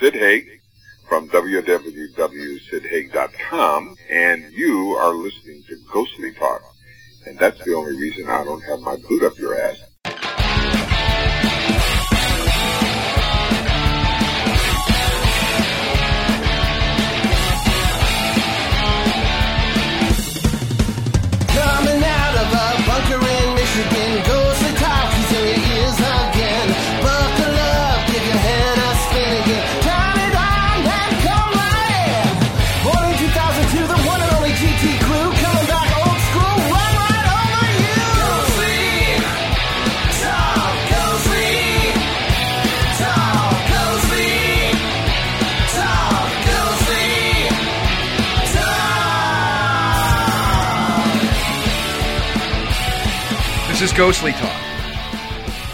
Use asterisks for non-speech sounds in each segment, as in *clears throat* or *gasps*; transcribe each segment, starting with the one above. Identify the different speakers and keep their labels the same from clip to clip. Speaker 1: Sid Haig from www.sidhaig.com, and you are listening to Ghostly Talk. And that's the only reason I don't have my boot up your ass.
Speaker 2: Coming out of a bunker in Michigan, ghostly talk is in your ears again. Buckle up, give your head a spin again. Turn it on and come right in. Born in 2002, the one and only GT crew coming back old school, run right over you. Ghostly talk, ghostly talk, ghostly talk, ghostly talk.
Speaker 3: This is Ghostly Talk.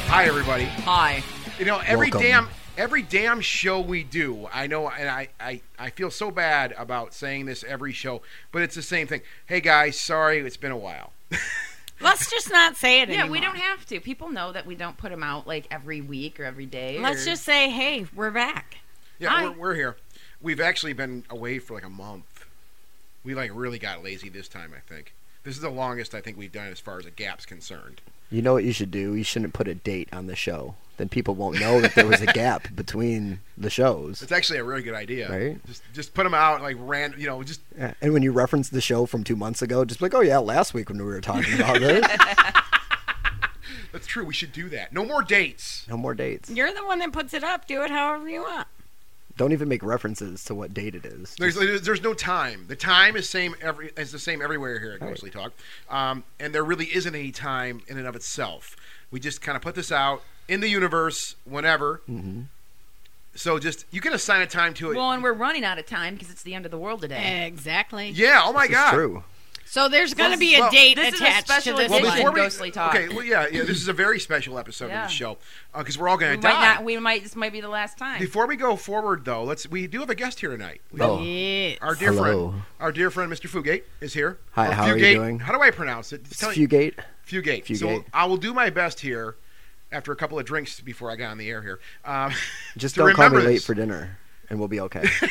Speaker 3: Hi, everybody.
Speaker 4: Hi.
Speaker 3: You know, every
Speaker 5: Welcome.
Speaker 3: damn every damn show we do, I know, and I, I I feel so bad about saying this every show, but it's the same thing. Hey guys, sorry, it's been a while.
Speaker 4: Let's just not say it
Speaker 6: Yeah,
Speaker 4: anymore.
Speaker 6: we don't have to. People know that we don't put them out like every week or every day.
Speaker 4: Let's
Speaker 6: or-
Speaker 4: just say, hey, we're back.
Speaker 3: Yeah,
Speaker 6: Hi.
Speaker 3: we're, we're here. We've actually been away for like a month. We like really got lazy this time. I think this is the longest I think we've done as far as a gap's concerned.
Speaker 5: You know what you should do? You shouldn't put a date on the show. Then people won't know that there
Speaker 3: *laughs*
Speaker 5: was a gap between the shows.
Speaker 3: It's actually a really good idea.
Speaker 5: Right.
Speaker 3: Just just put them out like ran. You know, just
Speaker 5: Yeah, And when you reference the show from two months ago, just be like, oh yeah, last week when we
Speaker 3: *laughs*
Speaker 5: were talking about this,
Speaker 3: that's true. We should do that. No more dates.
Speaker 5: no more dates.
Speaker 4: You're the one that puts it up. Do it however you want.
Speaker 5: Don't even make references to what date it is.
Speaker 3: There's, there's no time. The time is same every is the same everywhere here at
Speaker 5: Right.
Speaker 3: Ghostly Talk, um, and there really isn't any time in and of itself. We just kind of put this out in the universe whenever.
Speaker 5: Mhm.
Speaker 3: So just you can assign a time to it.
Speaker 6: Well, and we're running out of time because it's the end of the world today.
Speaker 7: Exactly.
Speaker 3: yeah. Oh my
Speaker 5: This is
Speaker 3: God.
Speaker 5: true.
Speaker 7: So there's going to
Speaker 6: This-
Speaker 7: be a
Speaker 3: well,
Speaker 7: date
Speaker 6: this is a
Speaker 7: attached
Speaker 6: special
Speaker 7: to this
Speaker 3: Well,
Speaker 6: edition.
Speaker 3: before
Speaker 7: one.
Speaker 3: we
Speaker 6: Ghostly Talk.
Speaker 3: okay. Well, yeah, yeah. This is a very special episode
Speaker 6: Yeah.
Speaker 3: of the show because we're all
Speaker 6: We
Speaker 3: gonna
Speaker 6: might
Speaker 3: die.
Speaker 6: not. We might. This might be the last time.
Speaker 3: Before we go forward, though, let's we do have a guest here tonight. We-
Speaker 5: Oh.
Speaker 7: Yes.
Speaker 3: Our dear
Speaker 5: Hello.
Speaker 3: friend, our dear friend, Mr. Fugate is here.
Speaker 5: Hi,
Speaker 3: Or
Speaker 5: how are you
Speaker 3: Fugate.
Speaker 5: doing?
Speaker 3: How do I pronounce it?
Speaker 5: It's
Speaker 3: Tell me-
Speaker 5: Fugate.
Speaker 3: Fugate. So
Speaker 5: Fugate.
Speaker 3: I will do my best here after a couple of drinks before I got on the air here. Um, *laughs*
Speaker 5: Just
Speaker 3: to
Speaker 5: don't call me
Speaker 3: remember
Speaker 5: late
Speaker 3: this.
Speaker 5: for dinner, and we'll
Speaker 3: *laughs*
Speaker 5: be okay.
Speaker 3: so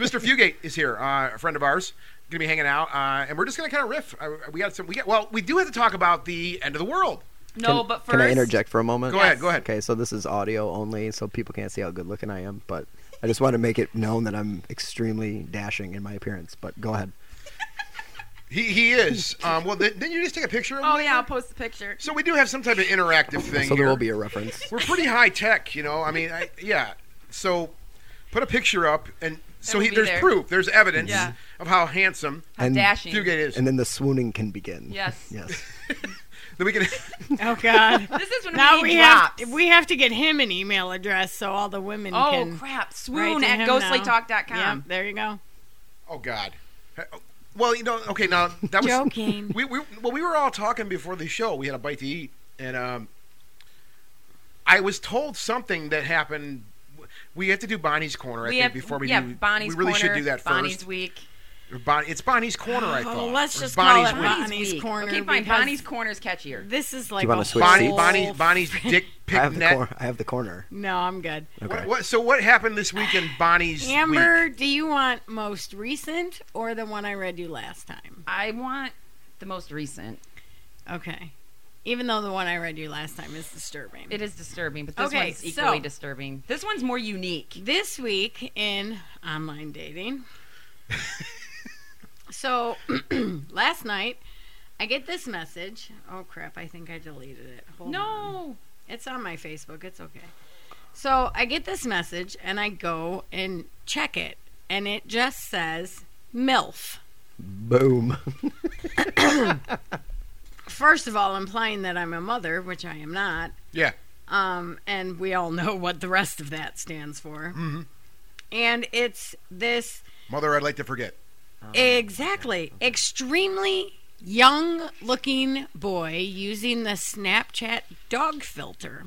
Speaker 3: Mr. Fugate is here, uh, a friend of ours, gonna be hanging out, uh, and we're just gonna kind of riff. Uh, we got some. We got well. We do have to talk about the end of the world.
Speaker 6: no,
Speaker 5: Can-
Speaker 6: but first,
Speaker 5: Can I interject for a moment?
Speaker 3: Go ahead, go ahead.
Speaker 5: Okay, so this is audio only, so people can't see how good looking I am, but I just want to make it known that I'm extremely dashing in my appearance. But go ahead.
Speaker 3: He he
Speaker 5: *laughs*
Speaker 3: is. Um, well, then, then you just take a picture of him.
Speaker 6: Oh yeah, I'll post the picture.
Speaker 3: So we do have some type of interactive thing.
Speaker 5: So there
Speaker 3: here.
Speaker 5: will be a reference.
Speaker 3: We're pretty high tech, you know. I mean, I, yeah. So put a picture up, and so
Speaker 6: It'll
Speaker 3: he,
Speaker 6: be
Speaker 3: there's
Speaker 6: there.
Speaker 3: proof. There's evidence
Speaker 6: Yeah.
Speaker 3: of how handsome
Speaker 6: How
Speaker 5: And-
Speaker 6: dashing.
Speaker 3: Fugate is.
Speaker 5: And then the swooning can begin.
Speaker 6: Yes.
Speaker 5: Yes.
Speaker 7: *laughs*
Speaker 3: then we can.
Speaker 5: *laughs*
Speaker 7: Oh God.
Speaker 6: This is when
Speaker 7: now
Speaker 6: we,
Speaker 7: we
Speaker 6: need
Speaker 7: have
Speaker 6: drops.
Speaker 7: we have to get him an email address so all the women
Speaker 6: Oh
Speaker 7: can.
Speaker 6: crap!
Speaker 7: write
Speaker 6: Swoon
Speaker 7: to
Speaker 6: at
Speaker 7: him now.
Speaker 6: ghostlytalk.com.
Speaker 7: Yep, there you go.
Speaker 3: Oh God. Well, you know, okay, now that was *laughs*
Speaker 4: Joking.
Speaker 3: We, we well, we were all talking before the show. We had a bite to eat, and um, I was told something that happened. We have to do Bonnie's corner, I
Speaker 6: We
Speaker 3: think,
Speaker 6: have
Speaker 3: before we
Speaker 6: yeah,
Speaker 3: do.
Speaker 6: Bonnie's
Speaker 3: we really
Speaker 6: corner,
Speaker 3: should do that
Speaker 6: Bonnie's
Speaker 3: first.
Speaker 6: week.
Speaker 3: Or Bon- it's Bonnie's corner, I
Speaker 7: Oh,
Speaker 3: thought.
Speaker 7: let's
Speaker 3: Or
Speaker 7: just call
Speaker 3: Bonnie's
Speaker 7: it
Speaker 3: week.
Speaker 7: Bonnie's
Speaker 6: week.
Speaker 7: corner
Speaker 6: Okay, fine.
Speaker 7: because-
Speaker 6: Bonnie's corner's catchier.
Speaker 7: This is like
Speaker 5: you wanna
Speaker 7: a
Speaker 5: switch
Speaker 3: Bonnie,
Speaker 5: Whole-
Speaker 3: Bonnie, Bonnie's
Speaker 4: *laughs*
Speaker 3: dick
Speaker 5: I
Speaker 3: pic
Speaker 5: have the
Speaker 3: net.
Speaker 5: corner. I have the corner.
Speaker 7: No, I'm good.
Speaker 5: Okay.
Speaker 3: What, what, so what happened this week in Bonnie's
Speaker 7: Amber,
Speaker 3: week?
Speaker 7: do you want most recent or the one I read you last time?
Speaker 6: I want the most recent.
Speaker 7: Okay. Even though the one I read you last time is disturbing.
Speaker 6: It is disturbing, but this
Speaker 7: Okay,
Speaker 6: one's equally
Speaker 7: so-
Speaker 6: disturbing. This one's more unique.
Speaker 7: This week in online dating. so *clears throat* last night, I get this message. Oh crap! I think I deleted it. Hold on.
Speaker 6: No.
Speaker 7: It's on my Facebook. It's okay. So I get this message and I go and check it, and it just says MILF. *laughs*
Speaker 5: Boom.
Speaker 7: First of all, implying that I'm a mother, which I am not.
Speaker 3: Yeah.
Speaker 7: Um, and we all *laughs* know what the rest of that stands for.
Speaker 3: Mhm.
Speaker 7: And it's this
Speaker 3: Mother, I'd like to forget.
Speaker 7: Exactly. Extremely young looking boy using the Snapchat dog filter.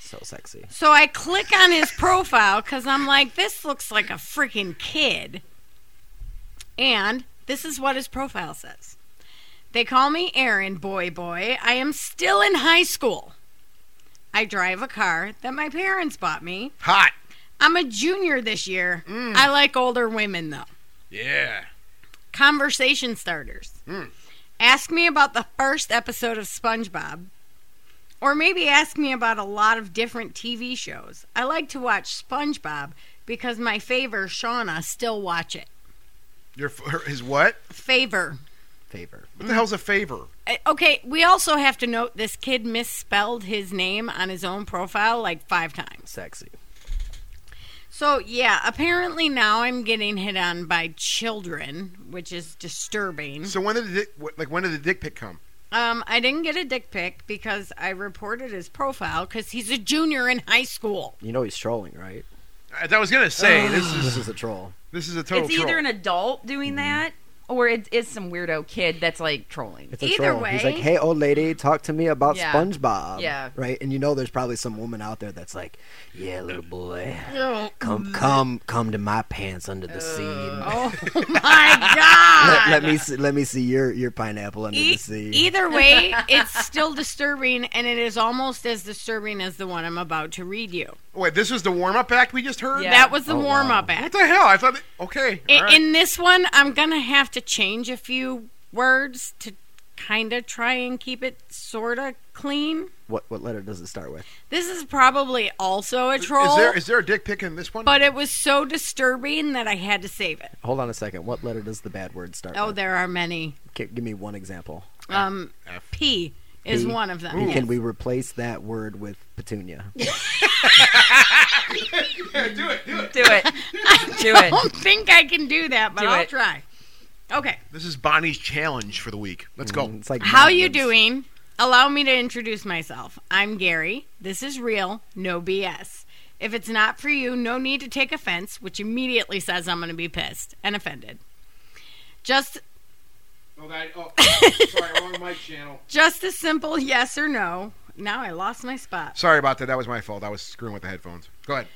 Speaker 5: so sexy.
Speaker 7: So I click on his profile because I'm like, this looks like a freaking kid. And this is what his profile says They call me Aaron, boy, boy. I am still in high school. I drive a car that my parents bought me.
Speaker 3: Hot.
Speaker 7: I'm a junior this year.
Speaker 3: Mm.
Speaker 7: I like older women though.
Speaker 3: Yeah.
Speaker 7: Conversation starters.
Speaker 3: Mm.
Speaker 7: Ask me about the first episode of SpongeBob. Or maybe ask me about a lot of different TV shows. I like to watch SpongeBob because my favor, Shauna, still watch it.
Speaker 3: Your f- his what?
Speaker 7: Favor.
Speaker 5: Favor.
Speaker 3: What the hell's a favor?
Speaker 7: Uh, Okay, we also have to note this kid misspelled his name on his own profile like five times.
Speaker 5: Sexy.
Speaker 7: So, yeah, apparently now I'm getting hit on by children, which is disturbing.
Speaker 3: Mm-hmm. So when did the dick, wh- like when did the dick pic come?
Speaker 7: Um, I didn't get a dick pic because I reported his profile because he's a junior in high school.
Speaker 5: You know he's trolling,
Speaker 7: *sighs*
Speaker 5: right?
Speaker 3: As I was gonna say this
Speaker 5: This
Speaker 3: is
Speaker 5: is a troll.
Speaker 3: this is a total
Speaker 6: It's either
Speaker 3: troll. Mm-hmm.
Speaker 6: an adult doing that or it is some weirdo kid that's like trolling.
Speaker 5: It's a
Speaker 7: Either
Speaker 5: troll. He's like,
Speaker 7: way-
Speaker 5: hey, old lady, talk to me about
Speaker 6: Yeah.
Speaker 5: SpongeBob.
Speaker 6: Yeah.
Speaker 5: Right? And you know there's probably some woman out there that's like, yeah, little boy,
Speaker 3: Oh,
Speaker 5: come come, come to my pants under the
Speaker 7: *laughs*
Speaker 5: sea. *laughs*
Speaker 7: Oh
Speaker 3: *laughs*
Speaker 7: my god!
Speaker 5: Let, let me see, let me see your, your pineapple under
Speaker 7: E-
Speaker 5: the sea.
Speaker 3: *laughs*
Speaker 7: either way, it's still disturbing, and it is almost as disturbing as the one I'm about to read you.
Speaker 3: Wait, this is the warm up act we just heard.
Speaker 6: Yeah.
Speaker 7: That was the
Speaker 5: Oh, wow.
Speaker 7: warm up act.
Speaker 3: What the hell? I thought. It, okay.
Speaker 7: In,
Speaker 3: all right.
Speaker 7: in this one, I'm gonna have to change a few words to kind of try and keep it sorta clean.
Speaker 5: What what letter does it start with?
Speaker 7: This is probably also a
Speaker 3: Is-
Speaker 7: troll,
Speaker 3: Is there is there a dick pic in this one?
Speaker 7: but it was so disturbing that I had to save it.
Speaker 5: Hold on a second. What letter does the bad word start
Speaker 7: Oh,
Speaker 5: with?
Speaker 7: there are many.
Speaker 5: Ki- give me one example.
Speaker 7: Um,
Speaker 3: F.
Speaker 7: P is
Speaker 5: P.
Speaker 7: one of them.
Speaker 5: Can we replace that word with petunia?
Speaker 6: Do *laughs* it. *laughs* Do
Speaker 7: I
Speaker 6: it.
Speaker 7: don't think I can do that, but
Speaker 6: Do
Speaker 7: I'll
Speaker 6: it.
Speaker 7: try. Okay.
Speaker 3: this is Bonnie's challenge for the week. Let's go.
Speaker 5: It's like
Speaker 7: How you
Speaker 5: monuments.
Speaker 7: doing? Allow me to introduce myself. I'm Gary. This is real, no BS. If it's not for you, no need to take offense, which immediately says I'm going to be pissed and offended. Just
Speaker 3: Oh, that,
Speaker 7: *laughs*
Speaker 3: oh, sorry, wrong mic channel.
Speaker 7: just a simple yes or no. Now I lost my spot.
Speaker 3: Sorry about that. That was my fault. I was screwing with the headphones. Go ahead.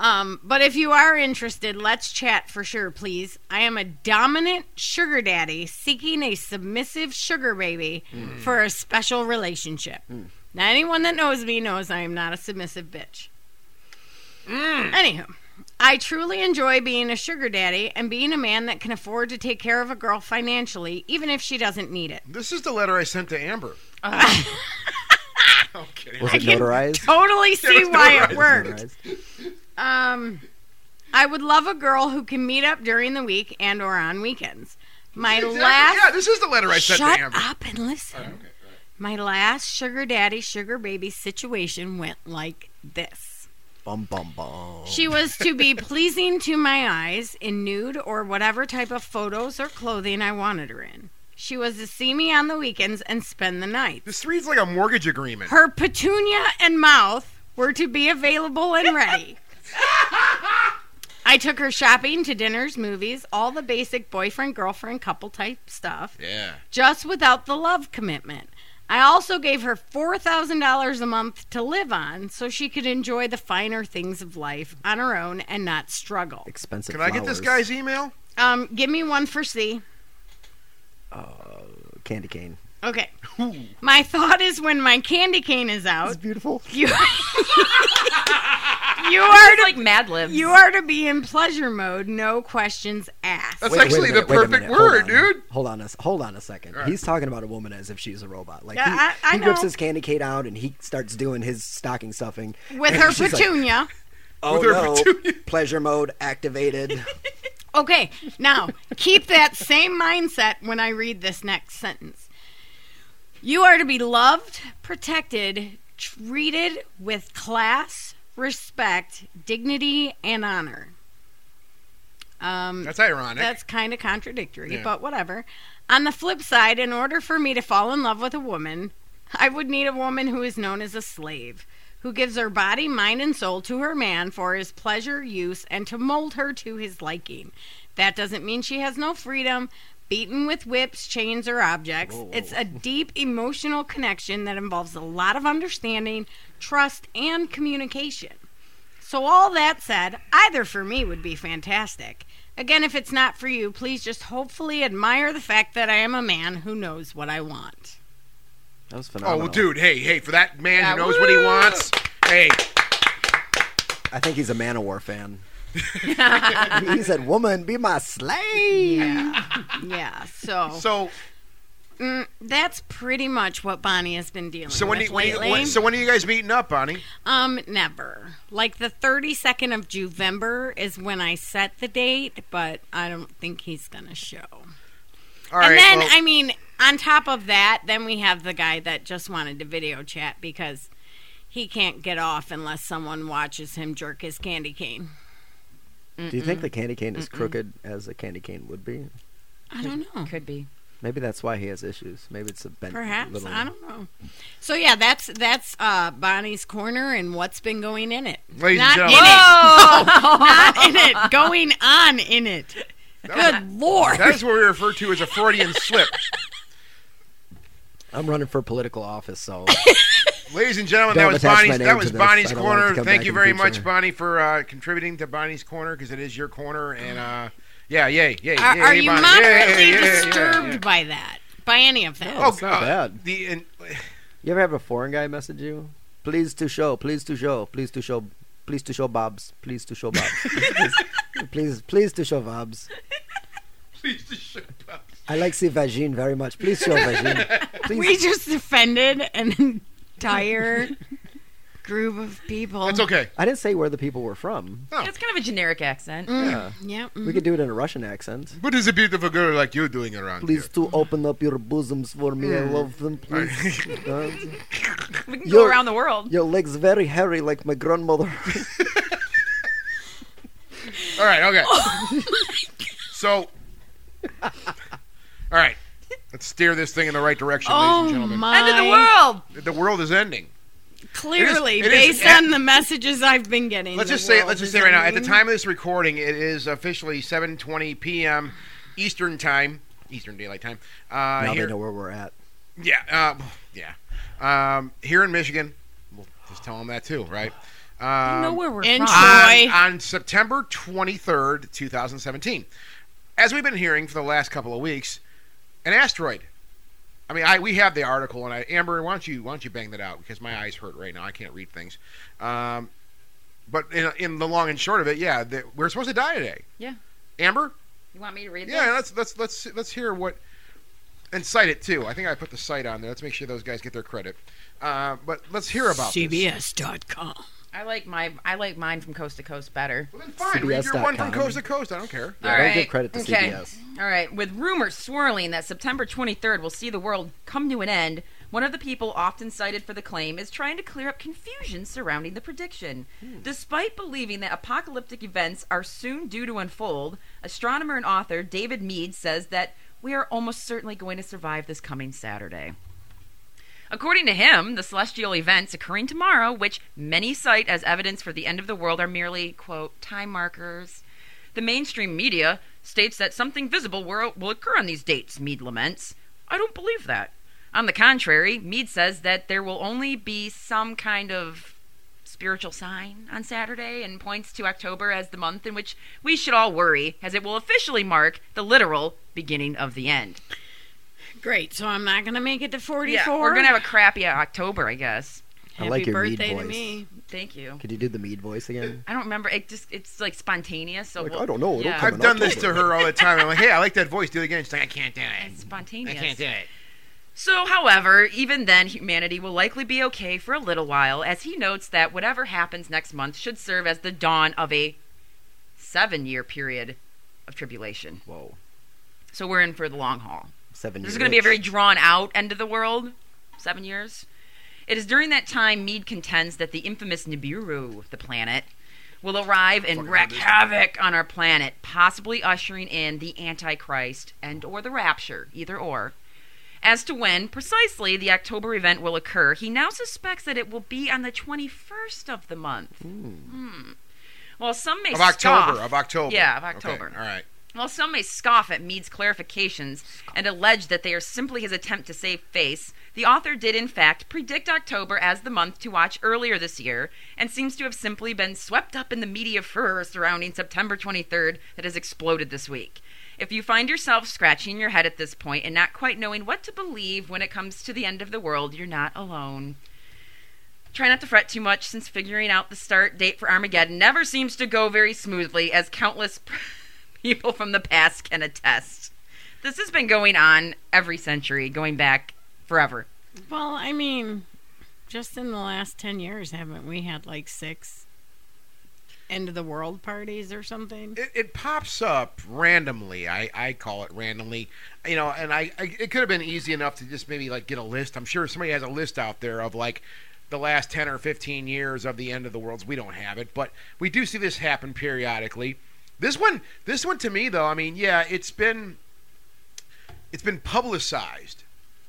Speaker 7: Um, but if you are interested, let's chat for sure, please. I am a dominant sugar daddy seeking a submissive sugar baby for a special relationship. Now, anyone that knows me knows I am not a submissive bitch. Anywho, I truly enjoy being a sugar daddy and being a man that can afford to take care of a girl financially, even if she doesn't need it.
Speaker 3: This is the letter I sent to Amber.
Speaker 7: Uh-huh.
Speaker 3: *laughs* I'm kidding.
Speaker 5: Was
Speaker 7: I
Speaker 5: it
Speaker 7: can
Speaker 5: notarized?
Speaker 7: Totally see
Speaker 3: it's
Speaker 7: why
Speaker 3: notarized.
Speaker 7: *laughs* it worked.
Speaker 5: Notarized?
Speaker 7: Um, I would love a girl who can meet up during the week and or on weekends. My
Speaker 3: Exactly.
Speaker 7: last
Speaker 3: Yeah, this is the Oh, letter I sent
Speaker 7: shut
Speaker 3: to Amber.
Speaker 7: up and listen. My last sugar daddy sugar baby situation went like this.
Speaker 5: Bum bum bum.
Speaker 3: Oh.
Speaker 7: She was to be pleasing to my eyes in nude or whatever type of photos or clothing I wanted her in. She was to see me on the weekends and spend the night.
Speaker 3: This reads like a mortgage agreement.
Speaker 7: Her petunia and mouth were to be available and ready. I took her shopping to dinners, movies, all the basic boyfriend girlfriend couple type stuff,
Speaker 3: yeah.
Speaker 7: just without the love commitment. I also gave her $4,000 a month to live on so she could enjoy the finer things of life on her own and not struggle.
Speaker 5: Expensive.
Speaker 3: Can I get this
Speaker 5: flowers.
Speaker 3: guy's email?
Speaker 7: Um, give me one for C.
Speaker 5: candy cane?
Speaker 7: Okay. My thought is when my candy cane is out,
Speaker 5: It's beautiful.
Speaker 7: you *laughs* You are
Speaker 6: It's like Mad Libs.
Speaker 7: You are to be in pleasure mode, no questions asked.
Speaker 3: That's
Speaker 5: Wait- wait a
Speaker 3: actually
Speaker 5: minute,
Speaker 3: the
Speaker 5: wait a
Speaker 3: perfect
Speaker 5: minute. Hold
Speaker 3: word,
Speaker 5: on.
Speaker 3: dude.
Speaker 5: Hold on a s- hold on a second.
Speaker 3: right.
Speaker 5: He's talking about a woman as if she's a robot. Like
Speaker 7: Yeah,
Speaker 5: he,
Speaker 7: I- I
Speaker 5: he rips
Speaker 7: know.
Speaker 5: his candy cane out and he starts doing his stocking stuffing
Speaker 7: With her
Speaker 5: She's like,
Speaker 7: petunia.
Speaker 5: oh
Speaker 3: her
Speaker 5: no,
Speaker 3: petunia.
Speaker 5: *laughs* pleasure mode
Speaker 3: *laughs*
Speaker 5: activated.
Speaker 7: Okay, now keep that same mindset when I read this next sentence. You are to be loved, protected, treated with class, respect, dignity, and honor. Um,
Speaker 3: That's ironic.
Speaker 7: That's kind of contradictory,
Speaker 3: Yeah.
Speaker 7: but whatever. On the flip side, in order for me to fall in love with a woman, I would need a woman who is known as a slave, who gives her body, mind, and soul to her man for his pleasure, use, and to mold her to his liking. That doesn't mean she has no freedom. Beaten with whips, chains, or objects. It's a deep emotional connection that involves a lot of understanding, trust, and communication. So, all that said, either for me would be fantastic. Again, if it's not for you, please just hopefully admire the fact that I am a man who knows what I want.
Speaker 5: That was
Speaker 3: Oh,
Speaker 5: phenomenal.
Speaker 3: well, dude, hey, hey, for that man
Speaker 6: Yeah,
Speaker 3: who knows what he
Speaker 6: woo!
Speaker 3: wants, hey,
Speaker 5: I think he's a Manowar
Speaker 3: *laughs*
Speaker 7: *laughs*
Speaker 5: fan. he said, "Woman, be my slave."
Speaker 7: Yeah, so,
Speaker 5: Oh,
Speaker 3: so
Speaker 7: mm, that's pretty much what Bonnie has been dealing
Speaker 3: so when,
Speaker 7: with
Speaker 3: you, when, you,
Speaker 7: lately.
Speaker 3: when so when are you guys meeting up, Bonnie?
Speaker 7: um, never. Like the 32nd of November is when I set the date, but I don't think he's going to show.
Speaker 3: All
Speaker 7: and
Speaker 3: right,
Speaker 7: then
Speaker 3: well,
Speaker 7: I mean, on top of that, then we have the guy that just wanted to video chat because he can't get off unless someone watches him jerk his candy cane.
Speaker 5: Do you think the candy cane is crooked as a candy cane would be?
Speaker 7: I don't know.
Speaker 6: Could *laughs* be.
Speaker 5: Maybe that's why he has issues. Maybe it's a bent
Speaker 7: Perhaps
Speaker 5: little.
Speaker 7: I don't know. So yeah, that's that's uh, Bonnie's corner and what's been going in it.
Speaker 3: ladies
Speaker 7: Not
Speaker 3: and
Speaker 7: in
Speaker 3: gentlemen,
Speaker 7: it.
Speaker 6: Oh.
Speaker 7: Not in it. Going on
Speaker 3: *laughs*
Speaker 7: in it.
Speaker 3: that,
Speaker 7: Good lord.
Speaker 3: that is what we refer to as a Freudian
Speaker 7: *laughs*
Speaker 3: slip.
Speaker 5: I'm running for political office,
Speaker 7: *laughs*
Speaker 5: so
Speaker 3: Ladies and gentlemen,
Speaker 5: Don't
Speaker 3: that was
Speaker 5: attach my
Speaker 3: Bonnie's.
Speaker 5: name
Speaker 3: That
Speaker 5: to
Speaker 3: was
Speaker 5: this.
Speaker 3: Bonnie's
Speaker 5: I don't want it to
Speaker 3: corner.
Speaker 5: come
Speaker 3: Thank
Speaker 5: back
Speaker 3: you
Speaker 5: in the
Speaker 3: very
Speaker 5: future.
Speaker 3: much, Bonnie, for uh, contributing to Bonnie's corner because it is your corner. And uh, yeah, yay, yay.
Speaker 7: Are,
Speaker 3: yay,
Speaker 7: are
Speaker 3: yay,
Speaker 7: you
Speaker 3: Bonnie.
Speaker 7: moderately
Speaker 3: Yay, yay, yay, yay,
Speaker 7: disturbed
Speaker 3: yay.
Speaker 7: by that? By any of that?
Speaker 5: No. It's not
Speaker 3: Oh, God.
Speaker 5: bad.
Speaker 3: The and, *laughs*
Speaker 5: you ever have a foreign guy message you? Please to show. Please to show. Please to show. Please to show Bob's. Please to show Bob's. please,
Speaker 7: *laughs*
Speaker 5: please, please to show Bob's.
Speaker 3: please just shut up.
Speaker 5: I like see vagine very much. Please show vagine.
Speaker 7: *laughs*
Speaker 5: Please.
Speaker 7: We just offended an entire group of people.
Speaker 5: Um,
Speaker 3: That's okay.
Speaker 5: I didn't say where the people were from.
Speaker 3: Oh.
Speaker 6: *laughs* It's kind of a generic accent.
Speaker 3: Mm.
Speaker 5: Yeah.
Speaker 7: Yep.
Speaker 5: We could do it in a Russian accent.
Speaker 3: What is a beautiful girl like you doing around
Speaker 5: Please to open up your bosoms for me. I love
Speaker 7: *laughs*
Speaker 5: them, please. Uh,
Speaker 6: We can go
Speaker 5: You're-
Speaker 6: around the world.
Speaker 5: your legs very hairy like my grandmother.
Speaker 3: here? All right, okay.
Speaker 7: Oh
Speaker 3: *laughs* so, all right, let's steer this thing in the right direction, ladies and
Speaker 7: Oh
Speaker 3: gentlemen.
Speaker 7: my!
Speaker 6: End of the world.
Speaker 3: The world is ending.
Speaker 7: Clearly,
Speaker 3: It is- it is-
Speaker 7: based on the messages I've been getting.
Speaker 3: Let's
Speaker 7: the
Speaker 3: just say,
Speaker 7: world
Speaker 3: let's just
Speaker 7: is
Speaker 3: say right now, at the
Speaker 7: ending.
Speaker 3: time of this recording, it is officially 7:20 p.m. Eastern time, Eastern Daylight Time. Uh,
Speaker 5: now
Speaker 3: here,
Speaker 5: they know where we're at.
Speaker 3: yeah, uh, yeah. Um, here in Michigan, we'll just tell them that too, right? Um,
Speaker 4: know where we're
Speaker 7: and
Speaker 4: from.
Speaker 7: I-
Speaker 3: on,
Speaker 7: Troy.
Speaker 3: on September 23rd, 2017. As we've been hearing for the last couple of weeks, an asteroid. I mean, I we have the article, and I Amber, why don't you why don't you bang that out because my eyes hurt right now. I can't read things. Um, but in, in the long and short of it, yeah, the, we're supposed to die today.
Speaker 6: Yeah.
Speaker 3: Amber.
Speaker 6: You want me to read
Speaker 3: Yeah,
Speaker 6: this?
Speaker 3: let's let's let's let's hear what and cite it too. I think I put the site on there. Let's make sure those guys get their credit. Uh, but let's hear about this.
Speaker 7: CBS.com.
Speaker 6: I like my I like mine from coast to coast better.
Speaker 3: Well, then fine. Read your one from
Speaker 5: CBS.com.
Speaker 3: coast to coast. I don't care.
Speaker 5: Yeah,
Speaker 6: All
Speaker 5: don't give
Speaker 6: right.
Speaker 5: credit to
Speaker 6: Okay.
Speaker 5: CBS.
Speaker 6: All right. With rumors swirling that September 23rd will see the world come to an end, one of the people often cited for the claim is trying to clear up confusion surrounding the prediction.
Speaker 5: Hmm.
Speaker 6: Despite believing that apocalyptic events are soon due to unfold, astronomer and author David Mead says that we are almost certainly going to survive this coming Saturday. According to him, the celestial events occurring tomorrow, which many cite as evidence for the end of the world, are merely, quote, time markers. The mainstream media states that something visible will, will occur on these dates, Mead laments. I don't believe that. On the contrary, Mead says that there will only be some kind of spiritual sign on Saturday and points to October as the month in which we should all worry, as it will officially mark the literal beginning of the end.
Speaker 7: Great. So I'm not gonna make it to 44.
Speaker 6: Yeah, we're going to have a crappy October, I guess.
Speaker 5: I
Speaker 7: Happy
Speaker 5: like your mead
Speaker 7: birthday to
Speaker 5: voice.
Speaker 7: me.
Speaker 6: Thank you.
Speaker 5: Could you do the mead voice again?
Speaker 6: I don't remember. It just it's like spontaneous. So
Speaker 5: Like,
Speaker 6: we'll-
Speaker 5: I don't know. It'll
Speaker 6: Yeah.
Speaker 5: come
Speaker 3: I've
Speaker 5: in
Speaker 3: done this to
Speaker 5: October.
Speaker 3: her all the time. I'm like, hey, I like that voice. Do it again. She's like, I can't do
Speaker 6: It's
Speaker 3: it. I
Speaker 6: spontaneous.
Speaker 3: can't do it.
Speaker 6: So, however, even then, humanity will likely be okay for a little while, as he notes that whatever happens next month should serve as the dawn of a seven year period of tribulation.
Speaker 5: Whoa,
Speaker 6: So, we're in for the long haul.
Speaker 5: seven.
Speaker 6: This is
Speaker 5: year
Speaker 6: going to be a
Speaker 5: itch.
Speaker 6: very drawn out end of the world. Seven years. It is during that time Mead contends that the infamous Nibiru, the planet, will arrive and
Speaker 3: Fucking
Speaker 6: wreak
Speaker 3: heard this.
Speaker 6: havoc on our planet, possibly ushering in the Antichrist and or the Rapture, either or. As to when precisely the October event will occur, he now suspects that it will be on the 21st of the month. Hmm. Well, some may
Speaker 3: Of October.
Speaker 6: scoff-
Speaker 3: Of October.
Speaker 6: Yeah, of
Speaker 3: Okay,
Speaker 6: October.
Speaker 3: All right.
Speaker 6: while some may scoff at Mead's clarifications and allege that they are simply his attempt to save face, the author did in fact predict October as the month to watch earlier this year and seems to have simply been swept up in the media furor surrounding September 23rd that has exploded this week. If you find yourself scratching your head at this point and not quite knowing what to believe when it comes to the end of the world, you're not alone. Try not to fret too much since figuring out the start date for Armageddon never seems to go very smoothly, as countless *laughs* people from the past can attest. This has been going on every century, going back forever.
Speaker 7: Well, I mean, just in the last 10 years, haven't we had like six end of the world parties or something?
Speaker 3: it, it pops up randomly. I, I call it randomly, you know. And I, I it could have been easy enough to just maybe like get a list. I'm sure somebody has a list out there of like the last ten or fifteen years of the end of the worlds. We don't have it, but we do see this happen periodically. This one, this one to me though, I mean, yeah, it's been it's been publicized.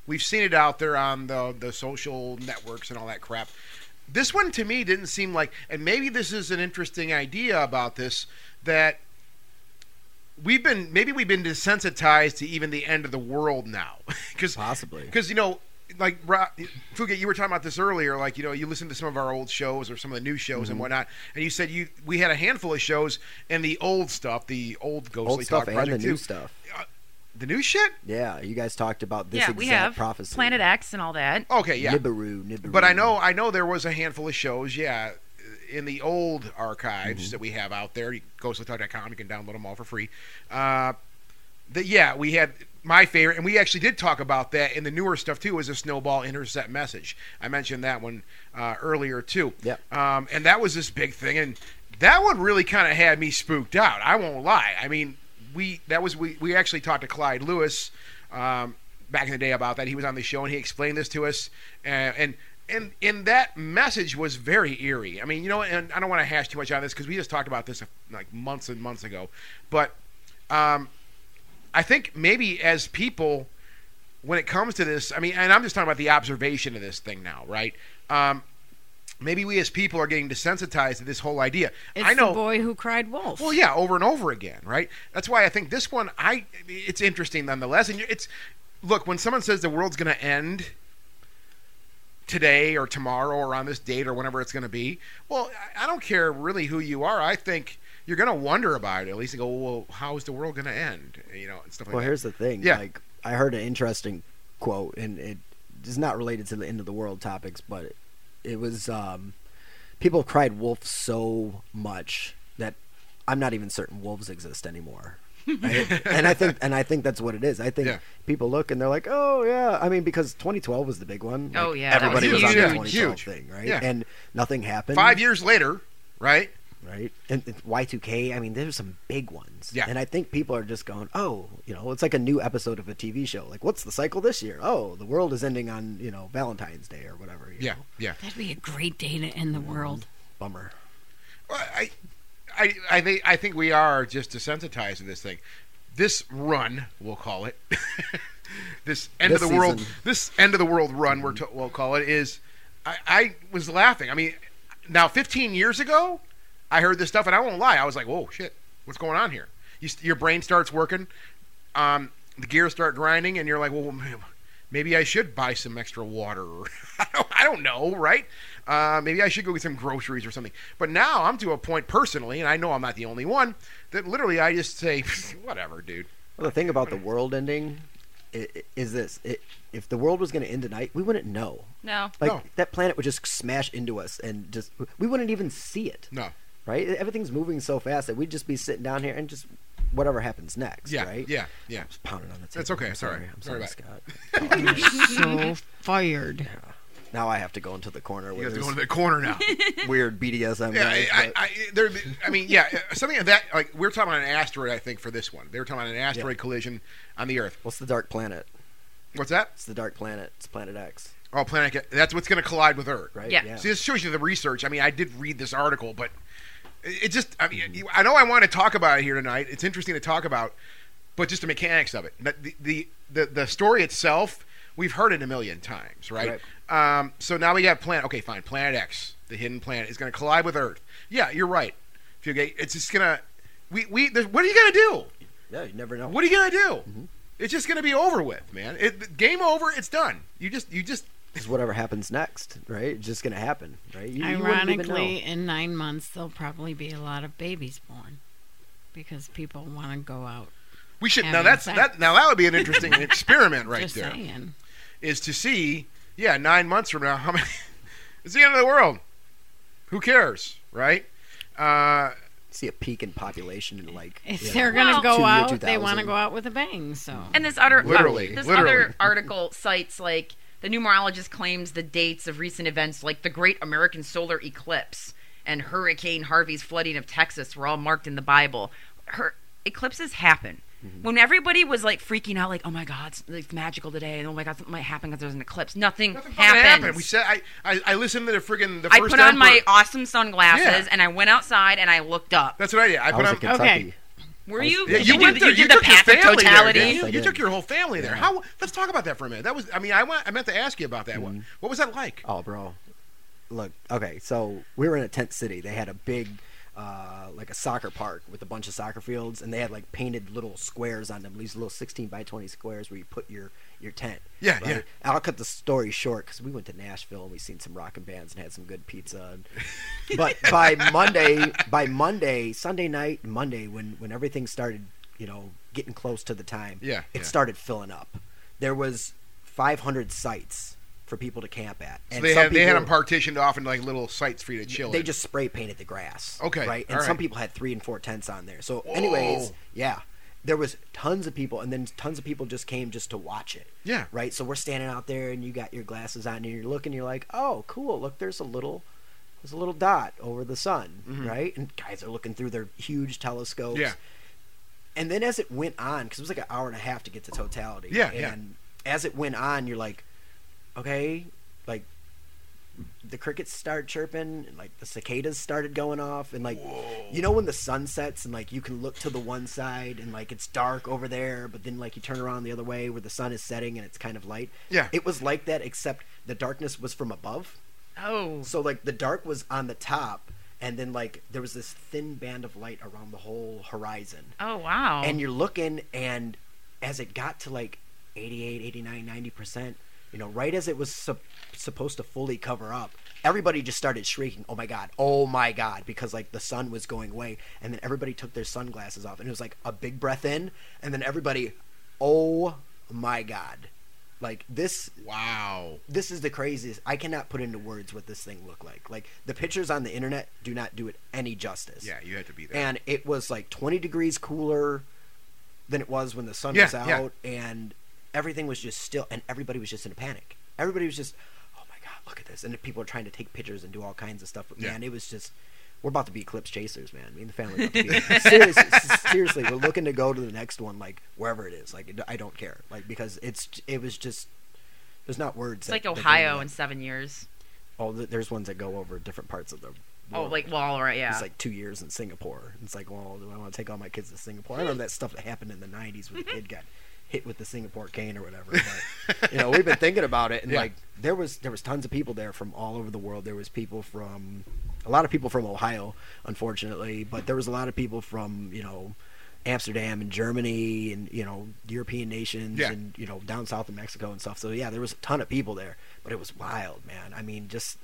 Speaker 3: We've seen it out there on the the social networks and all that crap. This one to me didn't seem like, and maybe this is an interesting idea about this that we've been maybe we've been desensitized to even the end of the world now *laughs* because
Speaker 5: Possibly.
Speaker 3: because you know like Ro- Fugit, you were talking about this earlier like you know you listened to some of our old shows or some of the new shows
Speaker 5: Mm-hmm.
Speaker 3: and whatnot and you said you we had a handful of shows and the old stuff the old ghostly
Speaker 5: Old stuff
Speaker 3: talk
Speaker 5: and
Speaker 3: project
Speaker 5: the
Speaker 3: too
Speaker 5: new stuff.
Speaker 3: the new shit
Speaker 5: Yeah, you guys talked about this
Speaker 6: yeah,
Speaker 5: exact
Speaker 6: we have
Speaker 5: prophecy.
Speaker 6: Planet X and all that.
Speaker 3: okay yeah
Speaker 5: Nibiru, Nibiru.
Speaker 3: but I know I know there was a handful of shows, yeah, in the old archives
Speaker 5: Mm-hmm.
Speaker 3: that we have out there. You go to talk.com, you can download them all for free. Uh, that yeah, we had my favorite, and we actually did talk about that in the newer stuff too. Was a snowball intercept message? I mentioned that one uh, earlier too.
Speaker 5: Yep.
Speaker 3: Um, and that was this big thing, and that one really kind of had me spooked out. I won't lie. I mean, we that was we we actually talked to Clyde Lewis. Um, back in the day about that he was on the show and he explained this to us and and and, and that message was very eerie i mean you know and i don't want to hash too much on this because we just talked about this like months and months ago but um, I think maybe as people, when it comes to this, I mean, and I'm just talking about the observation of this thing now, right? Um, maybe we as people are getting desensitized to this whole idea.
Speaker 7: It's
Speaker 3: I know.
Speaker 7: the boy who cried wolf.
Speaker 3: Well, yeah, over and over again, right? That's why I think this one, I it's interesting nonetheless. And you- it's look when someone says the world's going to end today or tomorrow or on this date or whenever it's going to be. Well, I I don't care really who you are. I think you're going to wonder about it at least and go, well, how is the world going to end? You know, and stuff like
Speaker 5: Well,
Speaker 3: that.
Speaker 5: here's the thing.
Speaker 3: Yeah.
Speaker 5: Like I heard an interesting quote, and it is not related to the end of the world topics, but it, it was um, people cried wolf so much that I'm not even certain wolves exist anymore.
Speaker 3: *laughs*
Speaker 5: I- and I think and I think that's what it is. I think
Speaker 3: Yeah.
Speaker 5: people look and they're like, "Oh yeah." I mean, because 2012 was the big one.
Speaker 6: Oh,
Speaker 5: Like,
Speaker 6: yeah, that
Speaker 5: everybody
Speaker 3: was
Speaker 5: was, on
Speaker 3: huge.
Speaker 5: the 2012
Speaker 3: Huge.
Speaker 5: thing, right?
Speaker 3: Yeah.
Speaker 5: And nothing happened.
Speaker 3: Five years later, right?
Speaker 5: right? And and Y2K, I mean, there's some big ones.
Speaker 3: Yeah.
Speaker 5: And I think people are just going, oh, you know, it's like a new episode of a TV show. Like, what's the cycle this year? Oh, the world is ending on, you know, Valentine's Day or whatever. you
Speaker 3: Yeah,
Speaker 5: know.
Speaker 3: yeah.
Speaker 7: That'd be a great day to end the
Speaker 5: *laughs*
Speaker 7: world.
Speaker 5: Bummer.
Speaker 3: Well, I, I, I think I think we are just desensitized to this thing. This run, we'll call it. *laughs* this end
Speaker 5: This
Speaker 3: of the world.
Speaker 5: season.
Speaker 3: This end of the world run, we're to, we'll call it. Is I, I was laughing. I mean, now 15 years ago, I heard this stuff, and I won't lie. I was like, "Whoa, shit! What's going on here?" You, s- your brain starts working. Um, the gears start grinding, and you're like, "Well, m- maybe I should buy some extra water." or *laughs* I don't- I don't know, right? Uh, maybe I should go get some groceries or something. But now I'm to a point personally, and I know I'm not the only one that literally I just say, *laughs* "Whatever, dude."
Speaker 5: Well, the thing about the world ending i- i- is this. It, if the world was going to end tonight, we wouldn't know.
Speaker 6: No.
Speaker 5: Like,
Speaker 3: No.
Speaker 5: that planet would just smash into us and just, we wouldn't even see it.
Speaker 3: No.
Speaker 5: Right? Everything's moving so fast that we'd just be sitting down here and just whatever happens next.
Speaker 3: Yeah.
Speaker 5: Right?
Speaker 3: Yeah. Yeah.
Speaker 5: Just pounding on the table.
Speaker 3: That's okay,
Speaker 5: I'm
Speaker 3: it's all right.
Speaker 5: sorry. I'm
Speaker 3: Sorry
Speaker 5: sorry,
Speaker 3: about *laughs*
Speaker 5: Scott. Oh,
Speaker 7: so fired.
Speaker 5: Now I have to go into the corner
Speaker 3: You
Speaker 5: where
Speaker 3: have to
Speaker 5: there's
Speaker 3: go into the corner
Speaker 5: *laughs*
Speaker 3: now.
Speaker 5: weird BDSM.
Speaker 3: Yeah,
Speaker 5: guys,
Speaker 3: I,
Speaker 5: but-
Speaker 3: I, I, there, I mean, yeah, uh, something of that. Like we're talking about an asteroid, I think, for this one. They were talking about an asteroid collision on the Earth.
Speaker 5: what's the dark planet?
Speaker 3: What's that?
Speaker 5: It's the dark planet. It's Planet X,
Speaker 3: Oh, planet. That's what's going to collide with Earth.
Speaker 5: right?
Speaker 6: Yeah.
Speaker 3: See, this shows you the research. I mean, I did read this article, but it it just, I mean, you- I know I want to talk about it here tonight. It's interesting to talk about, but just the mechanics of it. But The, the, the, the story itself, we've heard it a million times, right? Um, so now we have planet, okay, fine, Planet X, the hidden planet, is going to collide with Earth. Yeah, you're right. If you get- It's just going to, we, we, there's- what are you going to do?
Speaker 5: Yeah, you never know.
Speaker 3: What are you going to do? It's just going to be over with, man. It, game over, it's done. You just, you just,
Speaker 5: It's whatever happens next, right? It's just gonna happen, right? You- you wouldn't even know.
Speaker 7: Ironically, in nine months, there'll probably be a lot of babies born because people want to go out.
Speaker 3: We should
Speaker 7: Yeah,
Speaker 3: now.
Speaker 7: I mean,
Speaker 3: That's
Speaker 7: sex.
Speaker 3: that. Now that would be an interesting experiment right
Speaker 7: Just
Speaker 3: there.
Speaker 7: saying.
Speaker 3: Is to see, yeah, nine months from now, how many? *laughs* it's the end of the world. Who cares, right? Uh,
Speaker 5: See a peak in population in like
Speaker 7: If
Speaker 5: you
Speaker 7: they're
Speaker 5: know,
Speaker 6: Well,
Speaker 7: gonna
Speaker 5: two
Speaker 7: go
Speaker 5: year
Speaker 7: out, they
Speaker 5: 2000.
Speaker 7: want to go out with a bang. So
Speaker 6: And this other
Speaker 3: Literally,
Speaker 6: uh, this
Speaker 3: literally. *laughs*
Speaker 6: other article cites like the numerologist claims the dates of recent events like the Great American Solar Eclipse and Hurricane Harvey's flooding of Texas were all marked in the Bible. Her eclipses happen.
Speaker 3: Mm-hmm.
Speaker 6: When everybody was like freaking out, like, "Oh my God, it's, it's magical today," and "Oh my God, something might happen because there's an eclipse," nothing,
Speaker 3: nothing fucking
Speaker 6: happens.
Speaker 3: happened. We said I, I. I listened to the friggin' the
Speaker 6: I
Speaker 3: first.
Speaker 6: put on my
Speaker 3: Emperor.
Speaker 6: awesome sunglasses
Speaker 3: Yeah.
Speaker 6: and I went outside and I looked up.
Speaker 3: That's what I did. I
Speaker 5: I
Speaker 3: put
Speaker 5: was
Speaker 3: on.
Speaker 5: in Kentucky.
Speaker 7: Okay.
Speaker 6: Were you?
Speaker 3: Yeah,
Speaker 6: did
Speaker 3: you,
Speaker 6: do
Speaker 3: went
Speaker 6: the-
Speaker 3: there.
Speaker 6: you
Speaker 3: You,
Speaker 6: did the
Speaker 3: took your
Speaker 6: path of
Speaker 3: family
Speaker 6: totality.
Speaker 3: there.
Speaker 5: Yes, I
Speaker 3: You, you
Speaker 5: did.
Speaker 3: took your whole family there.
Speaker 5: Yeah.
Speaker 3: How? Let's talk about that for a minute. That was. I mean, I, went, I meant to ask you about that. What,
Speaker 5: Mm-hmm.
Speaker 3: what was that like?
Speaker 5: Oh, bro. Look, okay, so we were in a tent city. They had a big, uh, like a soccer park with a bunch of soccer fields, and they had like painted little squares on them, these little 16 by 20 squares where you put your, your tent.
Speaker 3: Yeah, yeah.
Speaker 5: And I'll cut the story short because we went to Nashville and we seen some rockin' bands and had some good pizza.
Speaker 3: *laughs*
Speaker 5: And, but by Monday, by Monday, Sunday night, Monday, when, when everything started, you know, getting close to the time,
Speaker 3: Yeah,
Speaker 5: it
Speaker 3: yeah.
Speaker 5: started filling up. There was 500 sites for people to camp at.
Speaker 3: So
Speaker 5: And
Speaker 3: they
Speaker 5: some
Speaker 3: had they had
Speaker 5: people-
Speaker 3: them partitioned off in like little sites for you to chill.
Speaker 5: They
Speaker 3: in.
Speaker 5: just spray painted the grass.
Speaker 3: Okay,
Speaker 5: Right.
Speaker 3: all
Speaker 5: And some
Speaker 3: right.
Speaker 5: people had three and four tents on there. So, anyways,
Speaker 3: Whoa.
Speaker 5: yeah, there was tons of people, and then tons of people just came just to watch it.
Speaker 3: Yeah.
Speaker 5: Right. So we're standing out there, and you got your glasses on, and you're looking. You're like, oh, cool. Look, there's a little. There's a little dot over the sun, right? And guys are looking through their huge telescopes.
Speaker 3: Mm-hmm. Yeah.
Speaker 5: And then as it went on, because it was like an hour and a half to get to totality.
Speaker 3: Yeah, yeah.
Speaker 5: And as it went on, you're like, okay, like the crickets started chirping and like the cicadas started going off and like you know when the sun sets and like you can look to the one side and like it's dark over there but then like you turn around the other way where the sun is setting and it's kind of light
Speaker 3: Yeah.
Speaker 5: it was like that except the darkness was from above
Speaker 6: Oh,
Speaker 5: so like the dark was on the top and then like there was this thin band of light around the whole horizon
Speaker 6: oh wow.
Speaker 5: and you're looking and as it got to like 88 89 90% you know right as it was sup- supposed to fully cover up everybody just started shrieking oh my god oh my god because like the sun was going away and then everybody took their sunglasses off and it was like a big breath in and then everybody oh my god like this
Speaker 3: wow.
Speaker 5: this is the craziest i cannot put into words what this thing looked like like the pictures on the internet do not do it any justice
Speaker 3: Yeah, you had to be there.
Speaker 5: and it was like 20 degrees cooler than it was when the sun
Speaker 3: Yeah,
Speaker 5: was
Speaker 3: yeah.
Speaker 5: out and everything was just still and everybody was just in a panic everybody was just oh my god look at this and people are trying to take pictures and do all kinds of stuff but
Speaker 3: Yeah.
Speaker 5: man it was just we're about to be eclipse chasers man me and the family are about to be
Speaker 3: *laughs*
Speaker 5: seriously, seriously we're looking to go to the next one like wherever it is like it- i don't care like because it's it was just there's not words
Speaker 6: it's
Speaker 5: that-
Speaker 6: like
Speaker 5: that go
Speaker 6: Ohio
Speaker 5: with
Speaker 6: in
Speaker 5: it.
Speaker 6: seven years.
Speaker 5: oh th- there's ones that go over different parts of the
Speaker 6: Oh,
Speaker 5: world.
Speaker 6: like well, all right, yeah.
Speaker 5: It's like two years in Singapore. It's like, well, do I want to take all my kids to Singapore? I know that stuff that happened in the '90s when the kid got hit with the Singapore cane or whatever.
Speaker 3: *laughs*
Speaker 5: But you know, we've been thinking about it, and
Speaker 3: Yeah.
Speaker 5: like there was there was tons of people there from all over the world. There was people from a lot of people from Ohio, unfortunately, but there was a lot of people from you know. Amsterdam and Germany and you know European nations
Speaker 3: Yeah.
Speaker 5: and you know down south of Mexico and stuff. So yeah, there was a ton of people there, but it was wild, man. I mean, just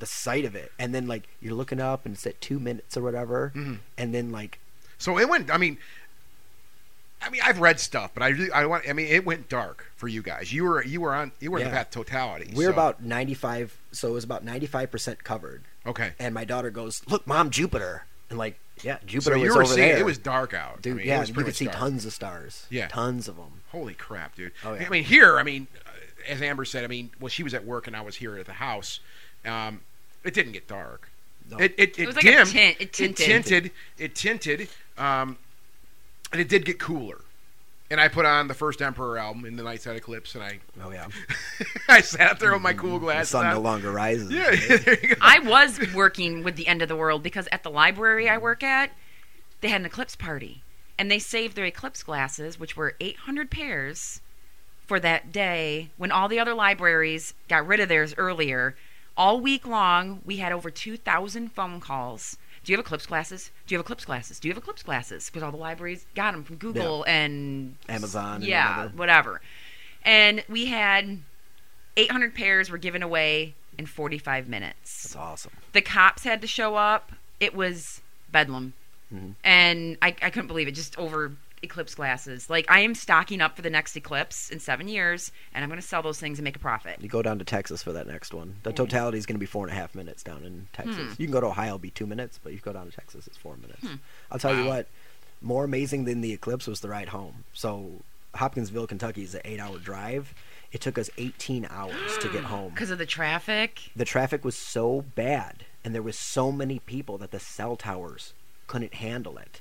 Speaker 5: the sight of it and then like you're looking up and it's at two minutes or whatever
Speaker 3: Mm-hmm.
Speaker 5: and then like
Speaker 3: so it went. I mean, I mean, I've read stuff, but I really, I want. I mean, it went dark for you guys. You were you were on you were in the
Speaker 5: Yeah.
Speaker 3: path to totality.
Speaker 5: we're
Speaker 3: so-
Speaker 5: about 95 so it was about 95% covered
Speaker 3: okay.
Speaker 5: and my daughter goes look mom jupiter and like yeah
Speaker 3: So
Speaker 5: jupiter
Speaker 3: you
Speaker 5: was
Speaker 3: were
Speaker 5: over
Speaker 3: seeing
Speaker 5: there
Speaker 3: it was dark out. I
Speaker 5: dude
Speaker 3: mean, it
Speaker 5: yeah
Speaker 3: was
Speaker 5: you
Speaker 3: pretty
Speaker 5: could
Speaker 3: much
Speaker 5: see
Speaker 3: dark.
Speaker 5: tons of stars
Speaker 3: Yeah.
Speaker 5: tons of them
Speaker 3: Holy crap, dude!
Speaker 5: Oh, yeah.
Speaker 3: I mean, here, I mean, uh, as Amber said, I mean, well, she was at work and I was here at the house. Um, it didn't get dark.
Speaker 5: No.
Speaker 3: It, it, it,
Speaker 6: was like a
Speaker 3: dimmed.
Speaker 6: tint. It tinted.
Speaker 3: It tinted. It tinted. Um, and it did get cooler. And I put on the first Emperor album in the Night's Out Eclipse, and I *laughs*
Speaker 5: oh yeah
Speaker 3: I sat there with my cool
Speaker 5: the
Speaker 3: glasses
Speaker 5: Mm-hmm.
Speaker 3: *laughs*
Speaker 5: sun no
Speaker 3: on.
Speaker 5: longer rises
Speaker 3: Yeah, *laughs* there you go.
Speaker 6: I was working with the end of the world because at the library I work at, they had an eclipse party. And they saved their eclipse glasses, which were 800 pairs, for that day when all the other libraries got rid of theirs earlier. All week long, we had over 2,000 phone calls. Do you have eclipse glasses? Do you have eclipse glasses? Do you have eclipse glasses? Because all the libraries got them from Google and
Speaker 5: amazon and
Speaker 6: yeah,
Speaker 5: whatever.
Speaker 6: whatever. And we had 800 pairs were given away in 45 minutes
Speaker 5: it's awesome
Speaker 6: the cops had to show up. It was bedlam,
Speaker 5: Mhm.
Speaker 6: and I, I couldn't believe it. Just over, eclipse glasses. Like I am stocking up for the next eclipse in seven years, and I'm going to sell those things and make a profit.
Speaker 5: You go down to Texas for that next one. The totality is going to be four and a half minutes down in Texas. You can go to Ohio, it'll be two minutes, but you go down to Texas, it's four minutes. I'll tell you what, more amazing than the eclipse was the ride home. So Hopkinsville, Kentucky is an eight-hour drive. It took us 18 hours to get home.
Speaker 6: Because of the traffic,
Speaker 5: The traffic was so bad, and there was so many people that the cell towers couldn't handle it.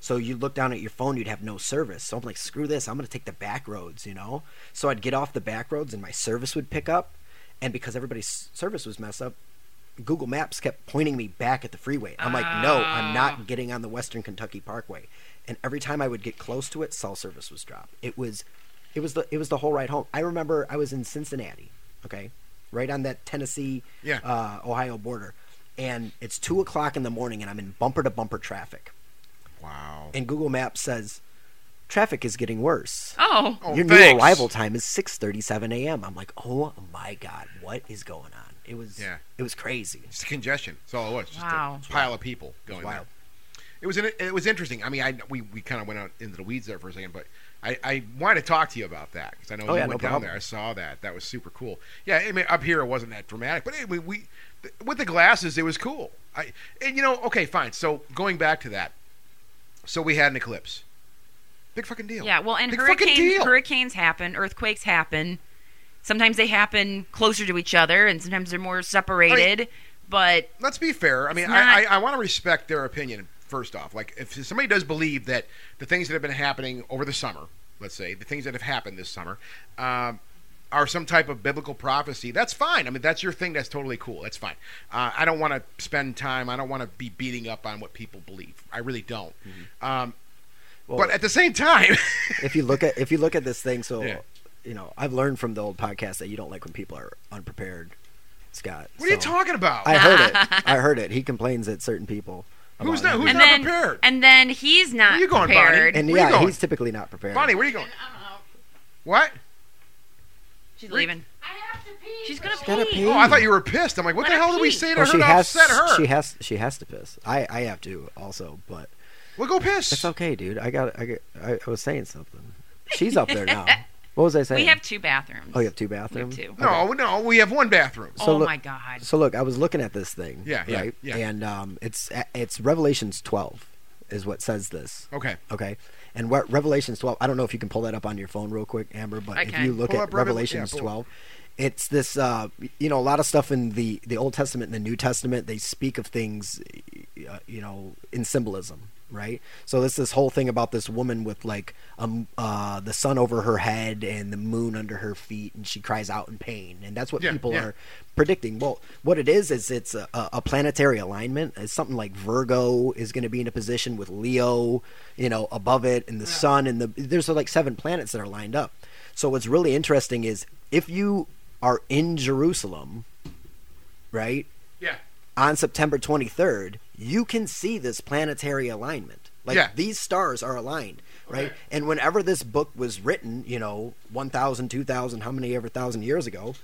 Speaker 5: So you look down at your phone, you'd have no service. So I'm like, screw this, I'm gonna take the back roads, you know. So I'd get off the back roads, and my service would pick up. And because everybody's service was messed up, Google Maps kept pointing me back at the freeway. I'm like, no, I'm not getting on the Western Kentucky Parkway. And every time I would get close to it, cell service was dropped. It was, it was the it was the whole ride home. I remember I was in Cincinnati, okay, right on that Tennessee,
Speaker 3: Yeah.
Speaker 5: uh, Ohio border, and it's two o'clock in the morning, and I'm in bumper to bumper traffic,
Speaker 3: Wow.
Speaker 5: and Google Maps says traffic is getting worse.
Speaker 6: oh,
Speaker 3: Oh,
Speaker 5: Your new
Speaker 3: thanks.
Speaker 5: arrival time is 6:37 a.m. I'm like, "Oh my god, what is going on?" It was
Speaker 3: Yeah.
Speaker 5: it was crazy.
Speaker 3: It's congestion. That's all it was. Just
Speaker 6: Wow.
Speaker 3: a pile of people going
Speaker 5: wild.
Speaker 3: there. It was an, it was interesting. I mean, I we, we kind of went out into the weeds there for a second, but I, I wanted to talk to you about that because I know
Speaker 5: Oh,
Speaker 3: you
Speaker 5: yeah,
Speaker 3: went
Speaker 5: no
Speaker 3: down
Speaker 5: problem.
Speaker 3: there. I saw that. That was super cool. Yeah, I mean, up here it wasn't that dramatic, but anyway, we th- with the glasses it was cool. I and you know, okay, fine. So going back to that, so we had an eclipse. Big fucking deal.
Speaker 6: yeah. Well, and
Speaker 3: Big fucking
Speaker 6: hurricanes,
Speaker 3: deal.
Speaker 6: hurricanes happen, earthquakes happen. Sometimes they happen closer to each other, and sometimes they're more separated. but
Speaker 3: let's be fair. I mean,
Speaker 6: It's not-
Speaker 3: I, I, I want to respect their opinion first off. Like, if somebody does believe that the things that have been happening over the summer, let's say, the things that have happened this summer, um, are some type of biblical prophecy, that's fine. I mean, that's your thing. That's totally cool. That's fine. Uh, I don't want to spend time. I don't want to be beating up on what people believe. I really don't. Um,
Speaker 5: Mm-hmm. Well,
Speaker 3: but at the same time, *laughs*
Speaker 5: if you look at if you look at this thing, so
Speaker 3: Yeah.
Speaker 5: you know, I've learned from the old podcast that you don't like when people are unprepared, Scott.
Speaker 3: what are you
Speaker 5: So-
Speaker 3: talking about?
Speaker 5: I heard it.
Speaker 6: *laughs*
Speaker 5: I heard it. He complains at certain people.
Speaker 3: Who's
Speaker 5: about
Speaker 3: not-
Speaker 5: it.
Speaker 3: who's
Speaker 6: and
Speaker 3: not
Speaker 6: then
Speaker 3: prepared.
Speaker 6: and then he's not
Speaker 3: you going, Bonnie?
Speaker 6: prepared.
Speaker 5: And
Speaker 3: Where you
Speaker 5: yeah,
Speaker 3: going?
Speaker 5: he's typically not prepared.
Speaker 3: Bonnie, where are you going?
Speaker 7: I'm out.
Speaker 3: What?
Speaker 6: She's leaving.
Speaker 7: I have to pee.
Speaker 6: She's gonna
Speaker 5: She's
Speaker 6: pee.
Speaker 5: gotta pee.
Speaker 3: Oh, I thought you were pissed. I'm like, what
Speaker 6: Let
Speaker 3: the
Speaker 6: her
Speaker 3: hell did we
Speaker 6: pee.
Speaker 3: say to
Speaker 5: Well,
Speaker 3: her
Speaker 5: she
Speaker 3: to
Speaker 5: has
Speaker 3: upset her?
Speaker 5: she has she has to piss. I I have to also, but
Speaker 3: well, go piss.
Speaker 5: it's okay, dude. I got I got, I, I was saying something. She's up
Speaker 6: *laughs*
Speaker 5: there now. What was I saying?
Speaker 6: We have two bathrooms.
Speaker 5: oh, you have two bathrooms.
Speaker 6: two.
Speaker 3: No, no, we have one bathroom.
Speaker 5: So
Speaker 6: oh
Speaker 5: look-
Speaker 6: my god.
Speaker 5: So look, I was looking at this thing.
Speaker 3: Yeah, yeah,
Speaker 5: right?
Speaker 3: yeah.
Speaker 5: And um, it's it's Revelations 12 is what says this.
Speaker 3: Okay.
Speaker 5: Okay. And what Revelations 12, I don't know if you can pull that up on your phone real quick, Amber, but
Speaker 6: I
Speaker 5: if
Speaker 6: can.
Speaker 5: you look
Speaker 3: Pull up
Speaker 5: at
Speaker 3: Revel- yeah,
Speaker 5: Revelations
Speaker 3: pull up.
Speaker 5: 12, it's this, uh, you know, a lot of stuff in the, the Old Testament and the New Testament, they speak of things, uh, you know, in symbolism, right? So it's this whole thing about this woman with like um, uh, the sun over her head and the moon under her feet, and she cries out in pain. And that's what
Speaker 3: Yeah,
Speaker 5: people
Speaker 3: yeah.
Speaker 5: are predicting. Well, what it is is it's a, a a planetary alignment. It's something like Virgo is going to be in a position with Leo, you know, above it, and the Sun, and the there's like seven planets that are lined up. So what's really interesting is if you are in Jerusalem, right,
Speaker 3: Yeah.
Speaker 5: on September 23rd, you can see this planetary alignment. Like
Speaker 3: Yeah.
Speaker 5: these stars are aligned, right?
Speaker 3: Okay.
Speaker 5: And whenever this book was written, you know, 1,000, 2,000, how many ever thousand years ago,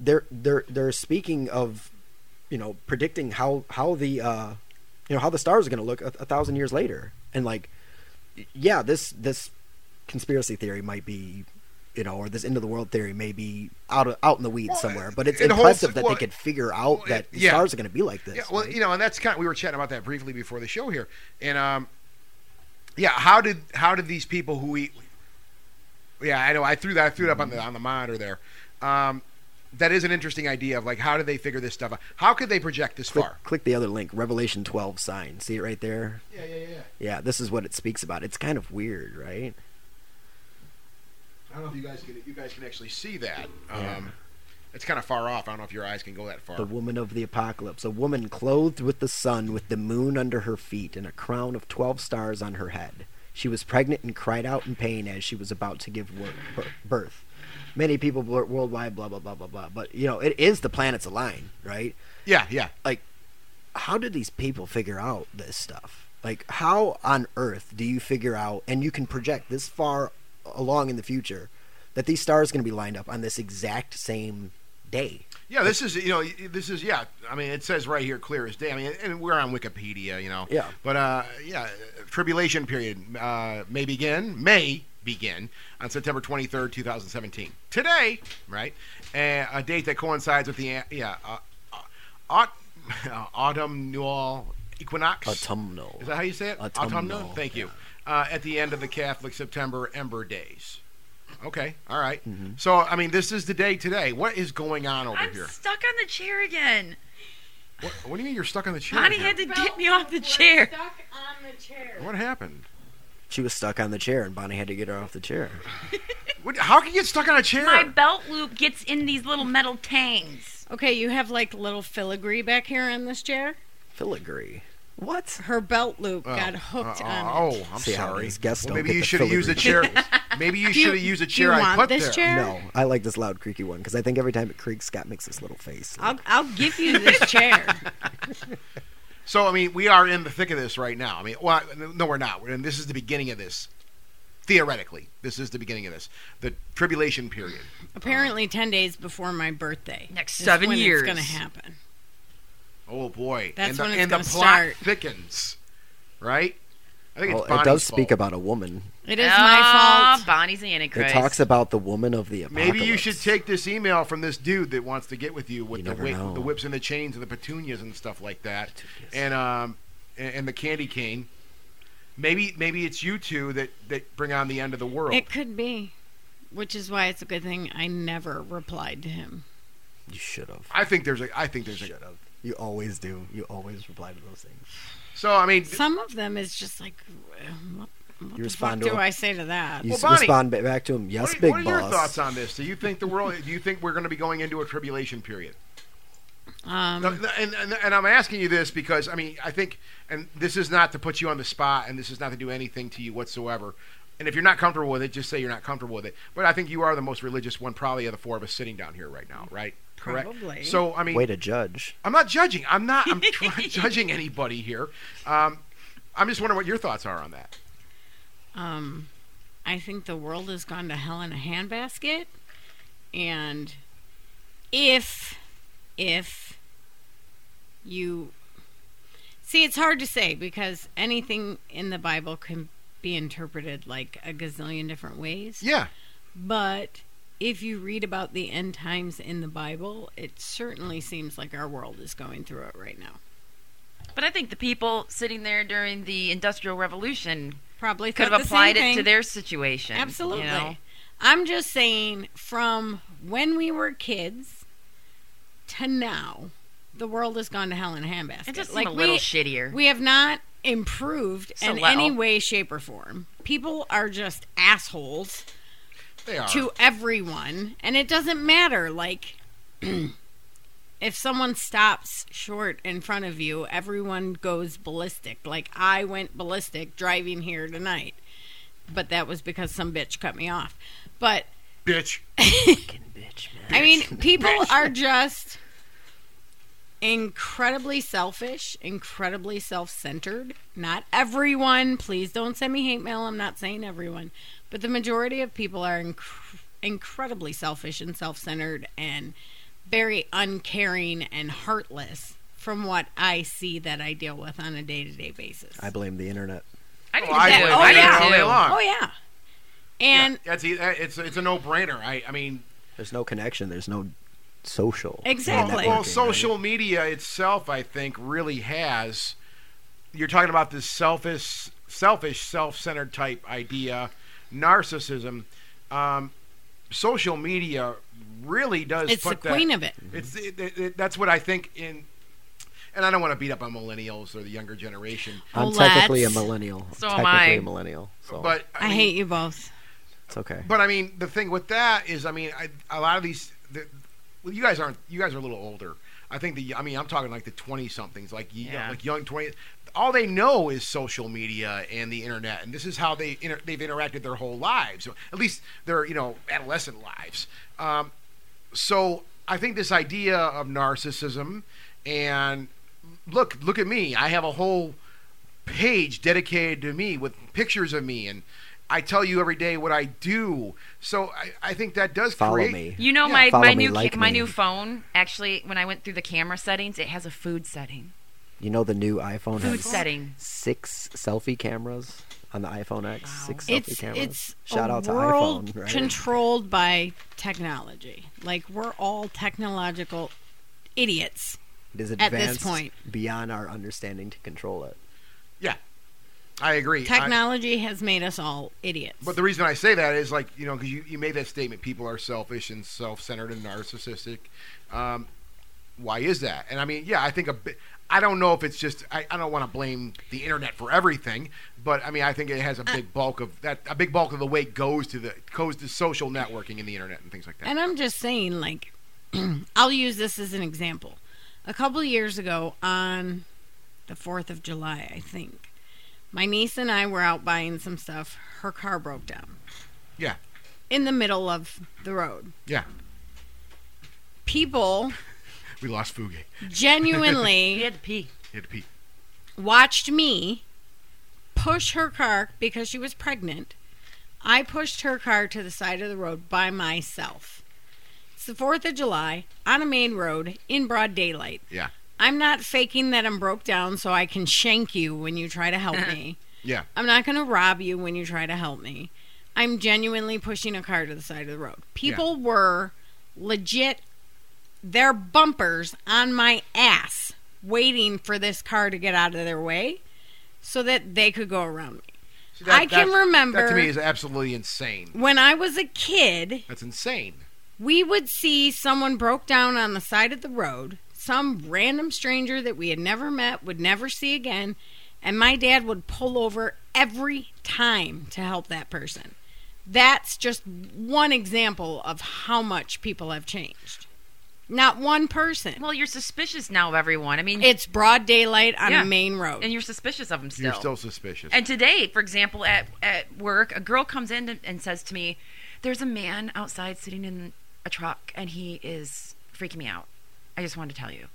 Speaker 5: they're they're they're speaking of, you know, predicting how how the uh, you know how the stars are going to look a, a thousand years later, and like, y- yeah, this this conspiracy theory might be. You know, or this end of the world theory may be out of, out in the weeds
Speaker 3: Well,
Speaker 5: somewhere,
Speaker 3: uh,
Speaker 5: but it's
Speaker 3: it holds-
Speaker 5: impressive that
Speaker 3: well,
Speaker 5: they could figure out
Speaker 3: well,
Speaker 5: that
Speaker 3: it-
Speaker 5: the
Speaker 3: yeah.
Speaker 5: stars are going to be like this.
Speaker 3: Yeah, well,
Speaker 5: right?
Speaker 3: you know, and that's kind. Of, we were chatting about that briefly before the show here, and um, yeah, how did how did these people who eat? Yeah, I know. I threw that. I threw it up on the on the monitor there. Um, that is an interesting idea of like how do they figure this stuff out? How could they project this
Speaker 5: click,
Speaker 3: far?
Speaker 5: click the other link, Revelation 12 sign. See it right there?
Speaker 3: Yeah, yeah, yeah.
Speaker 5: Yeah, this is what it speaks about. It's kind of weird, right?
Speaker 3: I don't know if you guys can you guys can actually see that. Um, it's kind of far off. I don't know if your eyes can go that far.
Speaker 5: The woman of the apocalypse, a woman clothed with the sun, with the moon under her feet, and a crown of 12 stars on her head. She was pregnant and cried out in pain as she was about to give wor- bir- birth. Many people wor- worldwide, blah, blah, blah, blah, blah. But, you know, it is the planets align, right?
Speaker 3: yeah, yeah.
Speaker 5: how do these people figure out this stuff? Like, how on earth do you figure out and you can project this far along in the future that these stars going to be lined up on this exact same day?
Speaker 3: Yeah, this is you know this is yeah. I mean, it says right here clear as day. I mean, and we're on Wikipedia, you know.
Speaker 5: Yeah.
Speaker 3: But uh, yeah, tribulation period uh, may begin may begin on September 23rd, 2017. Today, right? Uh, a date that coincides with the uh, yeah uh, uh, aut- *laughs* autumnal equinox.
Speaker 5: Autumnal.
Speaker 3: Is that how you say it?
Speaker 5: Autumnal.
Speaker 3: Thank you. Uh, at the end of the Catholic September Ember Days. Okay. All right.
Speaker 5: Mm-hmm.
Speaker 3: So, I mean, this is the day today. What is going on over
Speaker 6: I'm
Speaker 3: here?
Speaker 6: stuck on the chair again.
Speaker 3: What, what do you mean you're stuck on the chair?
Speaker 6: Bonnie
Speaker 3: here?
Speaker 6: had to get me off the chair.
Speaker 7: Stuck on the chair.
Speaker 3: What happened?
Speaker 5: She was stuck on the chair, and Bonnie had to get her off the chair.
Speaker 3: What, how can you get stuck on a chair?
Speaker 6: My belt loop gets in these little metal tangs.
Speaker 7: Okay, you have like little filigree back here on this chair.
Speaker 5: Filigree. What?
Speaker 7: Her belt loop
Speaker 3: Oh,
Speaker 7: got *laughs* hooked
Speaker 3: uh,
Speaker 7: on.
Speaker 3: oh,
Speaker 7: it.
Speaker 3: I'm
Speaker 5: See how
Speaker 3: sorry.
Speaker 5: these guests
Speaker 3: well,
Speaker 5: don't
Speaker 3: maybe
Speaker 5: get
Speaker 3: you
Speaker 5: the
Speaker 3: should have used a chair.
Speaker 5: filigree.
Speaker 3: *laughs* Maybe you
Speaker 7: Do you-
Speaker 3: should have used a
Speaker 7: do you
Speaker 3: chair I
Speaker 7: want
Speaker 3: put
Speaker 7: this
Speaker 3: there.
Speaker 7: chair?
Speaker 5: No, I like this loud, creaky one because I think every time it creaks, Scott makes this little face.
Speaker 7: I'll I'll give
Speaker 3: *laughs*
Speaker 7: you this chair.
Speaker 3: So I mean, we are in the thick of this right now. I mean, well, no, we're not. We're, and this is the beginning of this. Theoretically, this is the beginning of this, the tribulation period.
Speaker 7: Apparently, ten days before my birthday.
Speaker 6: Next
Speaker 7: is
Speaker 6: seven
Speaker 7: when
Speaker 6: years.
Speaker 7: It's gonna happen.
Speaker 3: Oh boy! and
Speaker 7: That's
Speaker 3: the,
Speaker 7: when it's
Speaker 3: and the
Speaker 7: gonna
Speaker 3: plot
Speaker 7: start.
Speaker 3: thickens, right? I think
Speaker 5: Well,
Speaker 3: it's
Speaker 5: it
Speaker 3: Bonnie's
Speaker 5: does speak
Speaker 3: fault.
Speaker 5: about a woman.
Speaker 7: It is my fault.
Speaker 6: Ah, Bonnie's the
Speaker 5: It
Speaker 6: Antichrist.
Speaker 5: talks about the woman of the apocalypse.
Speaker 3: Maybe you should take this email from this dude that wants to get with you with
Speaker 5: You
Speaker 3: the,
Speaker 5: never
Speaker 3: whip,
Speaker 5: know.
Speaker 3: the whips and the chains and the petunias and stuff like that, and um, and, and the candy cane. Maybe maybe it's you two that that bring on the end of the world.
Speaker 7: It could be, which is why it's a good thing I never replied to him.
Speaker 5: You should have.
Speaker 3: I think there's a I think there's a
Speaker 5: Should have. You always do. You always reply to those things.
Speaker 3: so I mean
Speaker 7: Some of them is just like, what, what
Speaker 5: You
Speaker 7: the
Speaker 5: respond
Speaker 7: fuck
Speaker 5: to
Speaker 7: do
Speaker 5: him.
Speaker 7: I say to that?
Speaker 5: You
Speaker 3: Well,
Speaker 5: s-
Speaker 3: Bonnie,
Speaker 5: respond ba- back to him. Yes,
Speaker 3: what, are-
Speaker 5: big
Speaker 3: what are
Speaker 5: boss.
Speaker 3: your thoughts on this? Do you think the world? do you think we're going to be going into a tribulation period?
Speaker 7: Um,
Speaker 3: No, no, and, and, and I'm asking you this because I mean I think and this is not to put you on the spot and this is not to do anything to you whatsoever. And if you're not comfortable with it, just say you're not comfortable with it. But I think you are the most religious one, probably of the four of us sitting down here right now, right? Correct.
Speaker 7: Probably.
Speaker 3: So I mean,
Speaker 5: Way to judge.
Speaker 3: I'm not judging. I'm not.
Speaker 7: *laughs*
Speaker 3: I'm not judging anybody here. Um, I'm just wondering what your thoughts are on that.
Speaker 7: um, I think the world has gone to hell in a handbasket, and if if you see, it's hard to say because anything in the Bible can be interpreted like a gazillion different ways.
Speaker 3: Yeah.
Speaker 7: But if you read about the end times in the Bible, it certainly seems like our world is going through it right now.
Speaker 6: But I think the people sitting there during the Industrial Revolution
Speaker 7: Probably
Speaker 6: could
Speaker 7: thought
Speaker 6: have
Speaker 7: the
Speaker 6: applied
Speaker 7: same
Speaker 6: it to
Speaker 7: thing.
Speaker 6: their situation. you
Speaker 7: Absolutely.
Speaker 6: know?
Speaker 7: I'm just saying from when we were kids to now, the world has gone to hell in a handbasket.
Speaker 6: It just seemed
Speaker 7: like
Speaker 6: a little
Speaker 7: we,
Speaker 6: shittier.
Speaker 7: we have not improved
Speaker 6: So
Speaker 7: in
Speaker 6: little.
Speaker 7: any way, shape, or form. People are just assholes
Speaker 3: They are.
Speaker 7: to everyone, and it doesn't matter. Like, *clears throat* if someone stops short in front of you, everyone goes ballistic. Like, I went ballistic driving here tonight, but that was because some bitch cut me off. But
Speaker 3: Bitch.
Speaker 7: I mean, people are just incredibly selfish, incredibly self centered. Not everyone. Please don't send me hate mail. I'm not saying everyone. But the majority of people are inc- incredibly selfish and self centered and very uncaring and heartless from what I see that I deal with on a day to day basis.
Speaker 5: I blame the internet.
Speaker 6: I think
Speaker 3: Oh, I
Speaker 6: that-
Speaker 3: blame
Speaker 6: oh,
Speaker 3: the
Speaker 6: I do
Speaker 3: internet all day
Speaker 6: too.
Speaker 3: long.
Speaker 7: oh, yeah. And
Speaker 3: That's e- that- it's it's a no brainer. I I mean,
Speaker 5: There's no connection. There's no social.
Speaker 7: Exactly.
Speaker 5: networking,
Speaker 3: well,
Speaker 5: right?
Speaker 3: social media itself, I think, really has. You're talking about this selfish, selfish, self-centered type idea, narcissism. Um, social media really does.
Speaker 7: it's the
Speaker 3: put
Speaker 7: queen
Speaker 3: that,
Speaker 7: of it.
Speaker 3: It's it, it, it- that's what I think in. And I don't want to beat up on millennials or the younger generation,
Speaker 5: I'm
Speaker 7: Well,
Speaker 5: technically a
Speaker 7: let's-
Speaker 5: millennial.
Speaker 6: So am
Speaker 5: technically
Speaker 6: I.
Speaker 5: a millennial. So
Speaker 3: but
Speaker 7: Oh, I,
Speaker 3: mean,
Speaker 7: hate you both.
Speaker 5: it's okay.
Speaker 3: But I mean, the thing with that is, I mean, I, a lot of these. The, well, you guys aren't. You guys are a little older. I think the. I mean, I'm talking like the twenty somethings, like yeah.
Speaker 6: Yeah.
Speaker 3: like young twenty. All they know is social media and the internet, and this is how they inter- they've interacted their whole lives. At least their you know adolescent lives. Um, so I think this idea of narcissism and look look at me. I have a whole page dedicated to me with pictures of me and I tell you every day what I do. So I, I think that does
Speaker 5: Follow
Speaker 3: create.
Speaker 5: me.
Speaker 6: You know
Speaker 5: Yeah.
Speaker 6: my,
Speaker 5: Follow
Speaker 6: my
Speaker 5: me,
Speaker 6: new ca-
Speaker 5: like
Speaker 6: my
Speaker 5: me.
Speaker 6: new phone actually when I went through the camera settings it has a food setting
Speaker 5: You know the new iPhone
Speaker 6: food
Speaker 5: has
Speaker 6: setting
Speaker 5: six selfie cameras on the iPhone X. Six selfie
Speaker 7: It's
Speaker 5: cameras.
Speaker 7: it's
Speaker 5: Shout
Speaker 7: a
Speaker 5: out to
Speaker 7: world
Speaker 5: iPhone. Right?
Speaker 7: controlled by technology. Like we're all technological idiots.
Speaker 5: it is
Speaker 7: at
Speaker 5: advanced
Speaker 7: this point.
Speaker 5: beyond our understanding to control it.
Speaker 3: Yeah, I agree. I-
Speaker 7: Technology has made us all idiots.
Speaker 3: But the reason I say that is like you know because you, you made that statement people are selfish and self-centered and narcissistic. Um, why is that? And I mean, yeah, I think a bit. I don't know if it's just I, I don't want to blame the internet for everything, but I mean I think it has a
Speaker 7: Uh,
Speaker 3: big bulk of that a big bulk of the weight goes to the goes to social networking and the internet and things like that.
Speaker 7: And I'm just saying, like, *clears throat* I'll use this as an example. A couple years ago, on the 4th of July, I think, my niece and I were out buying some stuff. Her car broke down.
Speaker 3: Yeah.
Speaker 7: In the middle of the road.
Speaker 3: Yeah, *laughs*
Speaker 7: People
Speaker 3: we lost Fugue.
Speaker 7: genuinely
Speaker 6: had to pee
Speaker 3: He had to pee.
Speaker 7: watched me push her car because she was pregnant. I pushed her car to the side of the road by myself. It's the 4th of July on a main road in broad daylight.
Speaker 3: Yeah,
Speaker 7: I'm not faking that I'm broke down so I can shank you when you try
Speaker 3: *laughs*
Speaker 7: to help me.
Speaker 3: yeah,
Speaker 7: I'm not going to rob you when you try to help me. I'm genuinely pushing a car to the side of the road. People were legit, their bumpers on my ass, waiting for this car to get out of their way so that they could go around me.
Speaker 3: See,
Speaker 7: I can
Speaker 3: that's-
Speaker 7: remember-
Speaker 3: that to me is absolutely insane.
Speaker 7: When I was a kid,
Speaker 3: That's insane.
Speaker 7: we would see someone broke down on the side of the road, some random stranger that we had never met, would never see again, and my dad would pull over every time to help that person. That's just one example of how much people have changed. Not one person.
Speaker 6: well you're suspicious now of everyone I mean
Speaker 7: it's broad daylight on
Speaker 6: Yeah.
Speaker 7: a main road.
Speaker 6: and you're suspicious of them still
Speaker 3: You're still suspicious.
Speaker 6: And today, for example, at, at work, a girl comes in and- and says to me, There's a man outside sitting in a truck and he is freaking me out. I just wanted to tell you.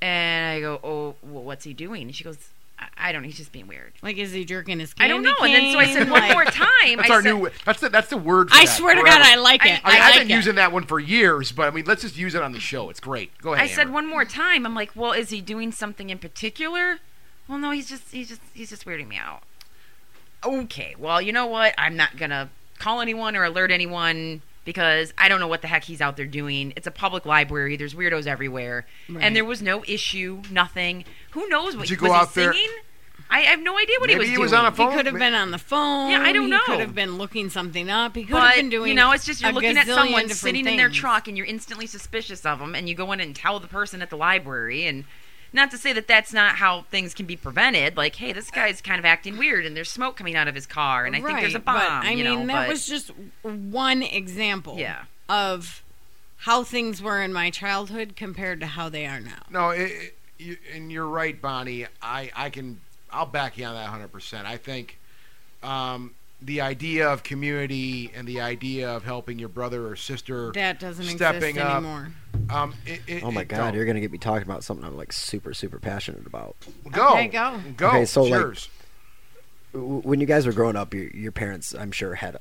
Speaker 6: And I go, Oh, well, what's he doing? And she goes, I, I don't know. He's just being weird.
Speaker 7: like, is he jerking his
Speaker 6: I
Speaker 7: candy
Speaker 6: don't know. And then so I
Speaker 7: cane?
Speaker 6: said one
Speaker 7: Like,
Speaker 6: more time.
Speaker 3: that's
Speaker 6: I
Speaker 3: our
Speaker 6: said,
Speaker 3: new. That's the that's the word. For
Speaker 7: I
Speaker 3: that
Speaker 7: swear to
Speaker 3: forever.
Speaker 7: God, I like it. I,
Speaker 3: I mean, I've
Speaker 7: like
Speaker 3: been
Speaker 7: it.
Speaker 3: using that one for years, but I mean, let's just use it on the show. It's great. Go ahead.
Speaker 6: I said
Speaker 3: Amber.
Speaker 6: one more time. I'm like, Well, is he doing something in particular? Well, no, he's just he's just he's just weirding me out. Okay, well, you know what? I'm not gonna call anyone or alert anyone because I don't know what the heck he's out there doing. It's a public library. There's weirdos everywhere,
Speaker 7: Right.
Speaker 6: and there was no issue, nothing. Who knows what
Speaker 3: Did you
Speaker 6: was
Speaker 3: go
Speaker 6: he
Speaker 3: out there-
Speaker 6: singing? I, I have no idea what
Speaker 3: Maybe
Speaker 6: he was
Speaker 3: he was
Speaker 6: doing.
Speaker 3: on a phone.
Speaker 7: He could have been on the phone.
Speaker 6: Yeah, I don't
Speaker 7: he
Speaker 6: know.
Speaker 7: could have been looking something up. He could have
Speaker 6: But
Speaker 7: been doing.
Speaker 6: you know, it's just you're
Speaker 7: a
Speaker 6: looking at
Speaker 7: gazillion
Speaker 6: someone
Speaker 7: different
Speaker 6: sitting in their
Speaker 7: things.
Speaker 6: truck, and you're instantly suspicious of them, and you go in and tell the person at the library. And not to say that that's not how things can be prevented. Like, hey,
Speaker 7: Uh,
Speaker 6: this guy's kind of acting weird, and there's smoke coming out of his car, and I think there's a
Speaker 7: Right, but,
Speaker 6: bomb.
Speaker 7: I mean,
Speaker 6: you know,
Speaker 7: that
Speaker 6: but-
Speaker 7: was just one example.
Speaker 6: Yeah.
Speaker 7: Of how things were in my childhood compared to how they are now.
Speaker 3: No, it, it, you, and you're right, Bonnie. I, I can I'll back you on that 100. percent I think um, the idea of community and the idea of helping your brother or sister.
Speaker 7: That doesn't
Speaker 3: Stepping
Speaker 7: exist
Speaker 3: up.
Speaker 7: anymore.
Speaker 3: um, it, it,
Speaker 5: Oh my
Speaker 3: it
Speaker 5: god,
Speaker 3: don't.
Speaker 5: you're gonna get me talking about something I'm like super super passionate about.
Speaker 3: go
Speaker 7: Okay, go.
Speaker 3: go.
Speaker 5: Okay, so,
Speaker 3: it's
Speaker 5: like-
Speaker 3: yours.
Speaker 5: W- When you guys were growing up, your, your parents, I'm sure, had a,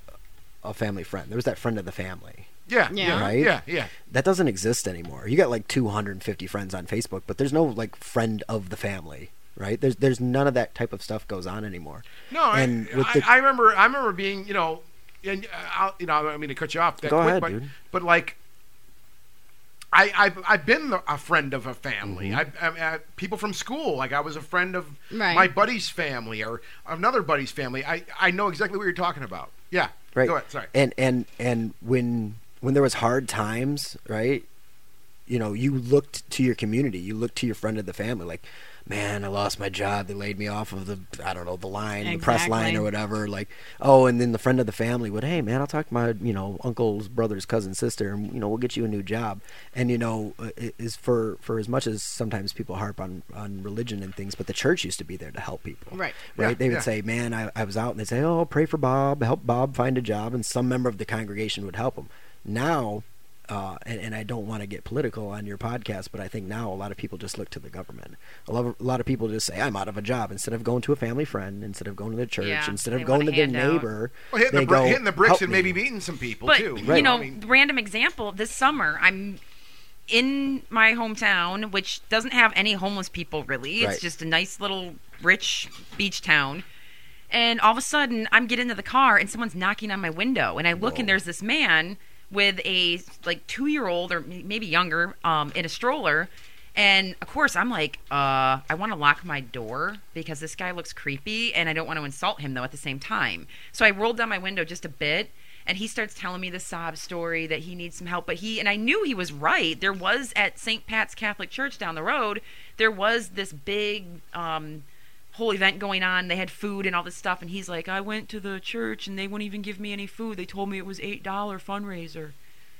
Speaker 5: a family friend. There was that friend of the family.
Speaker 3: yeah, yeah,
Speaker 7: Yeah.
Speaker 3: yeah,
Speaker 5: Right?
Speaker 3: yeah, yeah.
Speaker 5: That doesn't exist anymore. You got like 250 friends on Facebook, but there's no like friend of the family, right? There's there's none of that type of stuff goes on anymore.
Speaker 3: No, I-
Speaker 5: And
Speaker 3: I,
Speaker 5: with the-
Speaker 3: I remember. I remember being, you know, and uh, I'll, you know, I mean to cut you off that
Speaker 5: Go
Speaker 3: quick,
Speaker 5: ahead,
Speaker 3: but
Speaker 5: dude.
Speaker 3: but like, I I've, I've been the, a friend of a family.
Speaker 5: Mm-hmm.
Speaker 3: I, I, I people from school, like I was a friend of
Speaker 7: Right.
Speaker 3: my buddy's family or another buddy's family. I I know exactly what you're talking about. Yeah,
Speaker 5: right
Speaker 3: Go ahead. Sorry.
Speaker 5: and and and when when there was hard times right you know you looked to your community you looked to your friend of the family like man i lost my job they laid me off of the i don't know the line the press line
Speaker 7: Exactly.
Speaker 5: or whatever like oh and then the friend of the family would hey man i'll talk to my you know uncle's brother's cousin sister and you know we'll get you a new job and you know uh, it is for for as much as sometimes people harp on on religion and things but the church used to be there to help people
Speaker 7: Right.
Speaker 5: right
Speaker 3: Yeah,
Speaker 5: they would
Speaker 3: yeah.
Speaker 5: say say, man, I, I was out, and they'd say, oh, pray for Bob, help Bob find a job, and some member of the congregation would help him. Now, uh, and, and I don't want to get political on your podcast, but I think now a lot of people just look to the government. A lot, of, a lot of people just say, I'm out of a job. Instead of going to a family friend, instead of going to the church,
Speaker 6: Yeah,
Speaker 5: instead
Speaker 6: they
Speaker 5: of
Speaker 6: want
Speaker 5: going
Speaker 6: a
Speaker 5: to their
Speaker 6: handout.
Speaker 5: neighbor,
Speaker 3: Well, hitting,
Speaker 5: they
Speaker 3: the, bri-
Speaker 5: go,
Speaker 3: hitting the bricks
Speaker 5: "Help
Speaker 3: and
Speaker 5: me."
Speaker 3: maybe beating some people
Speaker 6: But
Speaker 3: too.
Speaker 6: you
Speaker 5: Right.
Speaker 6: know,
Speaker 3: I mean,
Speaker 6: random example. This summer, I'm in my hometown, which doesn't have any homeless people really.
Speaker 5: Right.
Speaker 6: It's just a nice little rich beach town. And all of a sudden, I'm getting into the car, and someone's knocking on my window, and I look, and there's this man with a like two year old or m- maybe younger um, in a stroller. And of course, I'm like, uh, I want to lock my door because this guy looks creepy, and I don't want to insult him though at the same time. So I rolled down my window just a bit, and he starts telling me the sob story that he needs some help but he and i knew he was right there was at st pat's catholic church down the road there was this big um whole event going on they had food and all this stuff and he's like i went to the church and they wouldn't even give me any food they told me it was eight dollar fundraiser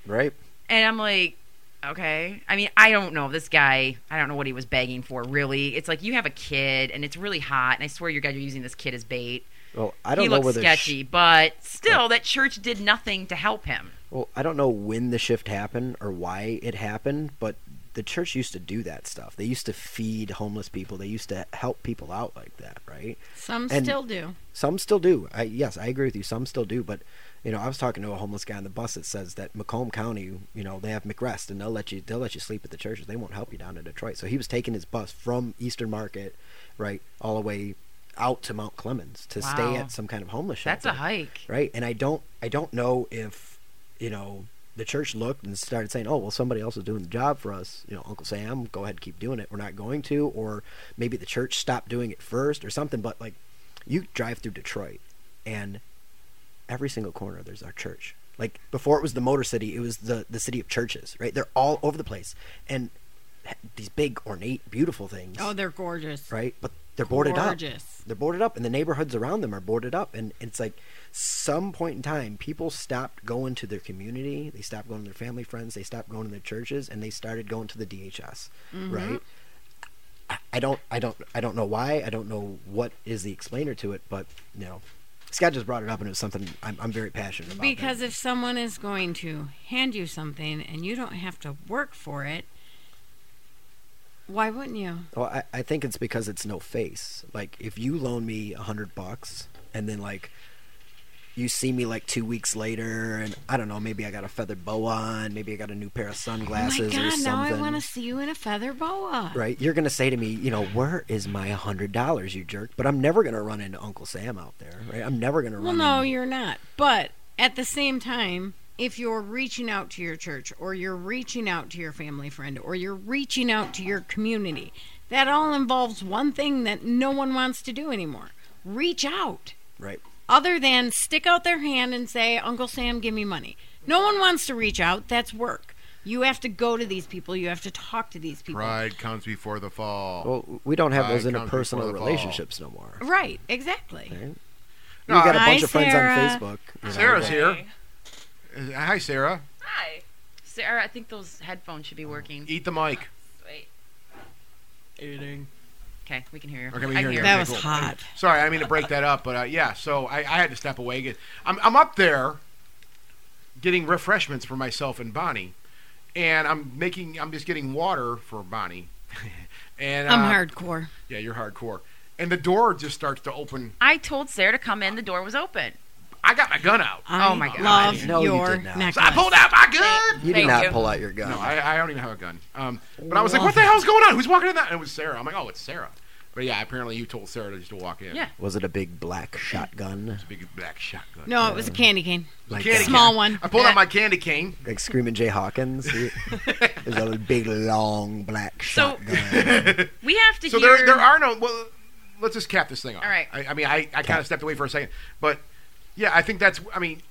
Speaker 5: Right?
Speaker 6: and i'm like okay i mean i don't know this guy i don't know what he was begging for really it's like you have a kid and it's really hot and i swear you guys are using this kid as bait
Speaker 5: Well, I don't
Speaker 6: he
Speaker 5: know
Speaker 6: looks
Speaker 5: whether. sh- Oh.
Speaker 6: sketchy but still that church did nothing to help him
Speaker 5: Well, I don't know when the shift happened or why it happened, but the church used to do that stuff. They used to feed homeless people. They used to help people out like that, right?
Speaker 7: Some
Speaker 5: And-
Speaker 7: still do.
Speaker 5: Some still do. I, yes, I agree with you. Some still do, but you know, I was talking to a homeless guy on the bus that says that Macomb County, you know, they have McRest and they'll let you they'll let you sleep at the churches. They won't help you down in Detroit. So he was taking his bus from Eastern Market, right, all the way out to Mount Clemens to
Speaker 6: Wow.
Speaker 5: stay at some kind of homeless shelter
Speaker 6: That's a hike.
Speaker 5: right and i don't i don't know if you know the church looked and started saying oh well somebody else is doing the job for us you know uncle sam go ahead and keep doing it we're not going to or maybe the church stopped doing it first or something but like you drive through detroit and every single corner there's our church like before it was the motor city it was the the city of churches right they're all over the place and these big ornate beautiful things
Speaker 7: Oh, they're gorgeous.
Speaker 5: right? But they're boarded
Speaker 7: Gorgeous.
Speaker 5: up. They're boarded up, and the neighborhoods around them are boarded up. And it's like some point in time, people stopped going to their community. They stopped going to their family friends. They stopped going to their churches, and they started going to the DHS, right? I- I don't, I don't, I don't know why. I don't know what is the explainer to it, but you know, Scott just brought it up, and it was something I'm, I'm very passionate about.
Speaker 7: Because if someone is going to hand you something and you don't have to work for it, why wouldn't you?
Speaker 5: Well, I, I think it's because it's no face. Like, if you loan me a hundred bucks and then like you see me like two weeks later, and I don't know, maybe I got a feathered bow on, maybe I got a new pair of sunglasses
Speaker 7: oh my
Speaker 5: or
Speaker 7: god,
Speaker 5: something.
Speaker 7: now I want to see you in a feather boa.
Speaker 5: Right, you're gonna say to me, you know, where is my hundred dollars, you jerk? But I'm never gonna run into Uncle Sam out there, right? I'm never gonna
Speaker 7: Well,
Speaker 5: run.
Speaker 7: no,
Speaker 5: into...
Speaker 7: you're not. But at the same time, if you're reaching out to your church or you're reaching out to your family friend or you're reaching out to your community, that all involves one thing that no one wants to do anymore reach out.
Speaker 5: right,
Speaker 7: Other than stick out their hand and say, Uncle Sam, give me money. No one wants to reach out. That's work. You have to go to these people. You have to talk to these people.
Speaker 8: Pride comes before the fall.
Speaker 5: well, we don't have
Speaker 8: Pride
Speaker 5: those
Speaker 8: comes before the
Speaker 5: interpersonal
Speaker 8: fall.
Speaker 5: relationships no more.
Speaker 7: Right, exactly.
Speaker 5: Right?
Speaker 3: No,
Speaker 5: we got a
Speaker 7: I-
Speaker 5: bunch of friends on
Speaker 7: Sarah.
Speaker 5: Facebook. you know,
Speaker 3: Sarah's
Speaker 5: that-
Speaker 3: here. Uh, Hi, Sarah.
Speaker 6: Hi. Sarah, I think those headphones should be working.
Speaker 3: Eat the mic.
Speaker 6: Wait. Okay, we can hear you.
Speaker 3: Okay, we
Speaker 6: I
Speaker 3: hear you. Okay,
Speaker 7: That was
Speaker 3: cool.
Speaker 7: hot.
Speaker 3: Sorry, I didn't mean to break that up, but uh, yeah. So I, I had to step away. Get- I'm I'm up there, getting refreshments for myself and Bonnie, and I'm making I'm just getting water for Bonnie, *laughs* and uh,
Speaker 7: I'm hardcore.
Speaker 3: Yeah, you're hardcore. And the door just starts to open.
Speaker 6: I told Sarah to come in. The door was open.
Speaker 3: I got my gun out.
Speaker 7: I
Speaker 6: oh my God.
Speaker 7: love
Speaker 5: No, you
Speaker 7: your
Speaker 5: did not.
Speaker 7: necklace.
Speaker 3: I pulled out my gun.
Speaker 5: You did
Speaker 6: Thank
Speaker 5: not
Speaker 6: you.
Speaker 5: pull out your gun.
Speaker 3: No, I, I don't even have a gun. Um, but I was like, what the hell's going on? Who's walking in that? And it was Sarah. I'm like, oh, it's Sarah. But yeah, apparently you told Sarah just to walk in.
Speaker 6: Yeah.
Speaker 5: Was it a big black shotgun?
Speaker 3: Big black shotgun.
Speaker 7: No, it was a candy cane.
Speaker 5: Like
Speaker 3: Candy
Speaker 5: uh,
Speaker 7: Small
Speaker 3: cane.
Speaker 7: one.
Speaker 3: I pulled out my candy cane. *laughs*
Speaker 5: like Screaming Jay Hawkins? it was a big, long black
Speaker 6: So-
Speaker 3: *laughs*
Speaker 5: shotgun.
Speaker 6: We have to
Speaker 3: So
Speaker 6: hear.
Speaker 3: there, there are no. Well, let's just cap this thing off.
Speaker 6: All right.
Speaker 3: I, I mean, I, I kind of stepped away for a second, but yeah, I think that's. I mean,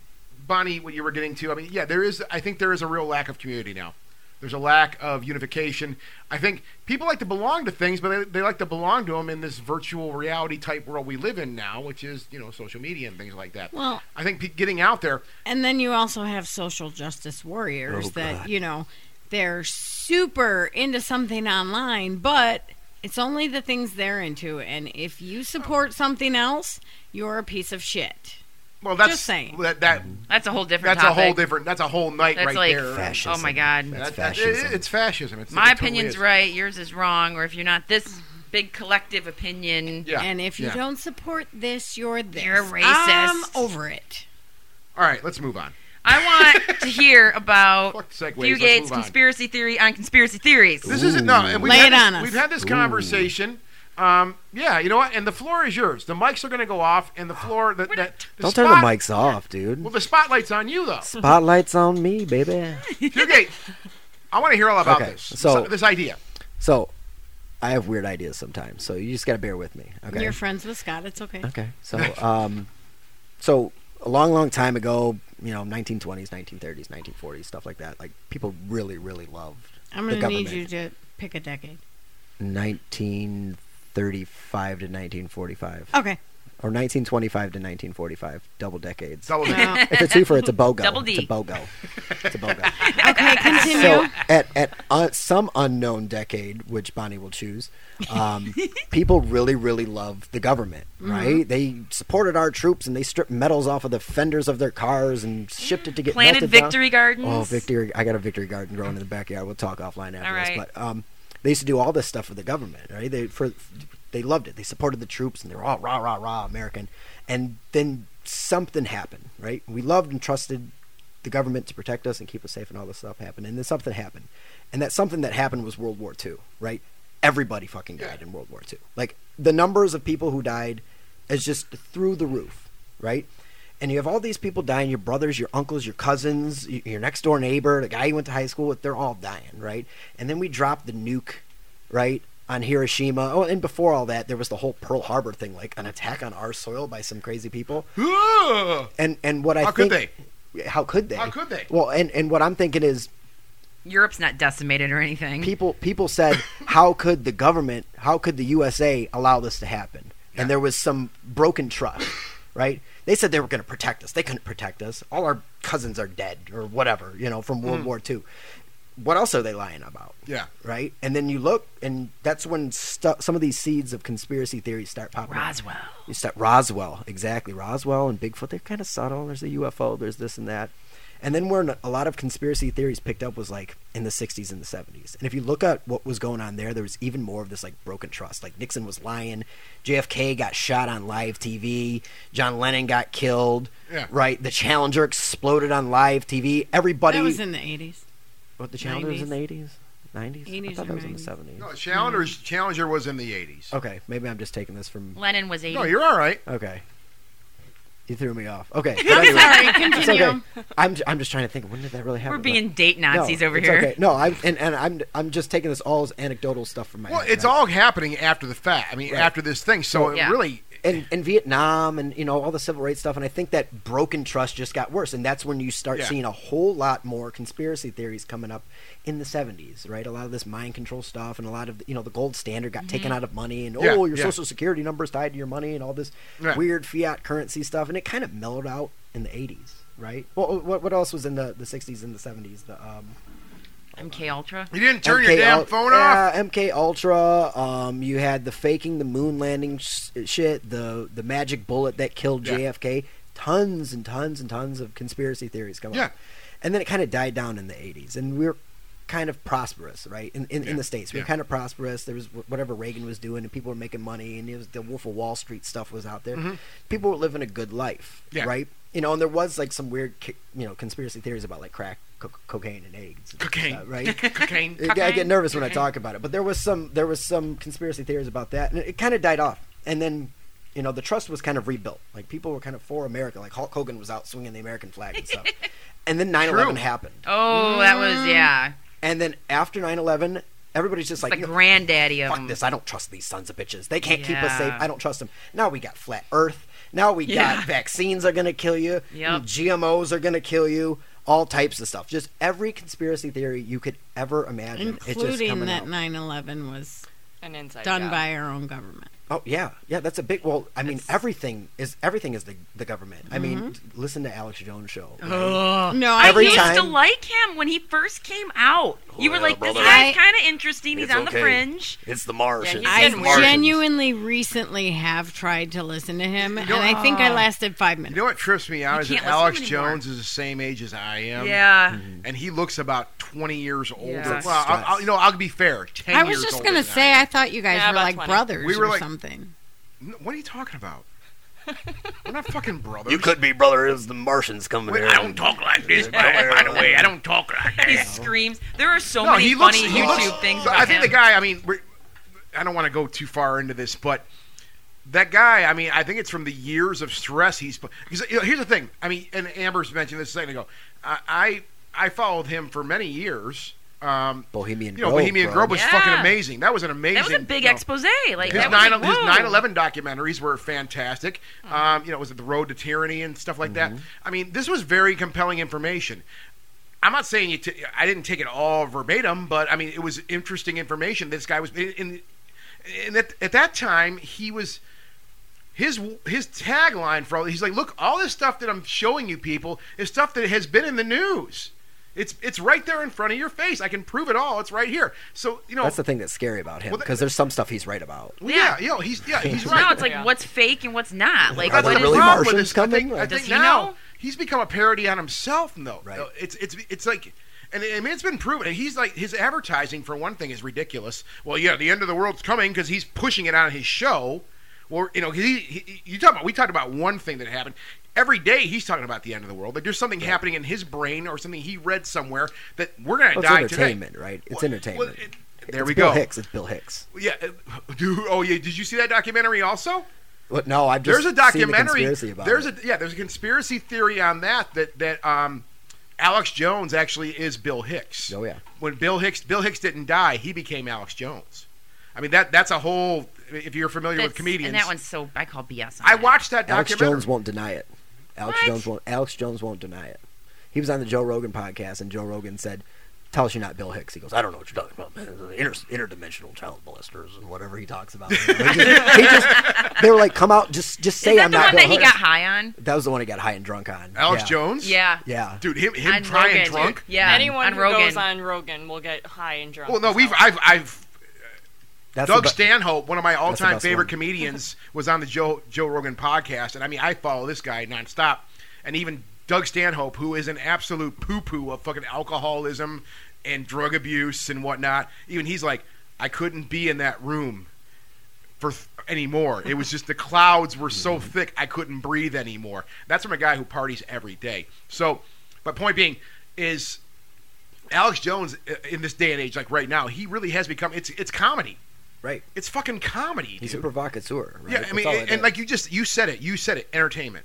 Speaker 3: Bonnie, what you were getting to. I mean, yeah, there is. I think there is a real lack of community now. There's a lack of unification. I think people like to belong to things, but they, they like to belong to them in this virtual reality type world we live in now, which is you know social media and things like that.
Speaker 7: Well-
Speaker 3: I think pe- getting out there.
Speaker 7: And then you also have social justice warriors
Speaker 5: Oh,
Speaker 7: that,
Speaker 5: God.
Speaker 7: you know, they're super into something online, but it's only the things they're into. And if you support something else, you're a piece of shit.
Speaker 3: Well, that's
Speaker 7: Just saying.
Speaker 3: that that
Speaker 5: Mm-hmm.
Speaker 6: That's a whole different.
Speaker 3: that's a whole
Speaker 6: topic.
Speaker 3: different. That's a whole night
Speaker 6: That's
Speaker 3: right
Speaker 6: like
Speaker 3: there.
Speaker 5: Fashion.
Speaker 6: Oh my god.
Speaker 3: That-
Speaker 5: That's
Speaker 3: that-
Speaker 5: fascism.
Speaker 3: it- it's fascism. It's,
Speaker 6: My
Speaker 3: it totally
Speaker 6: opinion's
Speaker 3: is.
Speaker 6: right. Yours is wrong. Or if you're not this big collective opinion,
Speaker 5: Ah,
Speaker 3: Yeah.
Speaker 7: And if you
Speaker 3: yeah.
Speaker 7: don't support this, you're this.
Speaker 6: You're racist.
Speaker 7: I'm over it.
Speaker 3: all right, let's move on.
Speaker 6: I
Speaker 3: *laughs*
Speaker 6: want to hear about
Speaker 3: Fuck segues. let's
Speaker 6: Fugate's
Speaker 3: move on.
Speaker 6: conspiracy theory on conspiracy theories.
Speaker 3: This isn't no. And we've
Speaker 7: Lay
Speaker 3: had
Speaker 7: it
Speaker 3: this,
Speaker 7: on us.
Speaker 3: We've had this conversation. Um, yeah, you know what? And the floor is yours. The mics are going to go off, and the floor. The, the, the
Speaker 5: Don't
Speaker 3: spot,
Speaker 5: turn the mics off, dude.
Speaker 3: Well, the spotlight's on you, though.
Speaker 5: Spotlight's on me, baby. *laughs*
Speaker 3: Fugate, I want to hear all about
Speaker 5: Okay,
Speaker 3: this.
Speaker 5: so-
Speaker 3: this. This idea.
Speaker 5: So, I have weird ideas sometimes, so you just got to bear with me. Okay.
Speaker 7: You're friends with Scott. It's okay.
Speaker 5: *laughs* Okay. So, um, so a long, long time ago, you know, 1920s, 1930s, 1940s, stuff like that. Like people really, really loved
Speaker 7: I'm
Speaker 5: The
Speaker 7: going to need
Speaker 5: government.
Speaker 7: you to pick a decade.
Speaker 5: 1935 to 1945,
Speaker 7: Okay.
Speaker 5: or 1925 to 1945, double decades.
Speaker 3: Double down.
Speaker 6: *laughs*
Speaker 7: No.
Speaker 5: If it's twofer, it's a bogo.
Speaker 6: Double D.
Speaker 5: It's a bogo. It's
Speaker 6: *laughs*
Speaker 5: a bogo.
Speaker 7: okay, continue.
Speaker 5: so at at uh, some unknown decade, which Bonnie will choose,
Speaker 6: *laughs*
Speaker 5: um, people really really love the government,
Speaker 6: Mm-hmm.
Speaker 5: right? They supported our troops and they stripped medals off of the fenders of their cars and shipped it to get
Speaker 6: Planted
Speaker 5: melted down.
Speaker 6: victory gardens.
Speaker 5: Oh, victory! I got a victory garden growing in the backyard. We'll talk offline after
Speaker 6: All
Speaker 5: this,
Speaker 6: right.
Speaker 5: but um, they used to do all this stuff for the government, right? They for they loved it. They supported the troops and they were all rah rah rah American, and then something happened, right? We loved and trusted the government to protect us and keep us safe and all this stuff happened. And then something happened. And that something that happened was World War II, right? Everybody fucking died in World War II. Like the numbers of people who died is just through the roof, right? And you have all these people dying your brothers, your uncles, your cousins, y- your next door neighbor, the guy you went to high school with, they're all dying, right? And then we dropped the nuke, right? On Hiroshima. Oh, and before all that, there was the whole Pearl Harbor thing, like an attack on our soil by some crazy people.
Speaker 3: Ugh.
Speaker 5: And and what I
Speaker 3: How could
Speaker 5: think, they? How could they?
Speaker 3: How could they?
Speaker 5: Well, and and what I'm thinking is
Speaker 6: Europe's not decimated or anything.
Speaker 5: people people said how could the government, how could the USA allow this to happen? And there was some broken trust, right? They said they were going to protect us. They couldn't protect us. All our cousins are dead or whatever, you know, from World War II. What else are they lying about?
Speaker 3: Yeah.
Speaker 5: Right? And then you look, and that's when stu- some of these seeds of conspiracy theories start popping up.
Speaker 6: Roswell.
Speaker 5: You start Roswell, exactly. Roswell and Bigfoot, they're kind of subtle. There's the UFO, there's this and that. And then where a lot of conspiracy theories picked up was like in the 60s and the 70s. And if you look at what was going on there, there was even more of this like broken trust. Like Nixon was lying, JFK got shot on live TV, John Lennon got killed,
Speaker 3: Yeah.
Speaker 5: right? The Challenger exploded on live TV. Everybody.
Speaker 7: that was in the 80s.
Speaker 5: what, the Challenger was in the 80s? 90s?
Speaker 7: 80s
Speaker 5: I thought
Speaker 7: or
Speaker 5: that was in the
Speaker 7: 90s.
Speaker 5: 70s.
Speaker 3: No, Challenger's Challenger was in the '80s.
Speaker 5: Okay, maybe I'm just taking this from.
Speaker 6: Lenin was 80.
Speaker 3: No, you're all right.
Speaker 5: Okay. You threw me off.
Speaker 7: *laughs*
Speaker 5: Okay. but
Speaker 7: I'm
Speaker 5: anyway.
Speaker 7: sorry.
Speaker 5: It's
Speaker 7: Continue.
Speaker 5: okay. I'm, j- I'm just trying to think. When did that really happen?
Speaker 6: We're
Speaker 5: But-
Speaker 6: being date
Speaker 5: No,
Speaker 6: Nazis over
Speaker 5: it's
Speaker 6: here.
Speaker 5: Okay. No, I'm and, and I'm I'm just taking this all as anecdotal stuff from my.
Speaker 3: Well,
Speaker 5: head,
Speaker 3: it's
Speaker 5: right?
Speaker 3: all happening after the fact. I mean,
Speaker 5: Right.
Speaker 3: after this thing. So it
Speaker 6: Yeah.
Speaker 3: really,
Speaker 5: and and Vietnam and you know all the civil rights stuff, and I think that broken trust just got worse, and that's when you start
Speaker 3: Yeah.
Speaker 5: seeing a whole lot more conspiracy theories coming up in the '70s, right? A lot of this mind control stuff, and a lot of the, you know the gold standard got taken out of money, and
Speaker 3: Yeah,
Speaker 5: oh, your
Speaker 3: yeah.
Speaker 5: social security number is tied to your money, and all this
Speaker 3: Right.
Speaker 5: weird fiat currency stuff, and it kind of mellowed out in the '80s, right? Well, what what else was in the the '60s and the '70s? The um,
Speaker 6: MK Ultra.
Speaker 3: you didn't turn your damn
Speaker 5: Ul-
Speaker 3: phone off.
Speaker 5: yeah, MK Ultra. Um, you had the faking the moon landing sh- shit, the the magic bullet that killed
Speaker 3: Yeah.
Speaker 5: JFK. Tons and tons and tons of conspiracy theories come
Speaker 3: Yeah.
Speaker 5: up. And then it kind of died down in the 80s, and we were kind of prosperous, right? In in, in the states, we were
Speaker 3: Yeah.
Speaker 5: kind of prosperous. There was wh- whatever Reagan was doing, and people were making money, and it was the Wolf of Wall Street stuff was out there. People were living a good life,
Speaker 3: Mm-hmm. Yeah.
Speaker 5: right? You know, and there was like some weird, ki- you know, conspiracy theories about like crack, co- cocaine, and AIDS, and
Speaker 3: Cocaine.
Speaker 5: stuff, right?
Speaker 3: *laughs* Cocaine.
Speaker 5: I get- I get nervous when I talk about it, but there was some there was some conspiracy theories about that, and it, kind of died off. And then, you know, the trust was kind of rebuilt. Like people were kind of for America. Like Hulk Hogan was out swinging the American flag and
Speaker 3: *laughs*
Speaker 5: stuff. and then 9/11 happened.
Speaker 6: Oh, that was, yeah.
Speaker 5: And then after 9/11, everybody's just
Speaker 6: It's
Speaker 5: like,
Speaker 6: the
Speaker 5: "No,
Speaker 6: granddaddy of
Speaker 5: Mm. fuck
Speaker 6: them.
Speaker 5: this. I don't trust these sons of bitches. They can't keep us safe.
Speaker 6: Yeah.
Speaker 5: I don't trust them. Now we got flat Earth. Now we
Speaker 6: Yeah.
Speaker 5: got vaccines are gonna kill you.
Speaker 6: Yep.
Speaker 5: GMOs are gonna kill you. All types of stuff. Just every conspiracy theory you could ever imagine. It's just
Speaker 7: Including
Speaker 5: coming
Speaker 7: that
Speaker 5: out.
Speaker 7: 9 11 was
Speaker 9: an inside
Speaker 7: done
Speaker 9: job.
Speaker 7: by our own government.
Speaker 5: Oh yeah, yeah. That's a big. Well, I mean,
Speaker 9: It's-
Speaker 5: everything is everything is the the government. I
Speaker 7: Mm-hmm.
Speaker 5: mean, t- listen to Alex Jones' show. right?
Speaker 6: Oh.
Speaker 7: No, I
Speaker 5: Every
Speaker 6: I used
Speaker 5: time-
Speaker 6: to like him when he first came out. you were
Speaker 5: Oh, yeah,
Speaker 6: like,
Speaker 5: brother.
Speaker 6: this
Speaker 7: I-
Speaker 6: guy's kind of interesting. He's
Speaker 5: It's
Speaker 6: on
Speaker 5: okay.
Speaker 6: the fringe.
Speaker 5: It's the Martians.
Speaker 9: Yeah, he's
Speaker 7: I
Speaker 9: getting worse.
Speaker 7: genuinely recently have tried to listen to him, and I think
Speaker 3: uh,
Speaker 7: I lasted five
Speaker 3: You
Speaker 7: minutes.
Speaker 3: know what trips me out
Speaker 6: You
Speaker 3: is that
Speaker 6: can't listen
Speaker 3: Alex
Speaker 6: anymore.
Speaker 3: Jones is the same age as I am.
Speaker 6: Yeah.
Speaker 3: And he looks about 20 years older.
Speaker 6: Yeah.
Speaker 3: Well, I'll, I'll- you know, I'll be fair. 10
Speaker 7: I was
Speaker 3: years
Speaker 7: just
Speaker 3: older
Speaker 7: gonna
Speaker 3: than
Speaker 7: say,
Speaker 3: I
Speaker 7: I
Speaker 3: am.
Speaker 7: thought you guys
Speaker 9: Yeah,
Speaker 7: were
Speaker 9: about
Speaker 7: like
Speaker 9: 20.
Speaker 7: brothers
Speaker 3: We were
Speaker 7: or
Speaker 3: like-
Speaker 7: something.
Speaker 3: No, What are you talking about? We're not fucking brothers.
Speaker 5: You could be brother. It was the Martians coming
Speaker 3: Wait,
Speaker 5: here.
Speaker 3: I don't talk like this, by, by the way. I don't talk like
Speaker 6: He
Speaker 3: this.
Speaker 6: screams. There are so
Speaker 3: No,
Speaker 6: many
Speaker 3: he looks.
Speaker 6: funny
Speaker 3: He
Speaker 6: YouTube
Speaker 3: looks.
Speaker 6: things.
Speaker 3: so
Speaker 6: about
Speaker 3: I think
Speaker 6: him.
Speaker 3: the guy. I mean, we're- I don't want to go too far into this, but that guy. I mean, I think it's from the years of stress he's. Because you know, here's the thing. I mean, and Amber's mentioned this a second ago. I I, I followed him for many years. Um,
Speaker 5: Bohemian
Speaker 3: you know,
Speaker 5: Grove,
Speaker 3: Bohemian
Speaker 5: bro.
Speaker 3: Grove was
Speaker 6: Yeah.
Speaker 3: fucking amazing. That was an amazing.
Speaker 6: that was a big
Speaker 3: you know,
Speaker 6: expose. Like
Speaker 3: his
Speaker 6: that was
Speaker 3: nine
Speaker 6: like,
Speaker 3: his
Speaker 6: whoa.
Speaker 3: nine eleven documentaries were fantastic.
Speaker 6: Mm-hmm.
Speaker 3: Um, you know, was it the Road to Tyranny and stuff like that? I mean, this was very compelling information. I'm not saying you t- I didn't take it all verbatim, but I mean it was interesting information. This guy was in, in, in at, at that time he was his his tagline for all he's like, look, all this stuff that I'm showing you people is stuff that has been in the news. It's it's right there in front of your face. I can prove it all. It's right here. So you know,
Speaker 5: That's the thing that's scary about him
Speaker 3: Well, that-
Speaker 5: because there's some stuff he's right about.
Speaker 3: well, yeah, you know, he's yeah,
Speaker 6: *laughs*
Speaker 3: he's right.
Speaker 6: Now it's like
Speaker 9: Yeah.
Speaker 6: what's fake and what's not. Like
Speaker 5: Are
Speaker 3: That's
Speaker 5: there
Speaker 6: what
Speaker 3: the
Speaker 6: is
Speaker 5: really
Speaker 3: problem
Speaker 5: Martians
Speaker 3: with this. I
Speaker 5: coming?
Speaker 3: think, I
Speaker 5: Like-
Speaker 3: think
Speaker 6: Does he
Speaker 3: now
Speaker 6: know?
Speaker 3: he's become a parody on himself, though.
Speaker 5: Right.
Speaker 3: Uh, It's it's it's like. And I mean, it's been proven. And He's like his advertising for one thing is ridiculous. Well, yeah, the end of the world's coming because he's pushing it on his show. Or you know, 'cause he, he you talk about we talked about one thing that happened. Every day he's talking about the end of the world. Like there's something happening in his brain or something he read somewhere that we're gonna
Speaker 5: Well, it's
Speaker 3: die
Speaker 5: entertainment,
Speaker 3: today.
Speaker 5: right? It's
Speaker 3: Well,
Speaker 5: entertainment.
Speaker 3: well, it- there
Speaker 5: It's
Speaker 3: we
Speaker 5: Bill
Speaker 3: go.
Speaker 5: Hicks. It's Bill Hicks.
Speaker 3: Yeah, uh, *laughs* dude. Oh yeah. Did you see that documentary also?
Speaker 5: What? No, I've just
Speaker 3: there's a
Speaker 5: seen the
Speaker 3: documentary.
Speaker 5: conspiracy about
Speaker 3: there's
Speaker 5: it.
Speaker 3: a yeah. There's a conspiracy theory on that that that um, Alex Jones actually is Bill Hicks.
Speaker 5: Oh, yeah.
Speaker 3: When Bill Hicks Bill Hicks didn't die, he became Alex Jones. I mean that that's a whole. If you're familiar
Speaker 6: That's-
Speaker 3: with comedians,
Speaker 6: And that one's so I call BS. On
Speaker 3: I
Speaker 6: that.
Speaker 3: watched that
Speaker 5: Alex
Speaker 3: documentary.
Speaker 5: Jones won't deny it. Alex
Speaker 6: What?
Speaker 5: Jones won't. Alex Jones won't deny it. He was on the Joe Rogan podcast, and Joe Rogan said, "Tell us you're not Bill Hicks." He goes, "I don't know what you're talking about, man. Inter- interdimensional child molesters and whatever he talks about." *laughs* he just, he just- they were like, "Come out, just just say
Speaker 6: Is that
Speaker 5: I'm
Speaker 6: the
Speaker 5: not
Speaker 6: one
Speaker 5: Bill
Speaker 6: that he
Speaker 5: Hicks."
Speaker 6: got high on?
Speaker 5: that was the one he got high and drunk on.
Speaker 3: Alex
Speaker 5: Yeah.
Speaker 3: Jones.
Speaker 6: Yeah.
Speaker 5: Yeah.
Speaker 3: Dude, him him
Speaker 6: On
Speaker 3: trying
Speaker 6: Rogan, dude.
Speaker 3: drunk.
Speaker 6: Yeah.
Speaker 9: Anyone
Speaker 6: on
Speaker 9: who
Speaker 6: Rogan.
Speaker 9: goes on Rogan will get high and drunk.
Speaker 3: Well, no,
Speaker 9: so.
Speaker 3: we've I've I've
Speaker 5: That's
Speaker 3: Doug
Speaker 5: the be-
Speaker 3: Stanhope, one of my all-time
Speaker 5: best
Speaker 3: favorite
Speaker 5: one.
Speaker 3: comedians, was on the Joe Joe Rogan podcast, and I mean, I follow this guy nonstop, and even Doug Stanhope, who is an absolute poo-poo of fucking alcoholism and drug abuse and whatnot, even he's like, I couldn't be in that room for th- anymore. It was just the clouds were so thick I couldn't breathe anymore. That's from a guy who parties every day. So, but point being is Alex Jones uh, in this day and age, like right now, he really has become it's it's comedy.
Speaker 5: right.
Speaker 3: It's fucking comedy.
Speaker 5: He's
Speaker 3: dude.
Speaker 5: a provocateur. Right?
Speaker 3: yeah, I
Speaker 5: That's
Speaker 3: mean,
Speaker 5: all
Speaker 3: and,
Speaker 5: it is. Mm-hmm.
Speaker 3: like you just you said it, you said it, entertainment.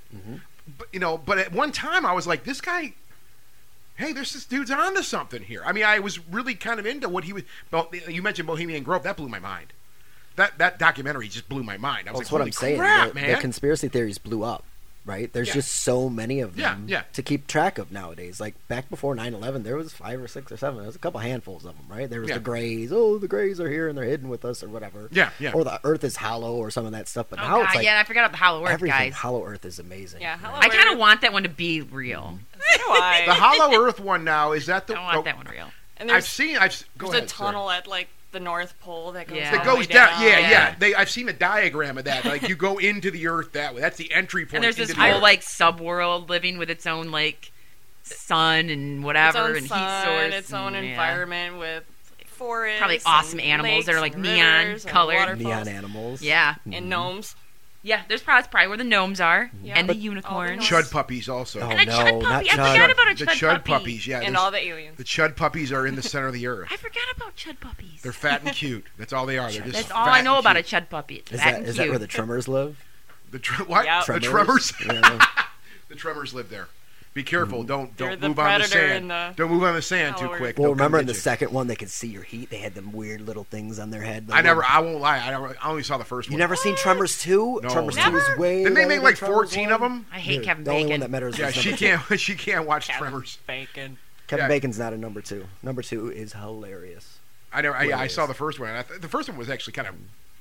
Speaker 3: But you know, but at one time I was like, this guy. Hey, there's this dude's onto something here. I mean, I was really kind of into what he was. But you mentioned Bohemian Grove, that blew my mind. That that documentary just blew my mind. I
Speaker 5: Well,
Speaker 3: was
Speaker 5: that's
Speaker 3: like,
Speaker 5: what
Speaker 3: "Holy
Speaker 5: I'm saying.
Speaker 3: crap,
Speaker 5: the, the
Speaker 3: man!
Speaker 5: conspiracy theories blew up, right? There's
Speaker 3: Yeah.
Speaker 5: just so many of
Speaker 3: Yeah,
Speaker 5: them
Speaker 3: yeah.
Speaker 5: to keep track of nowadays. Like back before 9/11, there was five or six or seven. There was a couple handfuls of them, right? There was
Speaker 3: Yeah.
Speaker 5: the Greys. Oh, the Greys are here and they're hidden with us or whatever.
Speaker 3: Yeah, yeah.
Speaker 5: Or the Earth is hollow or some of that stuff. But
Speaker 6: Oh,
Speaker 5: now
Speaker 6: God,
Speaker 5: it's like
Speaker 6: yeah, I forgot about the Hollow Earth
Speaker 5: everything.
Speaker 6: guys.
Speaker 5: Hollow Earth is amazing.
Speaker 9: Yeah,
Speaker 5: right?
Speaker 9: Hollow
Speaker 6: I kind
Speaker 9: Earth.
Speaker 6: of want that one to be real.
Speaker 9: So do I.
Speaker 3: The Hollow Earth one now is that the?
Speaker 6: I want
Speaker 3: oh,
Speaker 6: that one real.
Speaker 9: and
Speaker 3: I've
Speaker 9: there's,
Speaker 3: seen. I've s- go
Speaker 9: there's
Speaker 3: ahead,
Speaker 9: a
Speaker 3: sorry.
Speaker 9: tunnel at like the North Pole that goes
Speaker 6: Yeah.
Speaker 9: all
Speaker 3: It
Speaker 9: the
Speaker 3: goes
Speaker 9: way
Speaker 3: down. Yeah, yeah,
Speaker 9: down.
Speaker 3: They, I've seen a diagram of that. Like you go *laughs* into the Earth that way. That's the entry point.
Speaker 6: And there's this
Speaker 3: into the
Speaker 6: whole
Speaker 3: Earth.
Speaker 6: like subworld living with its own like sun and
Speaker 9: Its
Speaker 6: whatever
Speaker 9: own
Speaker 6: and
Speaker 9: sun,
Speaker 6: heat source,
Speaker 9: its own
Speaker 6: and, yeah.
Speaker 9: environment with forests,
Speaker 6: Probably awesome
Speaker 9: and
Speaker 6: animals that are,
Speaker 9: lakes
Speaker 6: like,
Speaker 9: and
Speaker 6: neon
Speaker 9: rivers and
Speaker 6: colored.
Speaker 9: waterfalls
Speaker 5: Neon animals.
Speaker 6: Yeah,
Speaker 9: and gnomes.
Speaker 6: yeah. There's probably, that's probably where the gnomes are
Speaker 9: Yeah.
Speaker 6: and
Speaker 9: But-
Speaker 6: the unicorns.
Speaker 9: All the
Speaker 3: chud puppies also.
Speaker 5: Oh,
Speaker 6: and a
Speaker 5: no,
Speaker 6: chud
Speaker 5: not
Speaker 6: puppy. I
Speaker 5: chud.
Speaker 6: forgot about a
Speaker 3: the
Speaker 6: chud,
Speaker 3: chud
Speaker 6: puppy.
Speaker 3: puppies. Yeah,
Speaker 9: and
Speaker 3: there's-
Speaker 9: all the aliens.
Speaker 3: the chud puppies are in the center of the Earth.
Speaker 6: I forgot about chud puppies.
Speaker 3: They're fat and cute. That's all they are. They're just
Speaker 6: That's all
Speaker 3: fat
Speaker 6: I know
Speaker 3: and
Speaker 6: about a
Speaker 3: cute.
Speaker 6: chud puppy. It's
Speaker 5: Is
Speaker 6: fat
Speaker 5: that
Speaker 6: and
Speaker 5: is
Speaker 6: cute.
Speaker 5: that where the Tremors live?
Speaker 3: The tr- what?
Speaker 9: Yep.
Speaker 3: *laughs* The tremors. *laughs*
Speaker 5: Yeah.
Speaker 3: the tremors live there. Be careful. Don't
Speaker 9: They're
Speaker 3: don't
Speaker 9: the
Speaker 3: move on the
Speaker 9: predator
Speaker 3: sand.
Speaker 9: and the
Speaker 3: don't move on the sand too
Speaker 9: follower.
Speaker 3: quick.
Speaker 5: Well,
Speaker 3: They'll come
Speaker 5: remember in
Speaker 3: get
Speaker 5: the
Speaker 3: you.
Speaker 5: second one, they could see your heat. They had them weird little things on their head. the
Speaker 3: I never.
Speaker 5: little-
Speaker 3: I won't lie. I, never, I only saw the first
Speaker 5: You
Speaker 3: one.
Speaker 5: never seen Tremors two?
Speaker 3: No.
Speaker 5: Tremors two
Speaker 6: Never?
Speaker 5: is way.
Speaker 3: Didn't they
Speaker 5: better
Speaker 3: make
Speaker 5: than
Speaker 3: like
Speaker 5: Tremors
Speaker 3: 14 of
Speaker 5: one.
Speaker 3: them?
Speaker 6: I hate
Speaker 5: Dude,
Speaker 6: Kevin
Speaker 5: the
Speaker 6: Bacon.
Speaker 5: only one that matters.
Speaker 3: Yeah,
Speaker 5: is
Speaker 3: she
Speaker 5: number
Speaker 3: can't. *laughs* She can't watch
Speaker 9: Kevin
Speaker 3: Tremors.
Speaker 9: Bacon.
Speaker 5: Two. Kevin
Speaker 3: yeah.
Speaker 5: Bacon's not a number two. Number two is hilarious.
Speaker 3: I never. I,
Speaker 5: What it
Speaker 3: I saw
Speaker 5: is.
Speaker 3: the first one. and I th- the first one was actually kind of,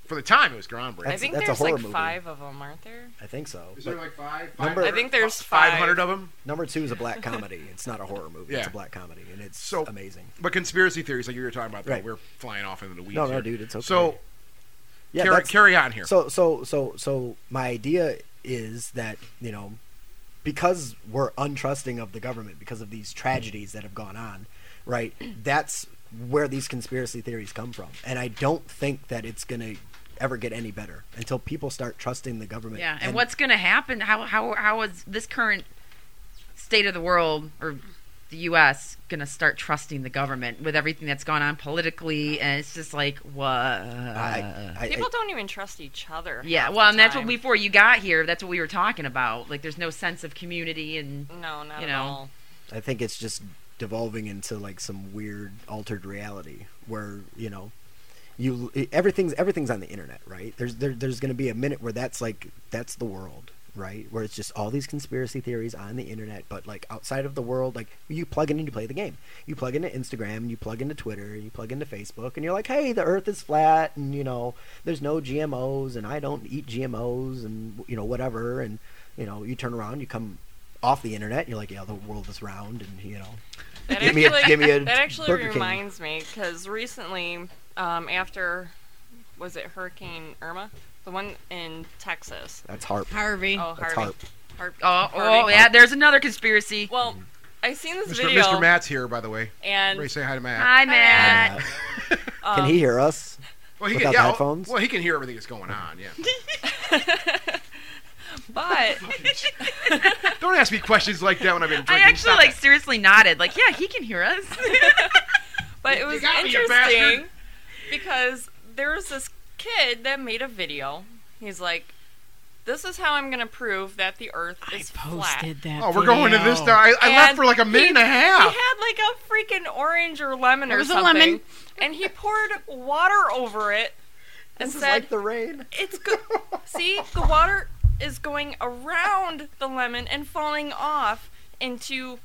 Speaker 3: for the time, it was groundbreaking.
Speaker 9: I think
Speaker 5: that's a
Speaker 9: there's
Speaker 5: horror
Speaker 9: like
Speaker 5: movie.
Speaker 9: five of them, aren't there?
Speaker 5: I think so.
Speaker 3: Is there
Speaker 5: But
Speaker 3: like five?
Speaker 5: Number-
Speaker 9: I think there's
Speaker 3: five
Speaker 9: five.
Speaker 3: hundred of them.
Speaker 5: number two is a black comedy. It's not a horror movie. It's
Speaker 3: Yeah.
Speaker 5: a black comedy, and it's
Speaker 3: So-
Speaker 5: amazing.
Speaker 3: But conspiracy theories, like you were talking about, though,
Speaker 5: Right.
Speaker 3: we're flying off into the weeds.
Speaker 5: No, no,
Speaker 3: here.
Speaker 5: dude, it's okay.
Speaker 3: So
Speaker 5: Yeah,
Speaker 3: carry,
Speaker 5: that's-
Speaker 3: carry on here.
Speaker 5: So so so so my idea is that you know because we're untrusting of the government because of these tragedies that have gone on, right? That's where these conspiracy theories come from, and I don't think that it's gonna ever get any better until people start trusting the government.
Speaker 6: Yeah, and, what's going to happen? How how how is this current state of the world or the U.S. going to start trusting the government with everything that's gone on politically? And it's just like what?
Speaker 5: I, I,
Speaker 9: People don't even trust each other.
Speaker 6: yeah,
Speaker 9: half
Speaker 6: well,
Speaker 9: the
Speaker 6: and that's what
Speaker 9: time.
Speaker 6: before you got here. That's what we were talking about. Like, there's no sense of community, and
Speaker 9: No, not
Speaker 6: you
Speaker 9: at
Speaker 6: know.
Speaker 9: all.
Speaker 5: I think it's just devolving into like some weird altered reality where you know you everything's everything's on the internet right there's there, there's going to be a minute where that's like that's the world right where it's just all these conspiracy theories on the internet but like outside of the world like you plug in and you play the game you plug into instagram and you plug into twitter and you plug into facebook and you're like hey the earth is flat and you know there's no gmos and i don't eat gmos and you know whatever and you know you turn around you come off the internet and you're like yeah the world is round and you know
Speaker 9: That
Speaker 5: Give me a- give me a
Speaker 9: that actually
Speaker 5: Burger King.
Speaker 9: reminds me because recently, um, after was it Hurricane Irma, the one in Texas?
Speaker 5: that's harp
Speaker 7: Harvey.
Speaker 9: Oh,
Speaker 5: that's
Speaker 9: Harvey.
Speaker 5: harp
Speaker 6: oh,
Speaker 9: Har-
Speaker 6: oh
Speaker 9: Harvey.
Speaker 6: yeah, there's another conspiracy.
Speaker 9: Well, I seen this
Speaker 3: Mr.
Speaker 9: video
Speaker 3: Mr. Matt's here, by the way.
Speaker 9: and
Speaker 3: Everybody say hi to Matt.
Speaker 6: Hi, Matt.
Speaker 5: Uh,
Speaker 9: um,
Speaker 5: can he hear us
Speaker 3: Well, he
Speaker 5: Without
Speaker 3: can, yeah,
Speaker 5: the
Speaker 3: oh,
Speaker 5: headphones?
Speaker 3: Well, he can hear everything that's going on. Yeah.
Speaker 9: *laughs* But
Speaker 3: Don't ask me questions like that when I've been
Speaker 6: I
Speaker 3: drinking.
Speaker 6: actually
Speaker 3: Stop
Speaker 6: like
Speaker 3: that.
Speaker 6: seriously nodded. Like, yeah, he can hear us.
Speaker 9: but it
Speaker 3: You
Speaker 9: was
Speaker 3: got me, you
Speaker 9: interesting because there was this kid that made a video. He's like, "This is how I'm gonna prove that the Earth
Speaker 7: I
Speaker 9: is flat."
Speaker 7: posted that.
Speaker 3: Oh, we're going to this
Speaker 7: video.
Speaker 3: now. I, I left
Speaker 9: And
Speaker 3: for like a minute
Speaker 9: he-
Speaker 3: and a half.
Speaker 9: He had like a freaking orange or lemon
Speaker 7: It
Speaker 9: or
Speaker 7: was a
Speaker 9: something,
Speaker 7: lemon.
Speaker 9: and he poured water over it and
Speaker 5: this is
Speaker 9: said,
Speaker 5: like the rain
Speaker 9: "It's good.
Speaker 5: *laughs*
Speaker 9: See, the water is going around the lemon and falling off into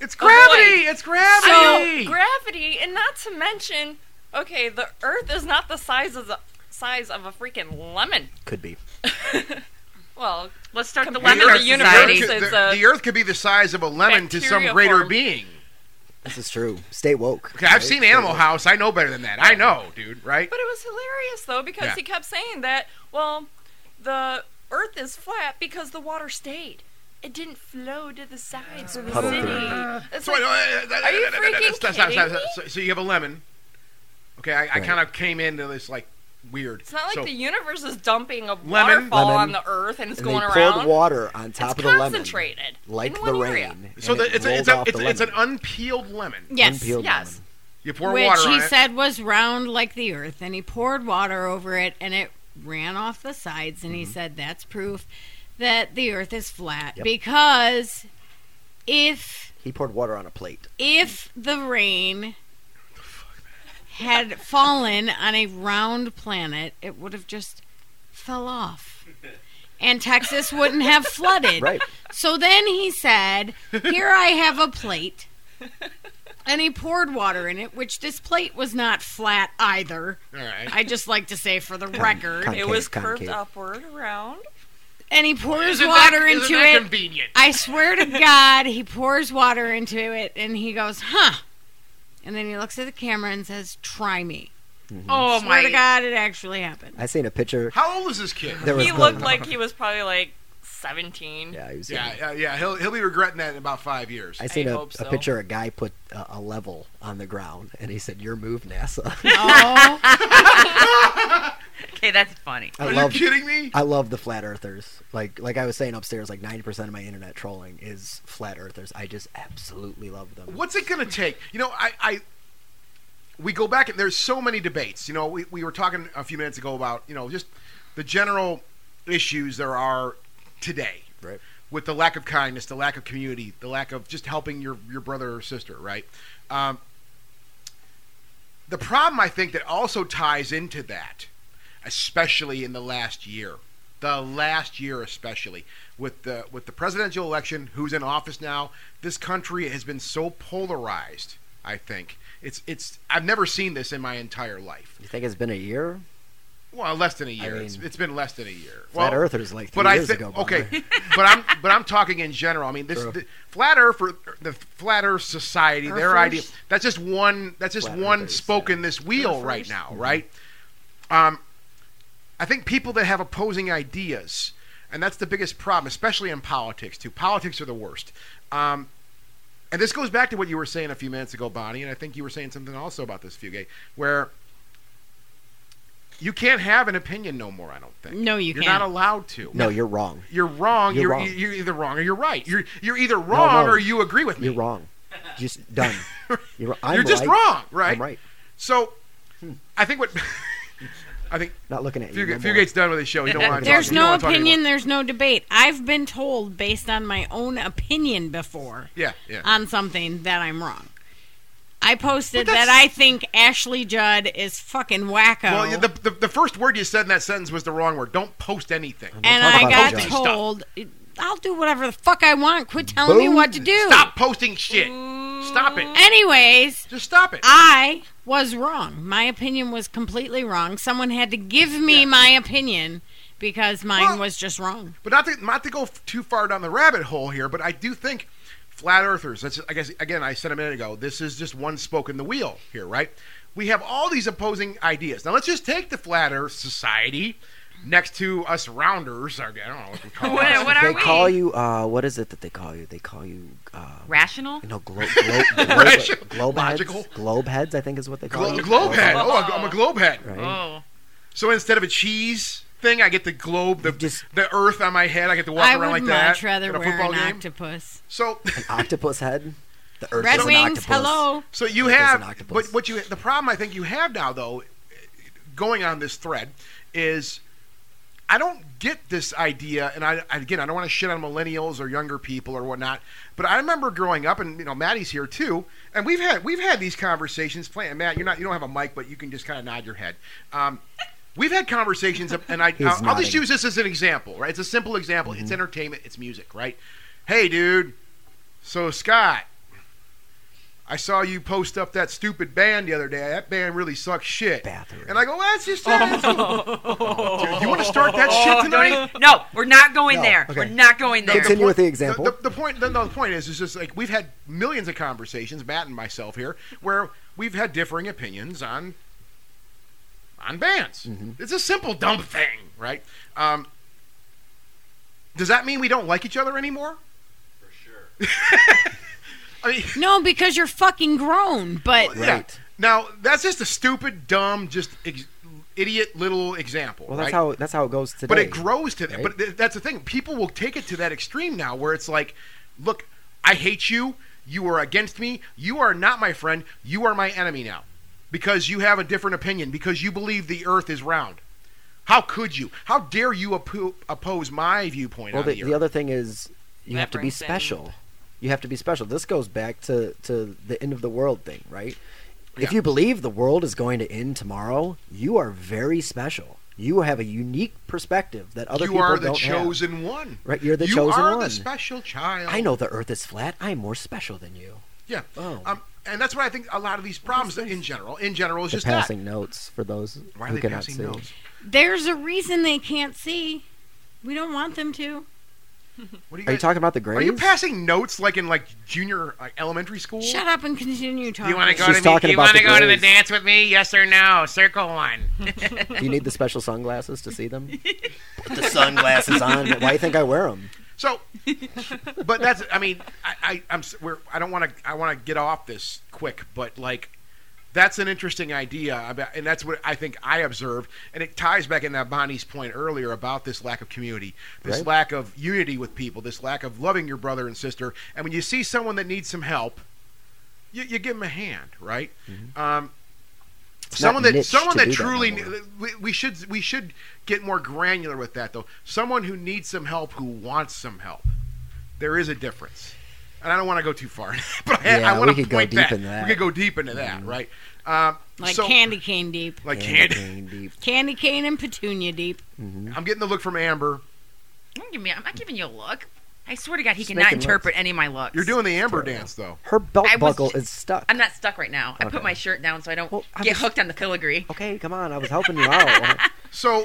Speaker 3: It's gravity.
Speaker 9: void.
Speaker 3: It's gravity.
Speaker 9: so gravity, and not to mention, okay, the Earth is not the size of the size of a freaking lemon.
Speaker 5: could be
Speaker 9: Well,
Speaker 6: *laughs* Let's start the
Speaker 9: Compared
Speaker 6: lemon
Speaker 9: to
Speaker 6: Earth
Speaker 9: the universe,
Speaker 6: society.
Speaker 3: could-
Speaker 9: it's
Speaker 3: the,
Speaker 9: a
Speaker 3: the Earth could be the size of a lemon to some
Speaker 9: bacteria
Speaker 3: greater
Speaker 9: form.
Speaker 3: being.
Speaker 5: This is true. Stay woke.
Speaker 3: Okay, I've seen Animal House. I know better than that. I know, dude. Right?
Speaker 9: but it was hilarious though because
Speaker 3: Yeah.
Speaker 9: he kept saying that. Well, the Earth is flat because the water stayed. It didn't flow to the sides of the
Speaker 5: Puddle
Speaker 9: city.
Speaker 5: theory.
Speaker 9: It's
Speaker 3: So, uh,
Speaker 9: like,
Speaker 3: are
Speaker 9: you freaking kidding me?
Speaker 3: So, so you have a lemon. Okay, I, I
Speaker 5: Right.
Speaker 3: kind of came into this like weird.
Speaker 9: it's not like
Speaker 3: so,
Speaker 9: the universe is dumping a
Speaker 3: Lemon.
Speaker 9: waterfall
Speaker 5: Lemon.
Speaker 9: on the Earth and it's
Speaker 5: And
Speaker 9: going
Speaker 5: they
Speaker 9: around.
Speaker 5: poured water on
Speaker 9: it's
Speaker 5: top of the lemon,
Speaker 9: concentrated,
Speaker 5: like
Speaker 9: in
Speaker 5: the
Speaker 9: one area.
Speaker 5: rain.
Speaker 3: so
Speaker 5: and
Speaker 3: the,
Speaker 5: it
Speaker 3: it's, a,
Speaker 5: rolled
Speaker 3: it's, a,
Speaker 5: off
Speaker 3: it's,
Speaker 5: the
Speaker 3: it's an
Speaker 5: lemon.
Speaker 3: unpeeled lemon.
Speaker 7: Yes.
Speaker 5: Unpeeled
Speaker 9: yes.
Speaker 5: lemon.
Speaker 3: You pour
Speaker 7: Which
Speaker 3: water
Speaker 7: he
Speaker 3: on it.
Speaker 7: said was round like the earth, and he poured water over it, and it ran off the sides, and he
Speaker 3: Mm-hmm.
Speaker 7: said that's proof that the earth is flat
Speaker 5: Yep.
Speaker 7: because if
Speaker 5: He poured water on a
Speaker 9: *laughs*
Speaker 5: plate.
Speaker 7: if the rain had fallen on a round planet, it would have just fell off. And Texas wouldn't have flooded.
Speaker 5: Right.
Speaker 7: So then he said, Here I have a plate. And he poured water in it, which this plate was not flat either.
Speaker 3: All
Speaker 9: *laughs*
Speaker 3: right.
Speaker 7: I just like to say for the record.
Speaker 5: con-
Speaker 9: It was
Speaker 5: Concave,
Speaker 9: curved
Speaker 5: concave.
Speaker 9: upward around.
Speaker 7: And he pours
Speaker 3: Isn't
Speaker 7: water
Speaker 3: that,
Speaker 7: into
Speaker 3: isn't that
Speaker 7: it.
Speaker 3: Convenient.
Speaker 7: I swear to God, he pours water into it and he goes, huh. And then he looks at the camera and says, try me.
Speaker 6: Oh
Speaker 7: swear to
Speaker 6: my
Speaker 7: God, it actually happened.
Speaker 5: I seen a picture.
Speaker 3: How old is this kid?
Speaker 5: There was
Speaker 9: He
Speaker 5: the-
Speaker 9: looked like he was probably like 17.
Speaker 5: Yeah, he was.
Speaker 3: Yeah,
Speaker 5: young.
Speaker 3: yeah, yeah. He'll he'll be regretting that in about five years.
Speaker 5: I seen
Speaker 9: I
Speaker 5: a
Speaker 9: hope
Speaker 5: a
Speaker 9: so.
Speaker 5: picture. A guy put a, a level on the ground, and he said, "Your move, NASA."
Speaker 9: *laughs*
Speaker 7: Oh,
Speaker 6: Okay, that's funny.
Speaker 5: I
Speaker 3: Are
Speaker 5: love.
Speaker 3: you kidding me?
Speaker 5: I love the flat earthers. Like like I was saying upstairs, like ninety percent of my internet trolling is flat earthers. I just absolutely love them.
Speaker 3: What's it going to take? You know, I, I we go back and there's so many debates. You know, we, we were talking a few minutes ago about you know just the general issues there are today
Speaker 5: Right.
Speaker 3: with the lack of kindness, the lack of community, the lack of just helping your your brother or sister, right? Um, the problem I think that also ties into that, especially in the last year, the last year especially with the with the presidential election, who's in office now, this country has been so polarized. I think It's it's I've never seen this in my entire life.
Speaker 5: You think it's been a year?
Speaker 3: Well, less than a year. it's,
Speaker 5: mean,
Speaker 3: it's been less than a year.
Speaker 5: Flat
Speaker 3: well,
Speaker 5: Earthers like three
Speaker 3: but I
Speaker 5: years
Speaker 3: think
Speaker 5: ago. by the
Speaker 3: okay,
Speaker 5: way.
Speaker 3: *laughs* but I'm but I'm talking in general. I mean, this
Speaker 5: True.
Speaker 3: the, flat Earth or the flat Earth society, their
Speaker 7: Earthers?
Speaker 3: idea. That's just one. That's just
Speaker 5: Flat
Speaker 3: one
Speaker 5: Earthers,
Speaker 3: spoke
Speaker 5: yeah. Mm-hmm.
Speaker 3: in this wheel right
Speaker 5: Earthers?
Speaker 3: now, right? Um, I think people that have opposing ideas, and that's the biggest problem, especially in politics too. Politics are the worst. Um, and this goes back to what you were saying a few minutes ago, Bonnie, and I think you were saying something also about this Fugate, where you can't have an opinion no more. I don't think
Speaker 7: No, you
Speaker 3: you're not
Speaker 7: can't.
Speaker 3: allowed to
Speaker 5: No, you're wrong.
Speaker 3: you're wrong.
Speaker 5: You're
Speaker 3: You're,
Speaker 5: wrong.
Speaker 3: you're either wrong or you're right. You're you're either wrong
Speaker 5: no.
Speaker 3: or you agree with me.
Speaker 5: You're wrong. Just
Speaker 3: *laughs*
Speaker 5: done. You're, I'm
Speaker 3: You're just
Speaker 5: right.
Speaker 3: wrong, right?
Speaker 5: I'm right. Hmm.
Speaker 3: So, I think what *laughs* I think
Speaker 5: Not looking at you.
Speaker 3: Fugate,
Speaker 5: no more.
Speaker 3: Fugate's done with his show.
Speaker 7: *laughs*
Speaker 3: You don't want to.
Speaker 7: There's
Speaker 3: talk, you don't
Speaker 7: no
Speaker 3: wanna talk
Speaker 7: opinion,
Speaker 3: anymore.
Speaker 7: there's no debate. I've been told based on my own opinion before
Speaker 3: Yeah, yeah.
Speaker 7: on something that I'm wrong. I posted
Speaker 3: But
Speaker 7: that
Speaker 3: that's-
Speaker 7: I think Ashley Judd is fucking wacko.
Speaker 3: well, the, the the first word you said in that sentence was the wrong word. Don't post anything.
Speaker 7: and
Speaker 5: talk
Speaker 7: I
Speaker 5: about
Speaker 7: got
Speaker 5: that
Speaker 3: stuff.
Speaker 7: told I'll do whatever the fuck I want. Quit telling me what to do.
Speaker 3: Stop posting shit. Stop it.
Speaker 7: Anyways,
Speaker 3: Just stop it.
Speaker 7: I was wrong. My opinion was completely wrong. Someone had to give me my opinion because mine
Speaker 3: Well-
Speaker 7: was just wrong.
Speaker 3: But not to not to go f- too far down the rabbit hole here, but I do think flat earthers. That's I guess again I said a minute ago. This is just one spoke in the wheel here, right? We have all these opposing ideas. Now let's just take the flat Earth society next to us rounders. Or, I don't know what
Speaker 6: *laughs*
Speaker 3: we call
Speaker 6: What-
Speaker 3: us.
Speaker 6: what are
Speaker 5: they
Speaker 6: we?
Speaker 5: call you. Uh, what is it that they call you? They call you. Uh,
Speaker 6: Rational?
Speaker 5: no, glo- glo-
Speaker 3: *laughs* Rational.
Speaker 5: globe, globe heads.
Speaker 3: Logical.
Speaker 5: Globe heads. I think is what they call
Speaker 3: Glo-
Speaker 5: you.
Speaker 3: globe head. Oh, I'm a globe head.
Speaker 5: Right.
Speaker 6: Oh.
Speaker 3: So instead of a cheese thing, I get the globe, the
Speaker 5: just-
Speaker 3: the Earth on my head. I get to walk
Speaker 7: I
Speaker 3: around
Speaker 7: would
Speaker 3: like that
Speaker 7: much rather
Speaker 3: at a
Speaker 7: wear
Speaker 3: football
Speaker 7: an
Speaker 3: game.
Speaker 7: octopus.
Speaker 3: so
Speaker 5: Octopus head. The Earth
Speaker 7: Red
Speaker 5: is an
Speaker 7: Wings,
Speaker 3: *laughs*
Speaker 5: octopus.
Speaker 7: hello.
Speaker 3: So you
Speaker 5: Like there's
Speaker 3: have,
Speaker 5: an octopus.
Speaker 3: but what you the problem I think you have now though, going on this thread, is I don't get this idea, and I and again I don't want to shit on millennials or younger people or whatnot, but I remember growing up, and you know Maddie's here too, and we've had we've had these conversations. Playing Matt, you're not you don't have a mic, but you can just kind of nod your head. Um, We've had conversations, and I, I'll, I'll just
Speaker 5: nodding. Mm-hmm.
Speaker 3: use this as an example, right? It's a simple example. It's entertainment. It's music, right? Hey, dude. So Scott, I saw you post up that stupid band the other day. That band really sucks shit.
Speaker 5: Bathroom.
Speaker 3: And I go, well, that's just. that's- Dude, you want to start that
Speaker 6: Oh.
Speaker 3: shit tonight?
Speaker 6: No, we're not going
Speaker 5: No,
Speaker 6: there.
Speaker 5: okay.
Speaker 6: We're not going there.
Speaker 5: Continue with the
Speaker 3: The,
Speaker 5: example.
Speaker 3: the, the point, no, no, the point is, is just like we've had millions of conversations, Matt and myself here, where we've had differing opinions on on bands.
Speaker 5: Mm-hmm.
Speaker 3: It's a simple dumb thing, right? Um, does that mean we don't like each other anymore? For sure. I mean,
Speaker 7: No, because you're fucking grown. But
Speaker 3: Yeah.
Speaker 5: Right.
Speaker 3: Now that's just a stupid, dumb, just ex- idiot little example.
Speaker 5: Well, that's
Speaker 3: right?
Speaker 5: how that's how it goes today.
Speaker 3: But it grows to that.
Speaker 5: right?
Speaker 3: But th- that's the thing. People will take it to that extreme now, where it's like, look, I hate you. You are against me. You are not my friend. You are my enemy now, because you have a different opinion. Because you believe the Earth is round. How could you? How dare you oppo- oppose my viewpoint
Speaker 5: Well,
Speaker 3: on the,
Speaker 5: the, the
Speaker 3: Earth?
Speaker 5: other thing is you
Speaker 9: That
Speaker 5: have to be
Speaker 9: brings in-
Speaker 5: special. You have to be special. This goes back to, to the end of the world thing, right? If
Speaker 3: Yeah.
Speaker 5: you believe the world is going to end tomorrow, you are very special. You have a unique perspective that other
Speaker 3: you
Speaker 5: people
Speaker 3: are the
Speaker 5: don't have.
Speaker 3: chosen one.
Speaker 5: Right, you're the
Speaker 3: you
Speaker 5: chosen
Speaker 3: are
Speaker 5: one.
Speaker 3: the special child.
Speaker 5: I know the Earth is flat. I am more special than you.
Speaker 3: Yeah.
Speaker 5: Oh.
Speaker 3: Um, and that's what I think a lot of these problems in general, in general, is
Speaker 5: They're
Speaker 3: just that.
Speaker 5: passing notes for those
Speaker 3: Why are
Speaker 5: who
Speaker 3: they
Speaker 5: cannot
Speaker 3: passing
Speaker 5: see.
Speaker 3: notes?
Speaker 7: there's a reason they can't see. We don't want them to.
Speaker 3: What
Speaker 5: Are you
Speaker 3: guys-
Speaker 5: talking about the
Speaker 3: Are
Speaker 5: grades?
Speaker 3: you passing notes like in like junior, like elementary school?
Speaker 7: Shut up and continue talking.
Speaker 3: Do you want to go
Speaker 5: She's
Speaker 3: to the,
Speaker 5: talking
Speaker 3: do you
Speaker 5: about
Speaker 3: want to
Speaker 5: the
Speaker 3: go to the
Speaker 5: grades.
Speaker 3: dance with me? Yes or no? Circle one.
Speaker 5: Do you need the special sunglasses to
Speaker 3: *laughs*
Speaker 5: see them? Put the sunglasses on. Why do you think I wear them?
Speaker 3: So, but that's. I mean, I, I I'm. s- We're, I don't want to. I want to get off this quick, but like, that's an interesting idea, about, and that's what I think I observed, and it ties back into Bonnie's point earlier about this lack of community, this
Speaker 5: Right.
Speaker 3: lack of unity with people, this lack of loving your brother and sister, and when you see someone that needs some help, you, you give them a hand, right? Um,
Speaker 5: not
Speaker 3: someone that
Speaker 5: niche
Speaker 3: someone
Speaker 5: to
Speaker 3: that
Speaker 5: do that
Speaker 3: truly
Speaker 5: no more.
Speaker 3: we, we should we should get more granular with that though. Someone who needs some help who wants some help. There is a difference, and I don't want to go too far, *laughs* but I,
Speaker 5: Yeah,
Speaker 3: I want
Speaker 5: we
Speaker 3: to
Speaker 5: could go
Speaker 3: point
Speaker 5: deep
Speaker 3: that.
Speaker 5: into that. Mm-hmm.
Speaker 3: We could go deep into that, right? Um,
Speaker 7: Like
Speaker 3: so-
Speaker 7: candy cane deep.
Speaker 3: like
Speaker 5: And
Speaker 3: candy.
Speaker 5: being deep.
Speaker 7: Candy cane and petunia deep.
Speaker 3: I'm getting the look from Amber.
Speaker 6: Don't give me- I'm not giving you a look. I swear to God, he
Speaker 5: Just
Speaker 6: cannot
Speaker 5: making
Speaker 6: interpret any of my looks.
Speaker 3: You're doing the Amber dance though.
Speaker 5: Her belt
Speaker 6: I was
Speaker 5: buckle
Speaker 6: ju-
Speaker 5: is stuck.
Speaker 6: I'm not stuck right now. I
Speaker 5: Okay.
Speaker 6: put my shirt down so I don't
Speaker 5: Well, I
Speaker 6: get
Speaker 5: was-
Speaker 6: hooked on the filigree.
Speaker 5: Okay, come on. I was helping you
Speaker 3: *laughs*
Speaker 5: out.
Speaker 3: So,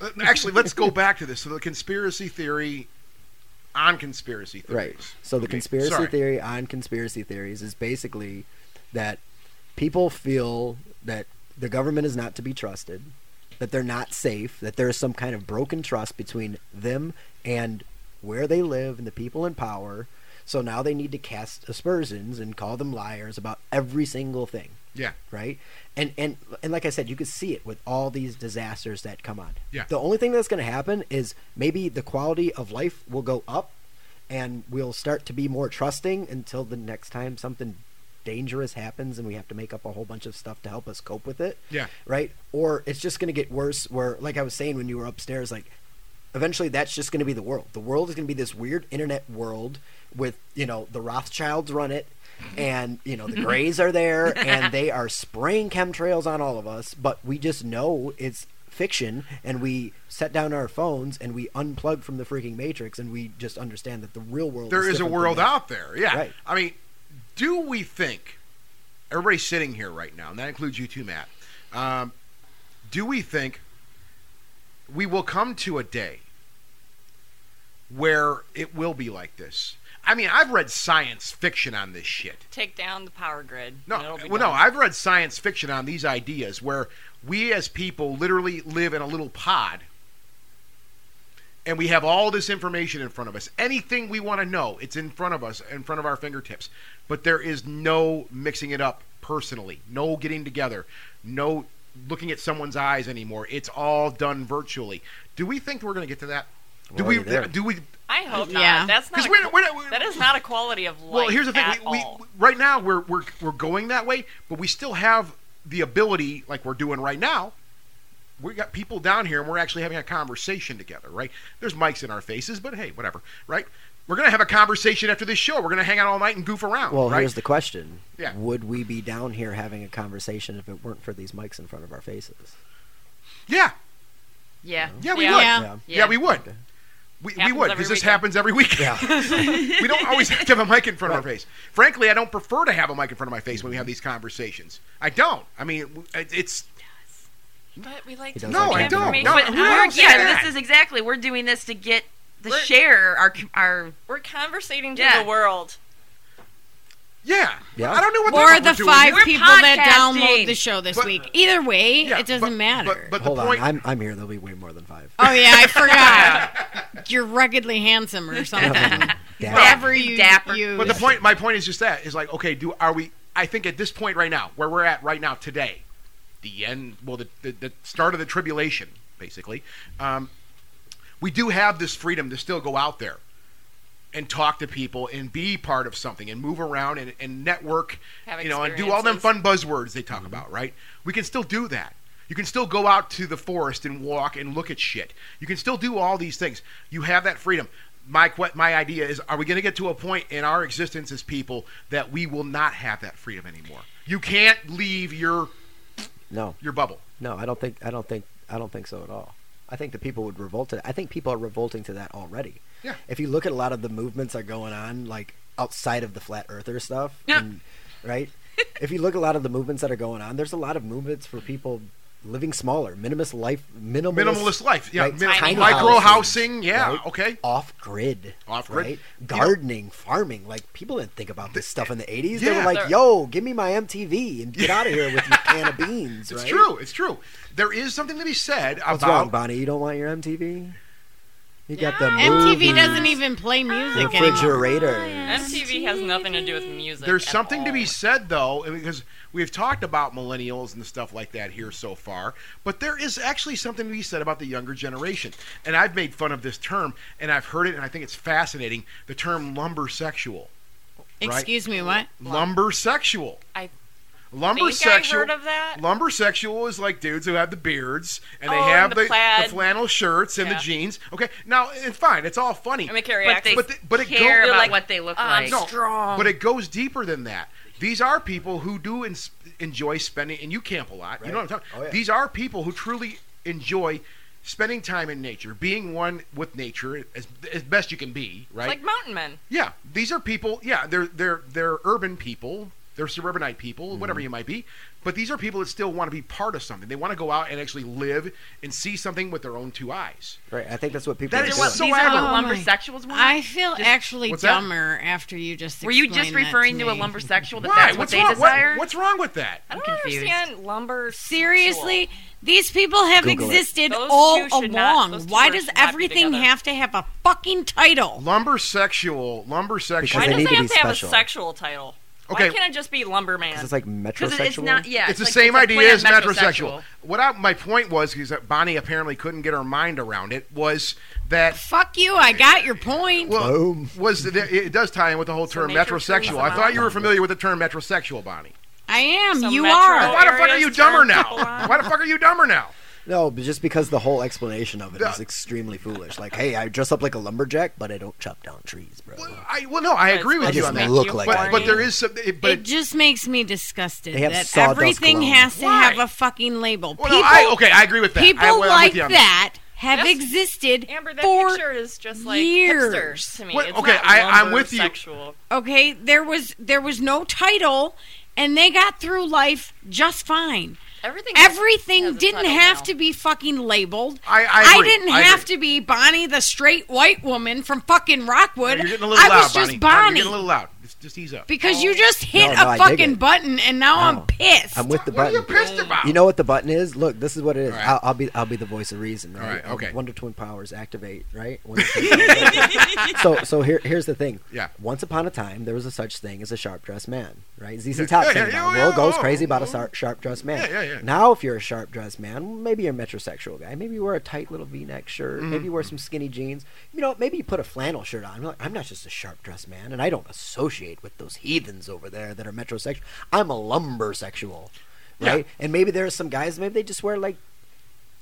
Speaker 3: uh, actually, let's
Speaker 5: *laughs*
Speaker 3: go back to this. So the conspiracy theory on conspiracy theories.
Speaker 5: Right. So the
Speaker 3: Okay,
Speaker 5: conspiracy
Speaker 3: sorry.
Speaker 5: theory on conspiracy theories is basically that people feel that the government is not to be trusted, that they're not safe, that there is some kind of broken trust between them and where they live and the people in power. So now they need to cast aspersions and call them liars about every single thing.
Speaker 3: Yeah.
Speaker 5: Right? And and and like I said, you could see it with all these disasters that come on.
Speaker 3: Yeah.
Speaker 5: The only thing that's going to happen is maybe the quality of life will go up and we'll start to be more trusting until the next time something dangerous happens and we have to make up a whole bunch of stuff to help us cope with it.
Speaker 3: Yeah.
Speaker 5: Right? Or it's just going to get worse where like I was saying when you were upstairs like eventually that's just going to be the world. The world is going to be this weird internet world with, you know, the Rothschilds run it and, you know, the Greys are
Speaker 3: *laughs*
Speaker 5: there and they are spraying chemtrails on all of us, but we just know it's fiction and we set down our phones and we unplug from the freaking matrix and we just understand that the real world
Speaker 3: There is a
Speaker 5: different than
Speaker 3: world
Speaker 5: that.
Speaker 3: out there. Yeah.
Speaker 5: Right.
Speaker 3: I mean, do we think everybody sitting here right now, and that includes you too, Matt? Um, do we think we will come to a day where it will be like this? I mean, I've read science fiction on this shit.
Speaker 9: Take down the power grid. and
Speaker 3: No,
Speaker 9: it'll be
Speaker 3: well, no,
Speaker 9: done.
Speaker 3: I've read science fiction on these ideas where we as people literally live in a little pod and we have all this information in front of us. Anything we want to know, it's in front of us, in front of our fingertips. But there is no mixing it up personally, no getting together, no looking at someone's eyes anymore. It's all done virtually. Do we think we're going to get to that? Do
Speaker 5: We're
Speaker 3: we?
Speaker 5: already there.
Speaker 3: Do we?
Speaker 9: I hope
Speaker 7: Yeah.
Speaker 9: not. That's not.
Speaker 3: Because
Speaker 9: a
Speaker 3: we're,
Speaker 9: qu-
Speaker 3: we're, we're
Speaker 9: that is not a quality of life.
Speaker 3: well, here's the thing.
Speaker 9: at
Speaker 3: We, we,
Speaker 9: all.
Speaker 3: right now, we're, we're, we're going that way, but we still have the ability, like we're doing right now. We got people down here, and we're actually having a conversation together, right? There's mics in our faces, but hey, whatever, right? We're gonna have a conversation after this show. We're gonna hang out all night and goof around,
Speaker 5: Well,
Speaker 3: right?
Speaker 5: here's the question.
Speaker 3: Yeah.
Speaker 5: Would we be down here having a conversation if it weren't for these mics in front of our faces?
Speaker 3: yeah,
Speaker 6: Yeah.
Speaker 3: yeah, we
Speaker 9: Yeah.
Speaker 3: would.
Speaker 7: Yeah.
Speaker 3: Yeah,
Speaker 5: Yeah.
Speaker 6: Yeah.
Speaker 3: we would.
Speaker 5: Okay.
Speaker 3: We, we
Speaker 9: Happens
Speaker 3: would
Speaker 9: every
Speaker 3: because this
Speaker 9: weekend.
Speaker 3: happens every week. *laughs*
Speaker 5: Yeah. *laughs*
Speaker 3: we don't always have to have a mic in front of our face. Frankly, I don't prefer to have a mic in front of my face when we have these conversations. I don't. I mean, it, it's
Speaker 9: But we like
Speaker 5: He
Speaker 9: to
Speaker 5: does
Speaker 3: no,
Speaker 5: like
Speaker 3: I
Speaker 5: that.
Speaker 3: don't.
Speaker 9: Information.
Speaker 3: No,
Speaker 9: But
Speaker 3: who
Speaker 6: We're-
Speaker 3: else
Speaker 6: yeah,
Speaker 3: is that?
Speaker 6: this is exactly. We're doing this to get the
Speaker 9: We're-
Speaker 6: share our our
Speaker 9: We're conversating to
Speaker 6: Yeah.
Speaker 9: the world.
Speaker 3: Yeah.
Speaker 5: Yeah.
Speaker 3: I don't know what the
Speaker 7: Or
Speaker 3: fuck
Speaker 7: the
Speaker 3: we're doing
Speaker 7: five
Speaker 3: here.
Speaker 6: We're
Speaker 7: people that
Speaker 6: podcasting.
Speaker 7: download the show this
Speaker 3: But-
Speaker 7: week. Either way,
Speaker 3: Yeah,
Speaker 7: it doesn't
Speaker 3: but-
Speaker 7: matter.
Speaker 3: But, but
Speaker 5: Hold
Speaker 3: the
Speaker 5: on.
Speaker 3: point,
Speaker 5: I'm I'm here. There'll be way more than five.
Speaker 7: oh yeah, I forgot.
Speaker 9: *laughs*
Speaker 7: You're ruggedly handsome or something.
Speaker 5: Damn.
Speaker 7: Whatever you
Speaker 6: Dapper.
Speaker 7: use.
Speaker 3: but the point, my point is just that is like, okay, do are we? I think at this point right now, where we're at right now today, the end, well, the the, the start of the tribulation, basically. Um, we do have this freedom to still go out there and talk to people and be part of something and move around and, and network
Speaker 9: Have
Speaker 3: you know and do all them fun buzzwords they
Speaker 5: Mm-hmm.
Speaker 3: talk about right we can still do that you can still go out to the forest and walk and look at shit you can still do all these things you have that freedom my que- my idea is are we going to get to a point in our existence as people that we will not have that freedom anymore you can't leave your
Speaker 5: No,
Speaker 3: your bubble
Speaker 5: no, I don't think I don't think I don't think so at all. I think the people would revolt to that. I think people are revolting to that already.
Speaker 3: Yeah.
Speaker 5: If you look at a lot of the movements that are going on, like outside of the flat earther stuff, and,
Speaker 3: *laughs*
Speaker 5: right? if you look at a lot of the movements that are going on, there's a lot of movements for people living smaller, minimalist life, minimalist,
Speaker 3: minimalist life yeah
Speaker 5: right,
Speaker 3: min-
Speaker 5: tiny
Speaker 3: micro
Speaker 5: houses,
Speaker 3: housing yeah
Speaker 5: right?
Speaker 3: okay
Speaker 5: off grid.
Speaker 3: Off grid. You know-
Speaker 5: Gardening, farming. Like people didn't think about this stuff in the eighties. they
Speaker 3: yeah,
Speaker 5: were like,
Speaker 9: they're-
Speaker 5: "Yo, give me my MTV and get out of here with your can of beans."
Speaker 3: it's
Speaker 5: right?
Speaker 3: true it's true there is something to be said
Speaker 5: What's
Speaker 3: about
Speaker 5: wrong, Bonnie? You don't want your MTV? You got the
Speaker 7: MTV
Speaker 5: movies,
Speaker 7: doesn't even play music anymore.
Speaker 5: refrigerator.
Speaker 9: MTV has nothing to do with music.
Speaker 3: There's
Speaker 9: at
Speaker 3: something to
Speaker 9: all.
Speaker 3: be said though, and because we've talked about millennials and stuff like that here so far, but there is actually something to be said about the younger generation. And I've made fun of this term, and I've heard it, and I think it's fascinating. The term lumbersexual,
Speaker 7: Excuse me, what?
Speaker 3: lumbersexual.
Speaker 9: I Think I
Speaker 3: lumbersexual.
Speaker 9: heard of that?
Speaker 3: Lumbersexual is like dudes who have the beards and they
Speaker 9: Oh, and
Speaker 3: have
Speaker 9: the
Speaker 3: the,
Speaker 9: plaid.
Speaker 3: flannel shirts and
Speaker 9: Yeah.
Speaker 3: the jeans. Okay, now it's fine. It's all funny.
Speaker 9: I mean, Carrie
Speaker 6: But they
Speaker 3: but, the- but it goes.
Speaker 6: care
Speaker 9: go-
Speaker 6: about
Speaker 9: like,
Speaker 6: what they look
Speaker 9: um,
Speaker 6: like.
Speaker 3: No,
Speaker 9: strong.
Speaker 3: But it goes deeper than that. These are people who do ins- enjoy spending, and you camp a lot. You know what I'm
Speaker 5: Right.
Speaker 3: talking.
Speaker 5: Oh, yeah.
Speaker 3: These are people who truly enjoy spending time in nature, being one with nature as, as best you can be, right?
Speaker 9: Like mountain men.
Speaker 3: Yeah, these are people. Yeah, they're they're they're urban people. They're suburbanite people,
Speaker 5: Mm-hmm.
Speaker 3: whatever you might be. But these are people that still want to be part of something. They want to go out and actually live and see something with their own two eyes.
Speaker 5: Right. I think that's what people
Speaker 3: That
Speaker 5: are
Speaker 3: is
Speaker 5: doing.
Speaker 3: what-
Speaker 9: These
Speaker 3: So
Speaker 9: are
Speaker 3: I
Speaker 9: what
Speaker 7: don't-
Speaker 6: lumbersexuals want.
Speaker 7: I feel actually
Speaker 3: What's that?
Speaker 7: dumber after you just.
Speaker 6: Were you just
Speaker 7: explained that
Speaker 6: referring to, a
Speaker 7: me.
Speaker 6: lumbersexual that
Speaker 3: Why?
Speaker 6: that's what
Speaker 3: what's
Speaker 6: they
Speaker 3: wrong? what-
Speaker 6: desire?
Speaker 3: what's wrong with that?
Speaker 9: I don't
Speaker 6: confused.
Speaker 9: understand lumber.
Speaker 7: Seriously, these people have
Speaker 5: Google it.
Speaker 7: existed
Speaker 9: Those
Speaker 7: all
Speaker 9: two should
Speaker 7: along.
Speaker 9: not- those two
Speaker 7: Why
Speaker 9: words
Speaker 7: does
Speaker 9: should not be
Speaker 7: everything
Speaker 9: together.
Speaker 7: have to have a fucking title?
Speaker 3: Lumbersexual,
Speaker 5: Because they
Speaker 9: Why does
Speaker 3: lumbersexual.
Speaker 5: need
Speaker 9: it
Speaker 5: to
Speaker 9: have
Speaker 5: be
Speaker 9: to have a
Speaker 5: special.
Speaker 9: sexual title?
Speaker 3: Okay.
Speaker 9: Why can't it just be lumberman?
Speaker 5: 'Cause it's like
Speaker 6: Because
Speaker 5: metrosexual.
Speaker 6: it's not. Yeah,
Speaker 3: It's the
Speaker 6: like-
Speaker 3: same
Speaker 6: a
Speaker 3: idea as
Speaker 6: planned
Speaker 3: metrosexual. What I, my point was is that Bonnie apparently couldn't get her mind around it. Was that
Speaker 7: Fuck you! I got your point.
Speaker 3: well?
Speaker 5: Boom.
Speaker 3: Was that it, it does tie in with the whole term
Speaker 9: nature turns
Speaker 3: metrosexual?
Speaker 9: them
Speaker 3: I thought
Speaker 9: out.
Speaker 3: you were familiar with the term metrosexual, Bonnie.
Speaker 7: I am.
Speaker 9: So
Speaker 7: you
Speaker 9: Metro-
Speaker 7: are.
Speaker 3: Why the fuck are
Speaker 9: areas
Speaker 3: you dumber
Speaker 9: turn
Speaker 3: now?
Speaker 9: people on.
Speaker 3: Why the fuck are you dumber now?
Speaker 5: No, but just because the whole explanation of it
Speaker 3: Yeah.
Speaker 5: is extremely foolish. Like, hey, I dress up like a lumberjack, but I don't chop down trees, bro.
Speaker 3: Well, I well no, I
Speaker 9: That's
Speaker 3: agree with
Speaker 5: I
Speaker 9: what
Speaker 3: you
Speaker 5: just
Speaker 3: on
Speaker 9: makes
Speaker 3: that.
Speaker 5: look
Speaker 9: you
Speaker 5: like
Speaker 3: But
Speaker 5: that.
Speaker 3: but
Speaker 9: horny.
Speaker 3: there is some. It, but
Speaker 7: it just makes me disgusted
Speaker 5: They have
Speaker 7: that
Speaker 5: sawdust
Speaker 7: everything
Speaker 5: cologne.
Speaker 7: has to
Speaker 3: Why?
Speaker 7: have a fucking label.
Speaker 3: well,
Speaker 7: people
Speaker 3: no, I okay, I agree with that.
Speaker 7: people
Speaker 3: I, well, I'm with
Speaker 7: like
Speaker 3: you on
Speaker 7: that have
Speaker 9: That's-
Speaker 7: existed
Speaker 9: Amber, that
Speaker 7: for
Speaker 9: picture is just like
Speaker 7: years.
Speaker 9: hipsters to me.
Speaker 3: What-
Speaker 9: It's
Speaker 3: okay,
Speaker 9: not
Speaker 3: I- I'm with you.
Speaker 9: lumbersexual.
Speaker 7: okay. There was there was no title, and they got through life just fine.
Speaker 9: Everything.
Speaker 7: Everything
Speaker 9: has a
Speaker 7: didn't
Speaker 9: title
Speaker 7: have
Speaker 9: now.
Speaker 7: to be fucking labeled.
Speaker 3: I- I agree.
Speaker 7: didn't
Speaker 3: I
Speaker 7: have
Speaker 3: agree.
Speaker 7: to be Bonnie, the straight white woman from fucking Rockwood.
Speaker 3: You're getting a little
Speaker 7: I
Speaker 3: loud,
Speaker 7: was
Speaker 3: Bonnie.
Speaker 7: just
Speaker 3: Bonnie, You're
Speaker 7: Bonnie
Speaker 3: getting a little loud. Just, just ease up.
Speaker 7: because
Speaker 9: Oh.
Speaker 7: you just hit
Speaker 5: No, no,
Speaker 7: a
Speaker 5: I dig
Speaker 7: fucking
Speaker 5: it.
Speaker 7: button, and now
Speaker 5: No.
Speaker 7: I'm pissed.
Speaker 5: I'm with the
Speaker 3: what are you
Speaker 5: button.
Speaker 3: pissed about?
Speaker 5: You know what the button is? Look, this is what it is.
Speaker 3: All right.
Speaker 5: I'll, I'll be I'll be the voice of reason. Right?
Speaker 3: right, okay.
Speaker 5: Um, Wonder Twin powers activate. Right.
Speaker 3: *laughs*
Speaker 5: Wonder Twin powers activate. so so here here's the thing.
Speaker 3: Yeah.
Speaker 5: Once upon a time, there was a such thing as a sharp dressed man. Right.
Speaker 3: Yeah,
Speaker 5: ZZ Top
Speaker 3: yeah,
Speaker 5: sang
Speaker 3: yeah,
Speaker 5: about. it.
Speaker 3: yeah,
Speaker 5: World goes
Speaker 3: oh,
Speaker 5: crazy about a
Speaker 3: oh.
Speaker 5: sharp dressed man.
Speaker 3: Yeah, yeah, yeah.
Speaker 5: Now, if you're a sharp dressed man, maybe you're a metrosexual guy. Maybe you wear a tight little V neck shirt. Maybe you wear
Speaker 3: Mm-hmm.
Speaker 5: some skinny jeans. You know, maybe you put a flannel shirt on. Like, I'm not just a sharp dressed man, and I don't associate with those heathens over there that are metrosexual. I'm a lumbersexual
Speaker 3: Yeah.
Speaker 5: right? And maybe there's some guys, maybe they just wear like,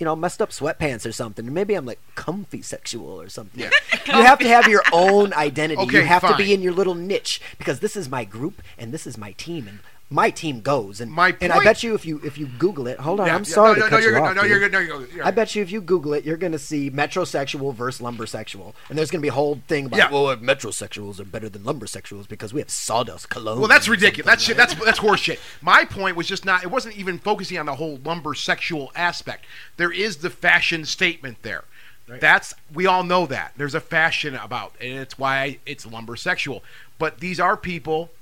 Speaker 5: you know, messed up sweatpants or something. And maybe I'm like comfy sexual or something.
Speaker 3: Yeah.
Speaker 5: *laughs* you have to have your
Speaker 3: *laughs*
Speaker 5: own identity.
Speaker 3: Okay,
Speaker 5: you have to
Speaker 3: fine.
Speaker 5: be in your little niche because this is my group and this is my team and my team goes. And
Speaker 3: My
Speaker 5: and I
Speaker 3: point-
Speaker 5: bet you if you if you Google it, hold on,
Speaker 3: Yeah,
Speaker 5: I'm
Speaker 3: yeah,
Speaker 5: sorry
Speaker 3: no,
Speaker 5: to
Speaker 3: no,
Speaker 5: cut
Speaker 3: no, you're
Speaker 5: you
Speaker 3: good,
Speaker 5: off,
Speaker 3: no, you're
Speaker 5: dude.
Speaker 3: good, no, you're good, you're
Speaker 5: I
Speaker 3: right.
Speaker 5: bet you if you Google it, you're gonna see metrosexual versus lumbersexual, and there's gonna be a whole thing about
Speaker 3: Yeah.
Speaker 5: well, uh, metrosexuals are better than lumbersexuals because we have sawdust cologne.
Speaker 3: Well, that's
Speaker 5: and
Speaker 3: ridiculous. That's
Speaker 5: something,
Speaker 3: shit. That's that's horseshit. My point was just not. It wasn't even focusing on the whole lumber sexual aspect. There is the fashion statement there. That's we all know that there's a fashion about, and it's why it's lumber sexual. But these are people.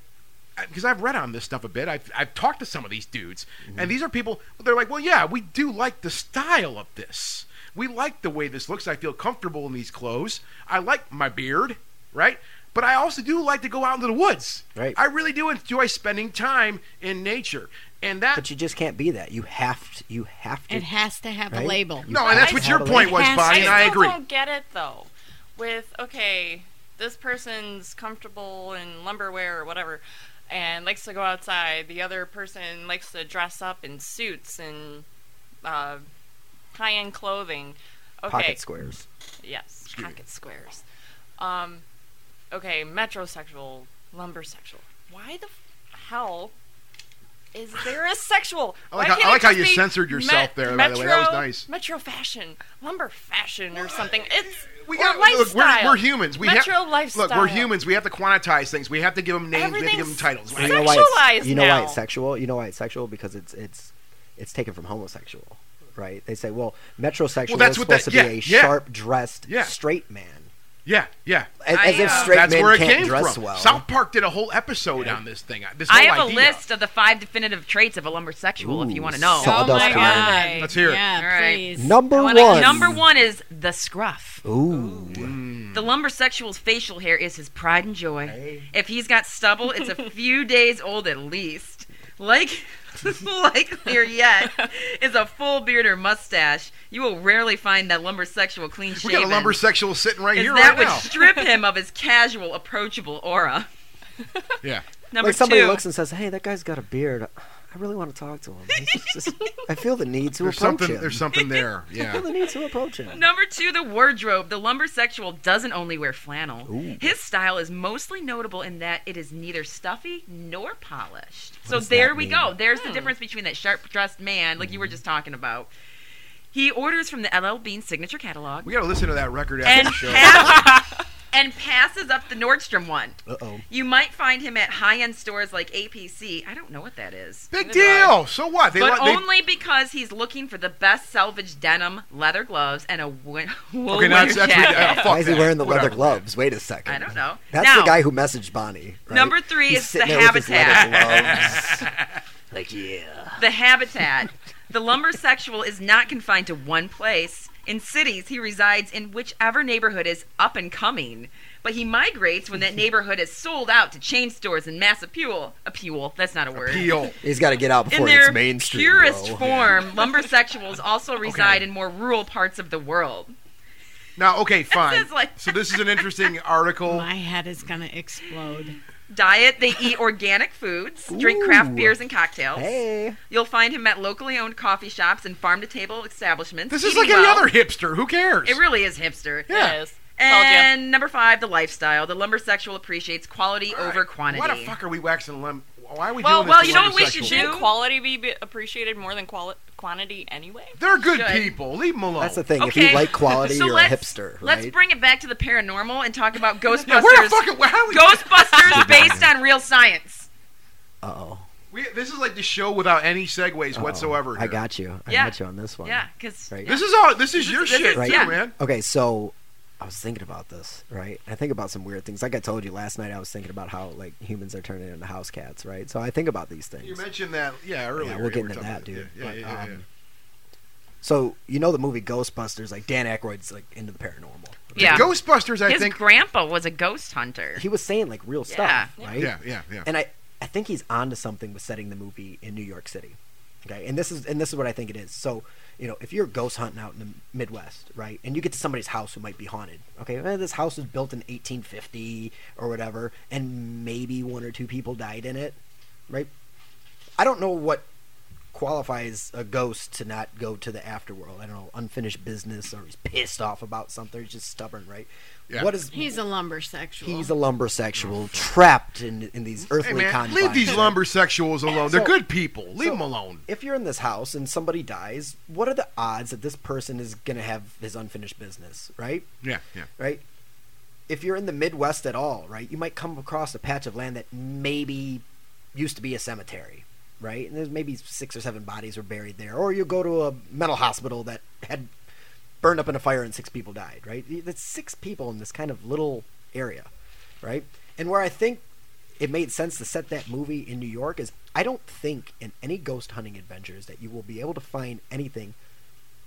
Speaker 3: Because I've read on this stuff a bit, I've, I've talked to some of these dudes,
Speaker 5: Mm-hmm.
Speaker 3: and these are people. They're like, well, yeah, we do like the style of this. We like the way this looks. I feel comfortable in these clothes. I like my beard, right? But I also do like to go out into the woods.
Speaker 5: Right.
Speaker 3: I really do enjoy spending time in nature, and that.
Speaker 5: But you just can't be that. You have to. You have to.
Speaker 7: it has to have a
Speaker 5: Right?
Speaker 7: label.
Speaker 5: You
Speaker 3: no, and that's
Speaker 5: have
Speaker 3: what
Speaker 5: to
Speaker 3: your
Speaker 5: have a
Speaker 3: point
Speaker 5: label.
Speaker 3: was,
Speaker 7: Has
Speaker 3: Bonnie, and I
Speaker 9: still
Speaker 3: agree.
Speaker 9: don't get it though. With okay, this person's comfortable in lumberwear or whatever, and likes to go outside. The other person likes to dress up in suits and uh, high-end clothing. Okay,
Speaker 5: Pocket squares.
Speaker 9: yes, pocket squares. Um, okay, metrosexual, lumbersexual. Why the f- hell? Is there a sexual?
Speaker 3: I like how-
Speaker 9: Why can't
Speaker 3: I
Speaker 9: it
Speaker 3: like how
Speaker 9: just
Speaker 3: you
Speaker 9: be
Speaker 3: censored yourself there, by the way. That was nice.
Speaker 9: Metro fashion, lumber fashion, or something. It's
Speaker 3: We
Speaker 9: or
Speaker 3: got look, we're,
Speaker 9: lifestyle.
Speaker 3: we're humans. We
Speaker 9: Metro
Speaker 3: have
Speaker 9: lifestyle.
Speaker 3: Look, we're humans. We have to quantize things. We have to give them names. We have to give them
Speaker 9: Everything's
Speaker 3: titles.
Speaker 9: sex-
Speaker 5: And
Speaker 3: Right?
Speaker 5: You know why it's,
Speaker 9: Sexualized
Speaker 5: you know why
Speaker 9: now.
Speaker 5: it's sexual? You know why it's sexual? Because it's it's it's taken from homosexual, right? They say, well, metrosexual
Speaker 3: Well, that's
Speaker 5: is
Speaker 3: what
Speaker 5: supposed
Speaker 3: that-
Speaker 5: to be
Speaker 3: yeah,
Speaker 5: a
Speaker 3: yeah.
Speaker 5: sharp dressed
Speaker 3: Yeah.
Speaker 5: straight man.
Speaker 3: Yeah, yeah.
Speaker 5: As,
Speaker 6: I,
Speaker 5: as if
Speaker 6: uh,
Speaker 5: straight
Speaker 3: That's
Speaker 5: men
Speaker 3: where it
Speaker 5: can't
Speaker 3: came
Speaker 5: dress
Speaker 3: from.
Speaker 5: well.
Speaker 3: South Park did a whole episode on this thing. This whole
Speaker 6: I have
Speaker 3: idea.
Speaker 6: a list of the five definitive traits of a lumbersexual. if you
Speaker 5: Ooh,
Speaker 6: want to know,
Speaker 5: so-
Speaker 7: Oh my
Speaker 5: Sawdust
Speaker 7: god!
Speaker 9: cologne.
Speaker 3: Let's hear it.
Speaker 7: Yeah,
Speaker 6: All right.
Speaker 7: please.
Speaker 5: number
Speaker 6: I
Speaker 5: one.
Speaker 6: wanna- number one is the scruff.
Speaker 5: Ooh.
Speaker 3: Mm.
Speaker 6: The lumbersexual's facial hair is his pride and joy. If he's got stubble, it's a few days old at least. Like *laughs* likelier yet is a full beard or mustache. You will rarely find that lumbersexual clean
Speaker 3: We
Speaker 6: shaven.
Speaker 3: got a lumber sexual sitting right
Speaker 6: is
Speaker 3: here
Speaker 6: that
Speaker 3: right
Speaker 6: would
Speaker 3: now.
Speaker 6: strip him of his casual, approachable aura.
Speaker 3: Yeah.
Speaker 6: *laughs* Number
Speaker 5: Like somebody
Speaker 6: two,
Speaker 5: looks and says, "Hey, that guy's got a beard. I really want to talk to him. He's just-
Speaker 6: *laughs*
Speaker 5: I feel the need to
Speaker 3: There's
Speaker 5: approach
Speaker 3: something.
Speaker 5: him.
Speaker 3: There's something there.
Speaker 5: I
Speaker 3: Yeah.
Speaker 5: feel the need to approach him."
Speaker 6: Number two, the wardrobe. The lumbersexual doesn't only wear flannel.
Speaker 5: Ooh.
Speaker 6: His style is mostly notable in that it is neither stuffy nor polished. so
Speaker 5: does
Speaker 6: there
Speaker 5: that
Speaker 6: we
Speaker 5: mean?
Speaker 6: go. There's the difference between that sharp dressed man, like you were just talking about. He orders from the LL Bean signature catalog
Speaker 3: We got to listen to that record after
Speaker 6: and,
Speaker 3: the show.
Speaker 6: pass- and passes up the Nordstrom one.
Speaker 5: Uh oh.
Speaker 6: You might find him at high-end stores like APC. I don't know what that is.
Speaker 3: Big deal. So what? They,
Speaker 6: but
Speaker 3: want- they
Speaker 6: only because he's looking for the best salvaged denim, leather gloves, and a *laughs* win- wool
Speaker 3: Okay, now
Speaker 6: winter
Speaker 3: that's, that's
Speaker 6: jacket.
Speaker 3: uh, fuck
Speaker 5: Why is he
Speaker 3: that.
Speaker 5: wearing the leather
Speaker 3: Whatever.
Speaker 5: gloves? Wait a second.
Speaker 6: I don't know.
Speaker 5: That's
Speaker 6: now,
Speaker 5: the guy who messaged Bonnie. right?
Speaker 6: Number three
Speaker 5: He's
Speaker 6: is
Speaker 5: sitting
Speaker 6: the
Speaker 5: there with his leather
Speaker 6: habitat.
Speaker 5: gloves.
Speaker 6: The habitat. the lumber sexual is not confined to one place. In cities, he resides in whichever neighborhood is up and coming. But he migrates when that neighborhood is sold out to chain stores and mass appeal. Appeal. That's not a word.
Speaker 3: Appeal.
Speaker 5: He's got to get out
Speaker 6: In
Speaker 5: before
Speaker 6: their
Speaker 5: it's mainstream.
Speaker 6: purest
Speaker 5: bro.
Speaker 6: form, lumber sexuals also reside in more rural parts of the world.
Speaker 3: Now,
Speaker 6: *laughs*
Speaker 3: okay, fine.
Speaker 6: It's like-
Speaker 3: so this is an
Speaker 6: *laughs*
Speaker 3: interesting article.
Speaker 7: My head is gonna explode.
Speaker 6: diet. They eat organic foods, drink craft
Speaker 5: Ooh.
Speaker 6: beers and cocktails.
Speaker 5: Hey,
Speaker 6: You'll find him at locally owned coffee shops and farm to table establishments.
Speaker 3: This is
Speaker 6: eating
Speaker 3: like any
Speaker 6: well.
Speaker 3: other hipster. Who cares?
Speaker 6: It really is hipster.
Speaker 3: Yeah.
Speaker 9: Yes. Told ya.
Speaker 6: And number five, the lifestyle. The lumbersexual appreciates quality over quantity.
Speaker 3: Why the fuck are we waxing lemon? Why are we
Speaker 9: Well,
Speaker 3: doing
Speaker 6: well,
Speaker 3: this to
Speaker 6: you know what we
Speaker 3: lumbersexuals?
Speaker 6: should do?
Speaker 9: Should quality be be appreciated more than quali- quantity anyway?
Speaker 3: They're good
Speaker 6: Should.
Speaker 3: people. Leave them alone.
Speaker 5: that's the thing. If
Speaker 6: Okay.
Speaker 5: you like quality,
Speaker 6: *laughs* So
Speaker 5: you're a
Speaker 6: let's-
Speaker 5: hipster,
Speaker 6: Let's
Speaker 5: right?
Speaker 6: bring it back to the paranormal and talk
Speaker 5: *laughs*
Speaker 6: about
Speaker 3: Yeah, where the
Speaker 6: Ghostbusters.
Speaker 3: fuck? How are we?
Speaker 6: *laughs* Ghostbusters based on real science.
Speaker 5: uh oh.
Speaker 3: we- this is like the show without any segues whatsoever.
Speaker 5: I
Speaker 3: here.
Speaker 5: got you. I
Speaker 6: Yeah.
Speaker 5: got you on this one.
Speaker 6: Yeah, because
Speaker 5: Right.
Speaker 3: This is all. This is your
Speaker 6: this
Speaker 3: shit,
Speaker 6: is-
Speaker 5: *laughs* Right.
Speaker 3: too,
Speaker 6: yeah.
Speaker 3: man.
Speaker 5: Okay, so I was thinking about this, right? I think about some weird things. Like I told you last night, I was thinking about how like humans are turning into house cats, right? So I think about these things.
Speaker 3: You mentioned that, yeah, earlier.
Speaker 5: we'll get
Speaker 3: were
Speaker 5: into
Speaker 3: talking
Speaker 5: that,
Speaker 3: about-
Speaker 5: dude.
Speaker 3: Yeah, yeah,
Speaker 5: But,
Speaker 3: yeah, yeah,
Speaker 5: um,
Speaker 3: yeah.
Speaker 5: so you know the movie Ghostbusters? Like Dan Aykroyd's like into the paranormal.
Speaker 6: yeah,
Speaker 3: Ghostbusters, I
Speaker 6: his
Speaker 3: think.
Speaker 6: grandpa was a ghost hunter.
Speaker 5: He was saying like real
Speaker 6: Yeah,
Speaker 5: stuff,
Speaker 9: yeah.
Speaker 5: right?
Speaker 3: Yeah, yeah, yeah.
Speaker 5: And I, I think he's onto something with setting the movie in New York City. Okay, and this is and this is what I think it is. So, you know, if you're ghost hunting out in the Midwest, right, and you get to somebody's house who might be haunted, okay, well, this house was built in 1850 or whatever, and maybe one or two people died in it, right? I don't know what qualifies a ghost to not go to the afterworld. I don't know, unfinished business, or he's pissed off about something, he's just stubborn, right?
Speaker 3: Yeah.
Speaker 5: What is
Speaker 7: He's a lumber sexual.
Speaker 5: He's a lumbersexual trapped in in these earthly
Speaker 3: Hey, man,
Speaker 5: confines.
Speaker 3: leave these lumbersexuals alone. They're
Speaker 5: So-
Speaker 3: good people. Leave
Speaker 5: so-
Speaker 3: them alone.
Speaker 5: If you're in this house and somebody dies, what are the odds that this person is going to have his unfinished business, right?
Speaker 3: Yeah, yeah.
Speaker 5: Right? If you're in the Midwest at all, right, you might come across a patch of land that maybe used to be a cemetery, right? And there's maybe six or seven bodies were buried there. Or you go to a mental hospital that had burned up in a fire and six people died, right? That's six people in this kind of little area, right? And where I think it made sense to set that movie in New York is I don't think in any ghost hunting adventures that you will be able to find anything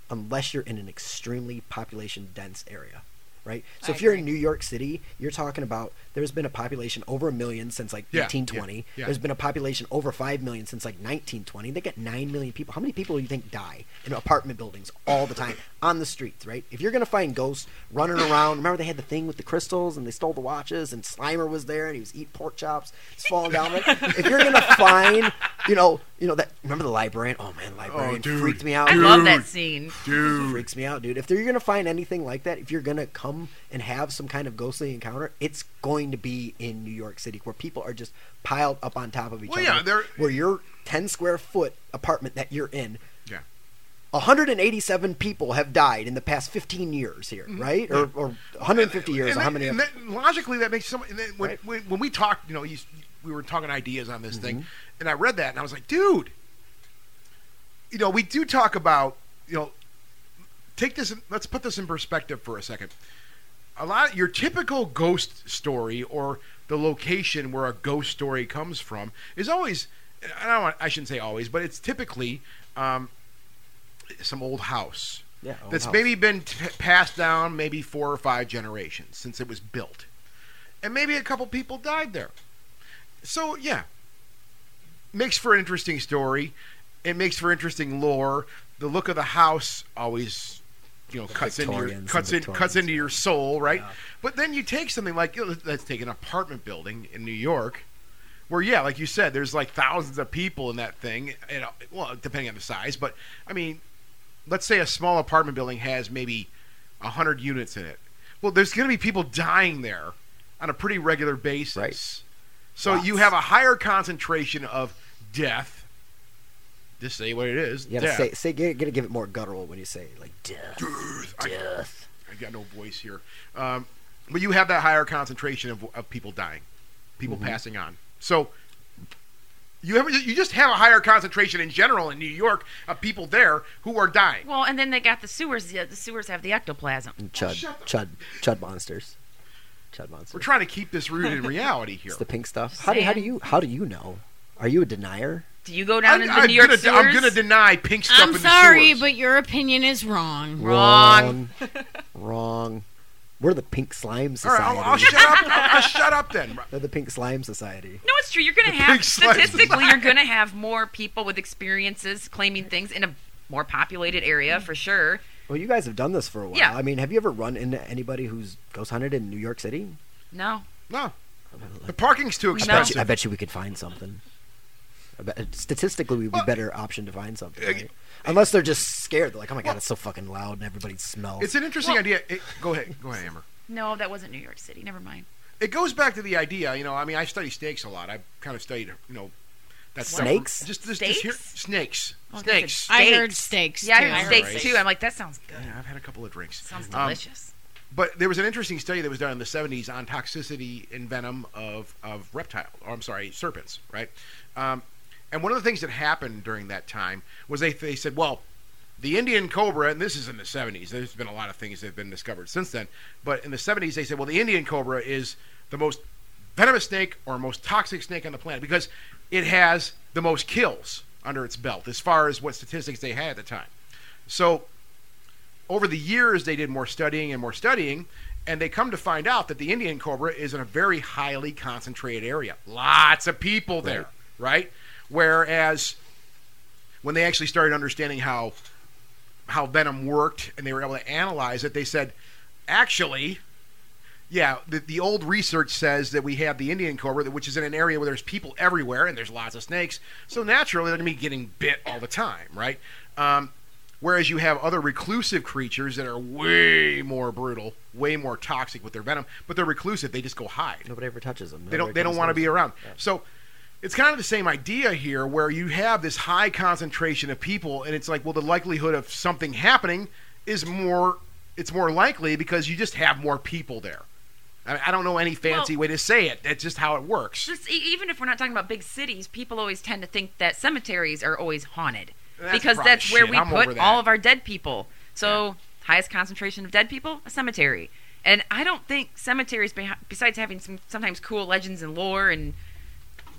Speaker 5: unless you're in an extremely population dense area. Right? So
Speaker 9: I
Speaker 5: if you're in
Speaker 9: agree.
Speaker 5: New York City, you're talking about there's been a population over a million since like
Speaker 3: Yeah,
Speaker 5: 1820.
Speaker 3: yeah, yeah.
Speaker 5: There's been a population over 5 million since like 1920. They get 9 million people. How many people do you think die in apartment buildings all
Speaker 3: *laughs*
Speaker 5: the time on the streets, right? If you're going to find ghosts running around, remember they had the thing with the crystals and they stole the watches and Slimer was there and he was eating pork chops. He's falling down. Like, if you're
Speaker 3: *laughs*
Speaker 5: going to find, you know, you know that remember the librarian? Oh man, the librarian
Speaker 3: dude.
Speaker 5: freaked me out.
Speaker 6: I love that scene.
Speaker 3: Dude.
Speaker 5: Freaks me out, dude. If you're gonna find anything like that, if you're gonna come and have some kind of ghostly encounter, it's going to be in New York City, where people are just piled up on top of each
Speaker 3: Well,
Speaker 5: other.
Speaker 3: yeah, they're-
Speaker 5: where your 10 square foot apartment that you're in,
Speaker 3: Yeah.
Speaker 5: 187 people have died in the past 15 years here, right? Or, or 150 years,
Speaker 3: Mm-hmm. And
Speaker 5: or how
Speaker 3: that-
Speaker 5: many?
Speaker 3: and that- logically, that makes some. And then when,
Speaker 5: Right.
Speaker 3: when, when we talked, you know, you, s- we were talking ideas on this thing,
Speaker 5: Mm-hmm.
Speaker 3: and I read that, and I was like, dude, you know, we do talk about, you know, take this. in- Let's put this in perspective for a second. A lot, your typical ghost story or the location where a ghost story comes from is always. I don't. Want, I shouldn't say always, but it's typically um, some old house
Speaker 5: yeah, old
Speaker 3: that's
Speaker 5: house.
Speaker 3: maybe been t- passed down maybe four or five generations since it was built. And maybe a couple people died there. So, yeah. Makes for an interesting story. It makes for interesting lore. The look of the house always you know cuts into your
Speaker 5: Victorians
Speaker 3: cuts
Speaker 5: and
Speaker 3: in, cuts
Speaker 5: Victorians,
Speaker 3: into your soul, right?
Speaker 5: Yeah.
Speaker 3: But then you take something like you know, let's take an apartment building in New York where yeah, like you said, there's like thousands of people in that thing. You know, well, depending on the size, but I mean, let's say a small apartment building has maybe hundred units in it. Well, there's going to be people dying there on a pretty regular basis.
Speaker 5: Right.
Speaker 3: So you
Speaker 5: Lots.
Speaker 3: have a higher concentration of death Just say what it is.
Speaker 5: You gotta
Speaker 3: Death.
Speaker 5: say, say, get, gotta give it more guttural when you say it, like death,
Speaker 3: I-
Speaker 5: death.
Speaker 3: I got no voice here. Um, but you have that higher concentration of, of people dying, people passing on. So you have you just have a higher concentration in general in New York of people there who are dying.
Speaker 6: Well, and then they got the sewers. The, the sewers have the ectoplasm.
Speaker 5: And chud, chud, chud monsters, chud monsters.
Speaker 3: We're trying to keep this rooted in reality here.
Speaker 5: It's the pink stuff. How do, how do you how do you know? Are you a denier?
Speaker 6: Do you go down into the New York
Speaker 3: gonna,
Speaker 6: sewers?
Speaker 3: I'm gonna deny pink stuff. in
Speaker 7: I'm
Speaker 3: the
Speaker 7: sorry,
Speaker 3: sewers.
Speaker 7: but your opinion is wrong.
Speaker 6: Wrong.
Speaker 5: Wrong.
Speaker 3: *laughs*
Speaker 5: Wrong. We're the pink slime
Speaker 3: all right, I'll,
Speaker 5: society.
Speaker 3: I'll shut up. I'll, I'll shut up then.
Speaker 5: They're the pink slime society.
Speaker 6: No, it's true. You're going to
Speaker 3: big
Speaker 6: have
Speaker 3: slice of
Speaker 6: statistically, you're going to have more people with experiences claiming things in a more populated area for sure.
Speaker 5: Well, you guys have done this for a while.
Speaker 6: Yeah.
Speaker 5: I mean, have you ever run into anybody who's ghost hunted in New York City?
Speaker 6: No,
Speaker 3: No, the parking's too
Speaker 5: I bet,
Speaker 3: expensive.
Speaker 5: you, I bet you we could find something. I bet, statistically, we'd be
Speaker 3: Well-
Speaker 5: better option to find something.
Speaker 3: Uh,
Speaker 5: right? Unless they're just scared. They're like, oh my god, it's so fucking loud and everybody smells.
Speaker 3: It's an interesting
Speaker 6: Well-
Speaker 3: idea. It- go ahead, go ahead, Amber.
Speaker 6: no, that wasn't New York City. Never mind.
Speaker 3: It goes back to the idea, you know. I mean, I study snakes a lot. I kind of studied, you know, that stuff from-
Speaker 5: Snakes?
Speaker 3: Just, just, just here,
Speaker 6: Steaks?
Speaker 3: snakes,
Speaker 6: Oh, good.
Speaker 3: snakes.
Speaker 7: I
Speaker 6: Steaks.
Speaker 7: heard steaks.
Speaker 6: Yeah, I
Speaker 7: too.
Speaker 6: heard steaks
Speaker 3: rice.
Speaker 6: too. I'm like, that sounds good.
Speaker 3: Yeah, I've had a couple of drinks.
Speaker 6: Sounds
Speaker 3: Um,
Speaker 6: delicious.
Speaker 3: But there was an interesting study that was done in the 70s on toxicity and venom of, of reptile, or I'm sorry, serpents, right? Um, and one of the things that happened during that time was they, they said, well, the Indian cobra, and this is in the 70s, there's been a lot of things that have been discovered since then, but in the 70s they said, well, the Indian cobra is the most venomous snake or most toxic snake on the planet because it has the most kills under its belt as far as what statistics they had at the time. So over the years they did more studying and more studying and they come to find out that the indian cobra is in a very highly concentrated area lots of people there right, whereas when they actually started understanding how how venom worked and they were able to analyze it they said actually yeah the, the old research says that we have the indian cobra that- which is in an area where there's people everywhere and there's lots of snakes so naturally they're going to be getting bit all the time right um, Whereas you have other reclusive creatures that are way more brutal, way more toxic with their venom, but they're reclusive. They just go hide.
Speaker 5: Nobody ever touches them.
Speaker 3: They don't. They don't want to be around. So it's kind of the same idea here, where you have this high concentration of people, and it's like, well, the likelihood of something happening is more. It's more likely because you just have more people there. I, mean, I don't know any fancy way to say it. That's just how it works.
Speaker 6: Just e- even if we're not talking about big cities, people always tend to think that cemeteries are always haunted
Speaker 3: That's
Speaker 6: because
Speaker 3: probably
Speaker 6: that's where
Speaker 3: shit.
Speaker 6: we
Speaker 3: I'm over
Speaker 6: put
Speaker 3: that.
Speaker 6: all of our dead people. So highest concentration of dead people, a cemetery. And I don't think cemeteries, behi- besides having some sometimes cool legends and lore, and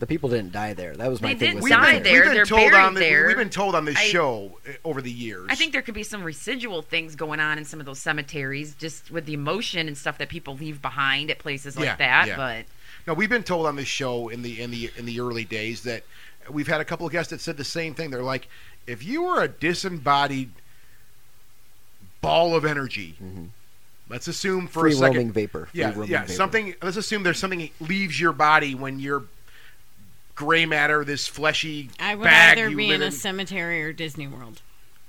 Speaker 5: The people didn't die there. That was my
Speaker 6: They
Speaker 5: thing.
Speaker 6: didn't
Speaker 5: with
Speaker 6: die
Speaker 5: cemeteries.
Speaker 6: there. they're buried
Speaker 3: on the,
Speaker 6: there.
Speaker 3: We've been told on this
Speaker 6: I-
Speaker 3: show uh, over the years.
Speaker 6: I think there could be some residual things going on in some of those cemeteries, just with the emotion and stuff that people leave behind at places like
Speaker 3: Yeah,
Speaker 6: that.
Speaker 3: yeah.
Speaker 6: But
Speaker 3: No, we've been told on this show in the in the in the early days that we've had a couple of guests that said the same thing. They're like, if you were a disembodied ball of energy, let's assume for
Speaker 5: Mm-hmm. Free
Speaker 3: a second,
Speaker 5: roaming vapor. Free
Speaker 3: yeah,
Speaker 5: roaming
Speaker 3: yeah,
Speaker 5: vapor.
Speaker 3: something. Let's assume there's something leaves your body when your gray matter, this fleshy
Speaker 7: I would
Speaker 3: bag
Speaker 7: either
Speaker 3: you
Speaker 7: be
Speaker 3: live
Speaker 7: in a cemetery or Disney World.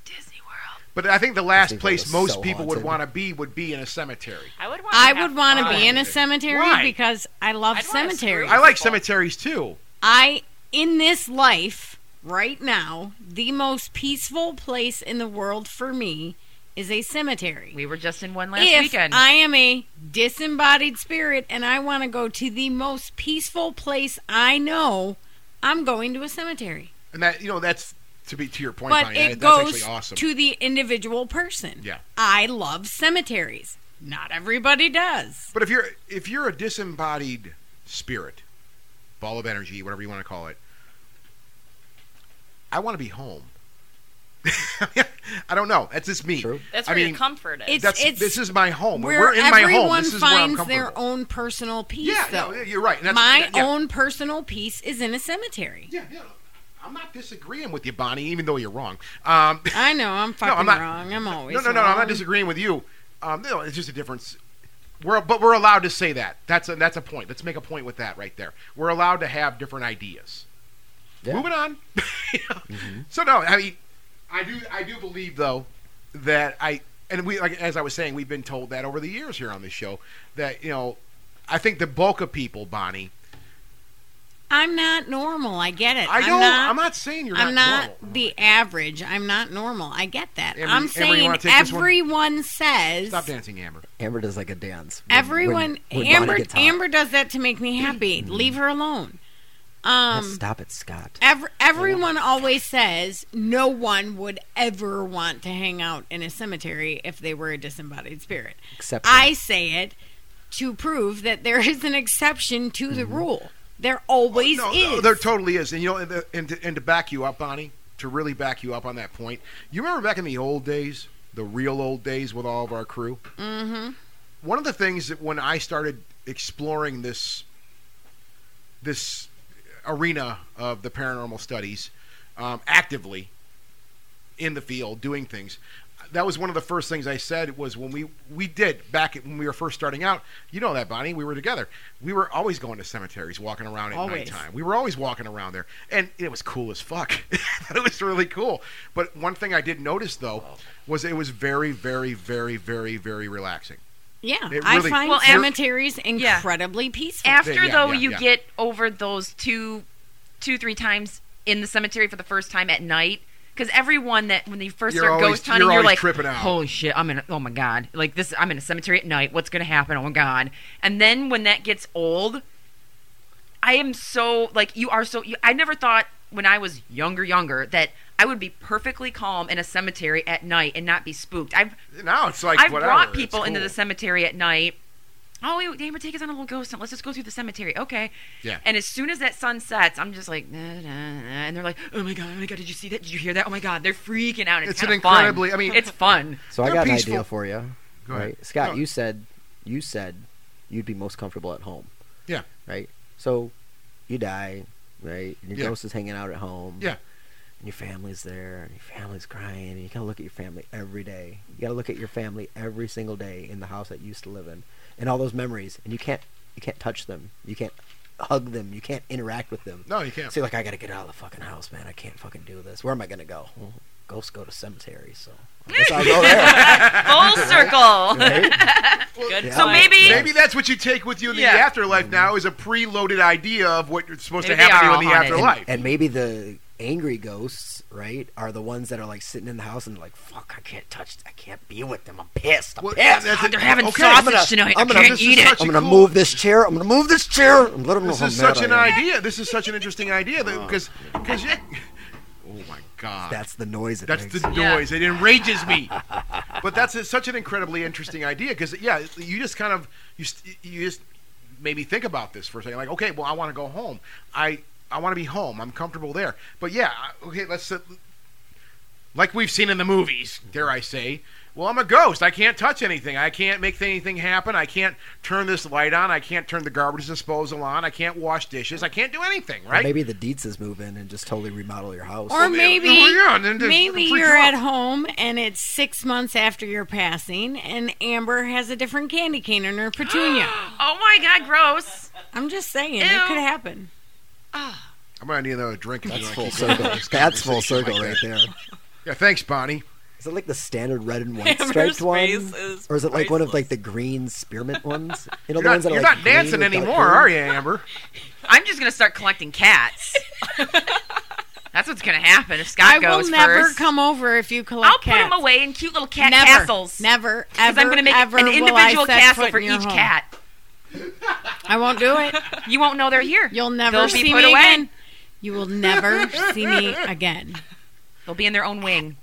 Speaker 6: Disney World,
Speaker 3: But I think the last
Speaker 5: Disney World
Speaker 3: place
Speaker 5: is
Speaker 3: most
Speaker 5: so
Speaker 3: people would
Speaker 5: haunted.
Speaker 3: want to be would be in a cemetery.
Speaker 9: I would want.
Speaker 7: I would want to
Speaker 3: Why?
Speaker 7: be in a cemetery
Speaker 3: Why?
Speaker 7: because I love
Speaker 9: I'd wanna
Speaker 7: cemeteries.
Speaker 9: screw
Speaker 3: I like
Speaker 9: Beautiful.
Speaker 3: cemeteries too.
Speaker 7: I in this life right now, the most peaceful place in the world for me is a cemetery.
Speaker 6: we were just in one last
Speaker 7: if
Speaker 6: weekend.
Speaker 7: I am a disembodied spirit and I want to go to the most peaceful place I know, I'm going to a cemetery.
Speaker 3: And that you know that's to be to your point,
Speaker 7: but
Speaker 3: Bonnie, that-
Speaker 7: it
Speaker 3: that's
Speaker 7: goes
Speaker 3: actually awesome.
Speaker 7: to the individual person.
Speaker 3: Yeah.
Speaker 7: I love cemeteries. Not everybody does.
Speaker 3: But if you're if you're a disembodied spirit, ball of energy, whatever you want to call it, I want to be home. *laughs* I don't know. That's just me.
Speaker 5: True.
Speaker 9: That's
Speaker 3: I
Speaker 9: where
Speaker 3: mean,
Speaker 9: your comfort is.
Speaker 7: It's-
Speaker 3: That's this is my home. When
Speaker 7: where
Speaker 3: We're in my
Speaker 7: everyone
Speaker 3: home. This is where I'm
Speaker 7: finds
Speaker 3: comfortable.
Speaker 7: their own personal peace.
Speaker 3: yeah,
Speaker 7: though.
Speaker 3: no, you're right. And That's,
Speaker 7: My
Speaker 3: that- yeah.
Speaker 7: own personal peace is in a cemetery.
Speaker 3: Yeah, yeah. I'm not disagreeing with you, Bonnie, even though you're wrong. Um,
Speaker 7: I know I'm fucking
Speaker 3: I'm not-
Speaker 7: wrong. I'm always
Speaker 3: no, no, no, I'm
Speaker 7: wrong.
Speaker 3: not disagreeing with you. Um, no, it's just a difference. We're but we're allowed to say that. That's a that's a point. Let's make a point with that right there. We're allowed to have different ideas.
Speaker 5: Yeah.
Speaker 3: Moving on. *laughs* So no, I mean, I do I do believe though that I and we like as I was saying, we've been told that over the years here on this show that you know I think the bulk of people, Bonnie,
Speaker 7: I'm not normal. I get it.
Speaker 3: I
Speaker 7: I'm
Speaker 3: don't.
Speaker 7: not-
Speaker 3: I'm not saying you're not.
Speaker 7: I'm not
Speaker 3: normal.
Speaker 7: the average. I'm not normal. I get that.
Speaker 3: Amber,
Speaker 7: I'm
Speaker 3: Amber, you
Speaker 7: saying
Speaker 3: wanna take this one?
Speaker 7: everyone says
Speaker 3: Stop dancing, Amber.
Speaker 5: Amber does like a dance. when-
Speaker 7: everyone
Speaker 5: when- when Bonnie
Speaker 7: Amber
Speaker 5: gets hot.
Speaker 7: Amber does that to make me happy. Leave her alone. Um
Speaker 5: Stop it, Scott.
Speaker 7: Ever, everyone always says no one would ever want to hang out in a cemetery if they were a disembodied spirit.
Speaker 5: Except
Speaker 7: I say it to prove that there is an exception to the rule. There always
Speaker 3: Oh, No,
Speaker 7: is.
Speaker 3: no, there totally is, and you know, and, the- and, to, and to back you up, Bonnie, to really back you up on that point, you remember back in the old days, the real old days with all of our crew.
Speaker 7: Mhm.
Speaker 3: One of the things that when I started exploring this, this arena of the paranormal studies, um, actively in the field doing things. That was one of the first things I said was when we we did back at- when we were first starting out. You know that Bonnie, we were together. We were always going to cemeteries, walking around at
Speaker 7: Always.
Speaker 3: nighttime. We were always walking around there, and it was cool as fuck. *laughs* it was really cool. But one thing I did notice though was it was very, very, very, very, very relaxing.
Speaker 7: Yeah,
Speaker 3: It
Speaker 7: I
Speaker 3: really-
Speaker 7: find
Speaker 6: Well, Amber-
Speaker 7: cemeteries
Speaker 6: Yeah.
Speaker 7: incredibly peaceful.
Speaker 6: After
Speaker 3: Yeah,
Speaker 6: though,
Speaker 3: yeah,
Speaker 6: you
Speaker 3: yeah.
Speaker 6: get over those two, two three times in the cemetery for the first time at night. Because everyone that when they 1st
Speaker 3: You're
Speaker 6: start
Speaker 3: always-
Speaker 6: ghost hunting,
Speaker 3: you're
Speaker 6: you're,
Speaker 3: always
Speaker 6: like,
Speaker 3: tripping out.
Speaker 6: "Holy shit! I'm in. A, oh my god! Like this, I'm in a cemetery at night. What's gonna happen? Oh my god!" And then when that gets old, I am so like you are so. You, I never thought when I was younger, younger that I would be perfectly calm in a cemetery at night and not be spooked. I've
Speaker 3: Now it's like
Speaker 6: I've
Speaker 3: whatever.
Speaker 6: brought
Speaker 3: It's
Speaker 6: people into
Speaker 3: cool.
Speaker 6: the cemetery at night. Oh, we, Amber, take us on a little ghost hunt. Let's just go through the cemetery. Okay.
Speaker 3: Yeah.
Speaker 6: And as soon as that sun sets, I'm just like, nah, nah, nah, and they're like, oh my god, oh my god, did you see that? Did you hear that? Oh my god, they're freaking out. It's,
Speaker 3: It's an
Speaker 6: kinda fun.
Speaker 3: incredibly- I mean-
Speaker 6: it's fun.
Speaker 3: *laughs*
Speaker 5: So I
Speaker 3: They're
Speaker 5: got
Speaker 3: peaceful.
Speaker 5: an idea for you.
Speaker 3: Go ahead.
Speaker 5: Right, Scott,
Speaker 3: No.
Speaker 5: you said you said you'd be most comfortable at home.
Speaker 3: Yeah.
Speaker 5: Right. So you die, right? And your
Speaker 3: Yeah.
Speaker 5: ghost is hanging out at home.
Speaker 3: Yeah.
Speaker 5: And your family's there, and your family's crying, and you gotta look at your family every day. You gotta look at your family every single day in the house that you used to live in, and all those memories. And you can't, you can't touch them. You can't hug them. You can't interact with them.
Speaker 3: No, you can't.
Speaker 5: See, like I gotta get out of the fucking house, man. I can't fucking do this. Where am I gonna go? Well, ghosts go to
Speaker 3: *laughs*
Speaker 5: cemeteries, so I guess I'll go there.
Speaker 6: Full circle.
Speaker 5: Right? *laughs*
Speaker 9: Good
Speaker 5: Yeah.
Speaker 6: So
Speaker 9: point.
Speaker 6: maybe
Speaker 3: Maybe that's what you take with you in the
Speaker 6: Yeah.
Speaker 3: afterlife
Speaker 5: Mm-hmm.
Speaker 3: now is a preloaded idea of what you're supposed
Speaker 6: Maybe
Speaker 3: to
Speaker 6: they
Speaker 3: happen
Speaker 6: are
Speaker 3: to you in the
Speaker 6: all haunted.
Speaker 3: afterlife.
Speaker 5: And maybe the angry ghosts, right, are the ones that are like sitting in the house and like, fuck, I can't touch, I can't be with them. I'm pissed. I'm
Speaker 3: Well,
Speaker 5: pissed.
Speaker 3: that's it.
Speaker 6: they're having
Speaker 3: Okay,
Speaker 6: sausage
Speaker 3: I'm gonna-
Speaker 6: tonight.
Speaker 5: I'm
Speaker 6: I
Speaker 5: gonna-
Speaker 6: can't
Speaker 5: this
Speaker 3: is
Speaker 6: eat it.
Speaker 3: such
Speaker 5: I'm
Speaker 3: a-
Speaker 5: gonna
Speaker 3: cool-
Speaker 5: move this chair. I'm gonna move this chair. And let them know
Speaker 3: This
Speaker 5: how
Speaker 3: is
Speaker 5: mad
Speaker 3: such
Speaker 5: I
Speaker 3: an
Speaker 5: am.
Speaker 3: idea. This is such an interesting idea because because Oh, yeah. Oh my god.
Speaker 5: That's the noise. It
Speaker 3: That's
Speaker 5: makes.
Speaker 3: the noise. It enrages me. but that's a, such an incredibly interesting idea because yeah, you just kind of you st- you just made me think about this for a second. Like, okay, well, I want to go home. I I want to be home. I'm comfortable there. But yeah, I- okay, let's uh, like we've seen in the movies. Dare I say? Well, I'm a ghost. I can't touch anything. I can't make anything happen. I can't turn this light on. I can't turn the garbage disposal on. I can't wash dishes. I can't do anything. Right?
Speaker 5: Maybe the Dietzes move in and just totally remodel your house.
Speaker 7: or
Speaker 3: man,
Speaker 7: maybe
Speaker 3: yeah, and then just
Speaker 7: maybe
Speaker 3: freak
Speaker 7: you're
Speaker 3: out.
Speaker 7: at home and it's six months after your passing, and Amber has a different candy cane in
Speaker 6: *gasps*
Speaker 7: her petunia.
Speaker 6: Oh my god, gross.
Speaker 7: I'm just saying it
Speaker 6: Ew.
Speaker 7: could happen.
Speaker 3: I'm gonna need another drink. if you
Speaker 5: That's
Speaker 3: wanna
Speaker 5: full
Speaker 3: keep *laughs* going
Speaker 5: circle.
Speaker 3: with this
Speaker 5: That's full
Speaker 3: conversation
Speaker 5: circle
Speaker 3: like
Speaker 5: right
Speaker 3: that.
Speaker 5: there.
Speaker 3: Yeah, thanks, Bonnie.
Speaker 5: Is it like the standard
Speaker 6: *laughs*
Speaker 5: red and white
Speaker 9: Amber's
Speaker 5: striped one,
Speaker 9: face is
Speaker 5: or is it like one of like
Speaker 9: priceless.
Speaker 5: the green
Speaker 3: *laughs*
Speaker 5: spearmint ones? You know
Speaker 3: You're
Speaker 5: the
Speaker 3: not,
Speaker 5: ones that are
Speaker 3: you're
Speaker 5: like
Speaker 3: not
Speaker 5: green
Speaker 3: dancing
Speaker 5: with dark
Speaker 3: anymore,
Speaker 5: blue?
Speaker 3: are you, Amber?
Speaker 6: I'm just gonna start collecting
Speaker 3: *laughs*
Speaker 6: cats. That's what's gonna happen if Scott
Speaker 7: I
Speaker 6: goes
Speaker 7: will never
Speaker 6: first.
Speaker 7: come over if you collect
Speaker 6: I'll put
Speaker 7: cats.
Speaker 6: them away in cute little cat
Speaker 7: never,
Speaker 6: castles.
Speaker 7: Never,
Speaker 6: Because
Speaker 7: ever,
Speaker 6: I'm going to make
Speaker 7: ever
Speaker 6: an
Speaker 7: will I
Speaker 6: individual
Speaker 7: set
Speaker 6: castle
Speaker 7: foot
Speaker 6: for
Speaker 7: in your
Speaker 6: each
Speaker 7: home.
Speaker 6: cat.
Speaker 7: I won't do
Speaker 6: *laughs*
Speaker 7: it.
Speaker 6: You won't know they're
Speaker 7: *laughs*
Speaker 6: here.
Speaker 7: You'll never
Speaker 6: They'll
Speaker 7: see
Speaker 6: be put
Speaker 7: me
Speaker 6: away.
Speaker 7: again. You will never
Speaker 6: *laughs*
Speaker 7: see me again.
Speaker 6: They'll be in their own wing.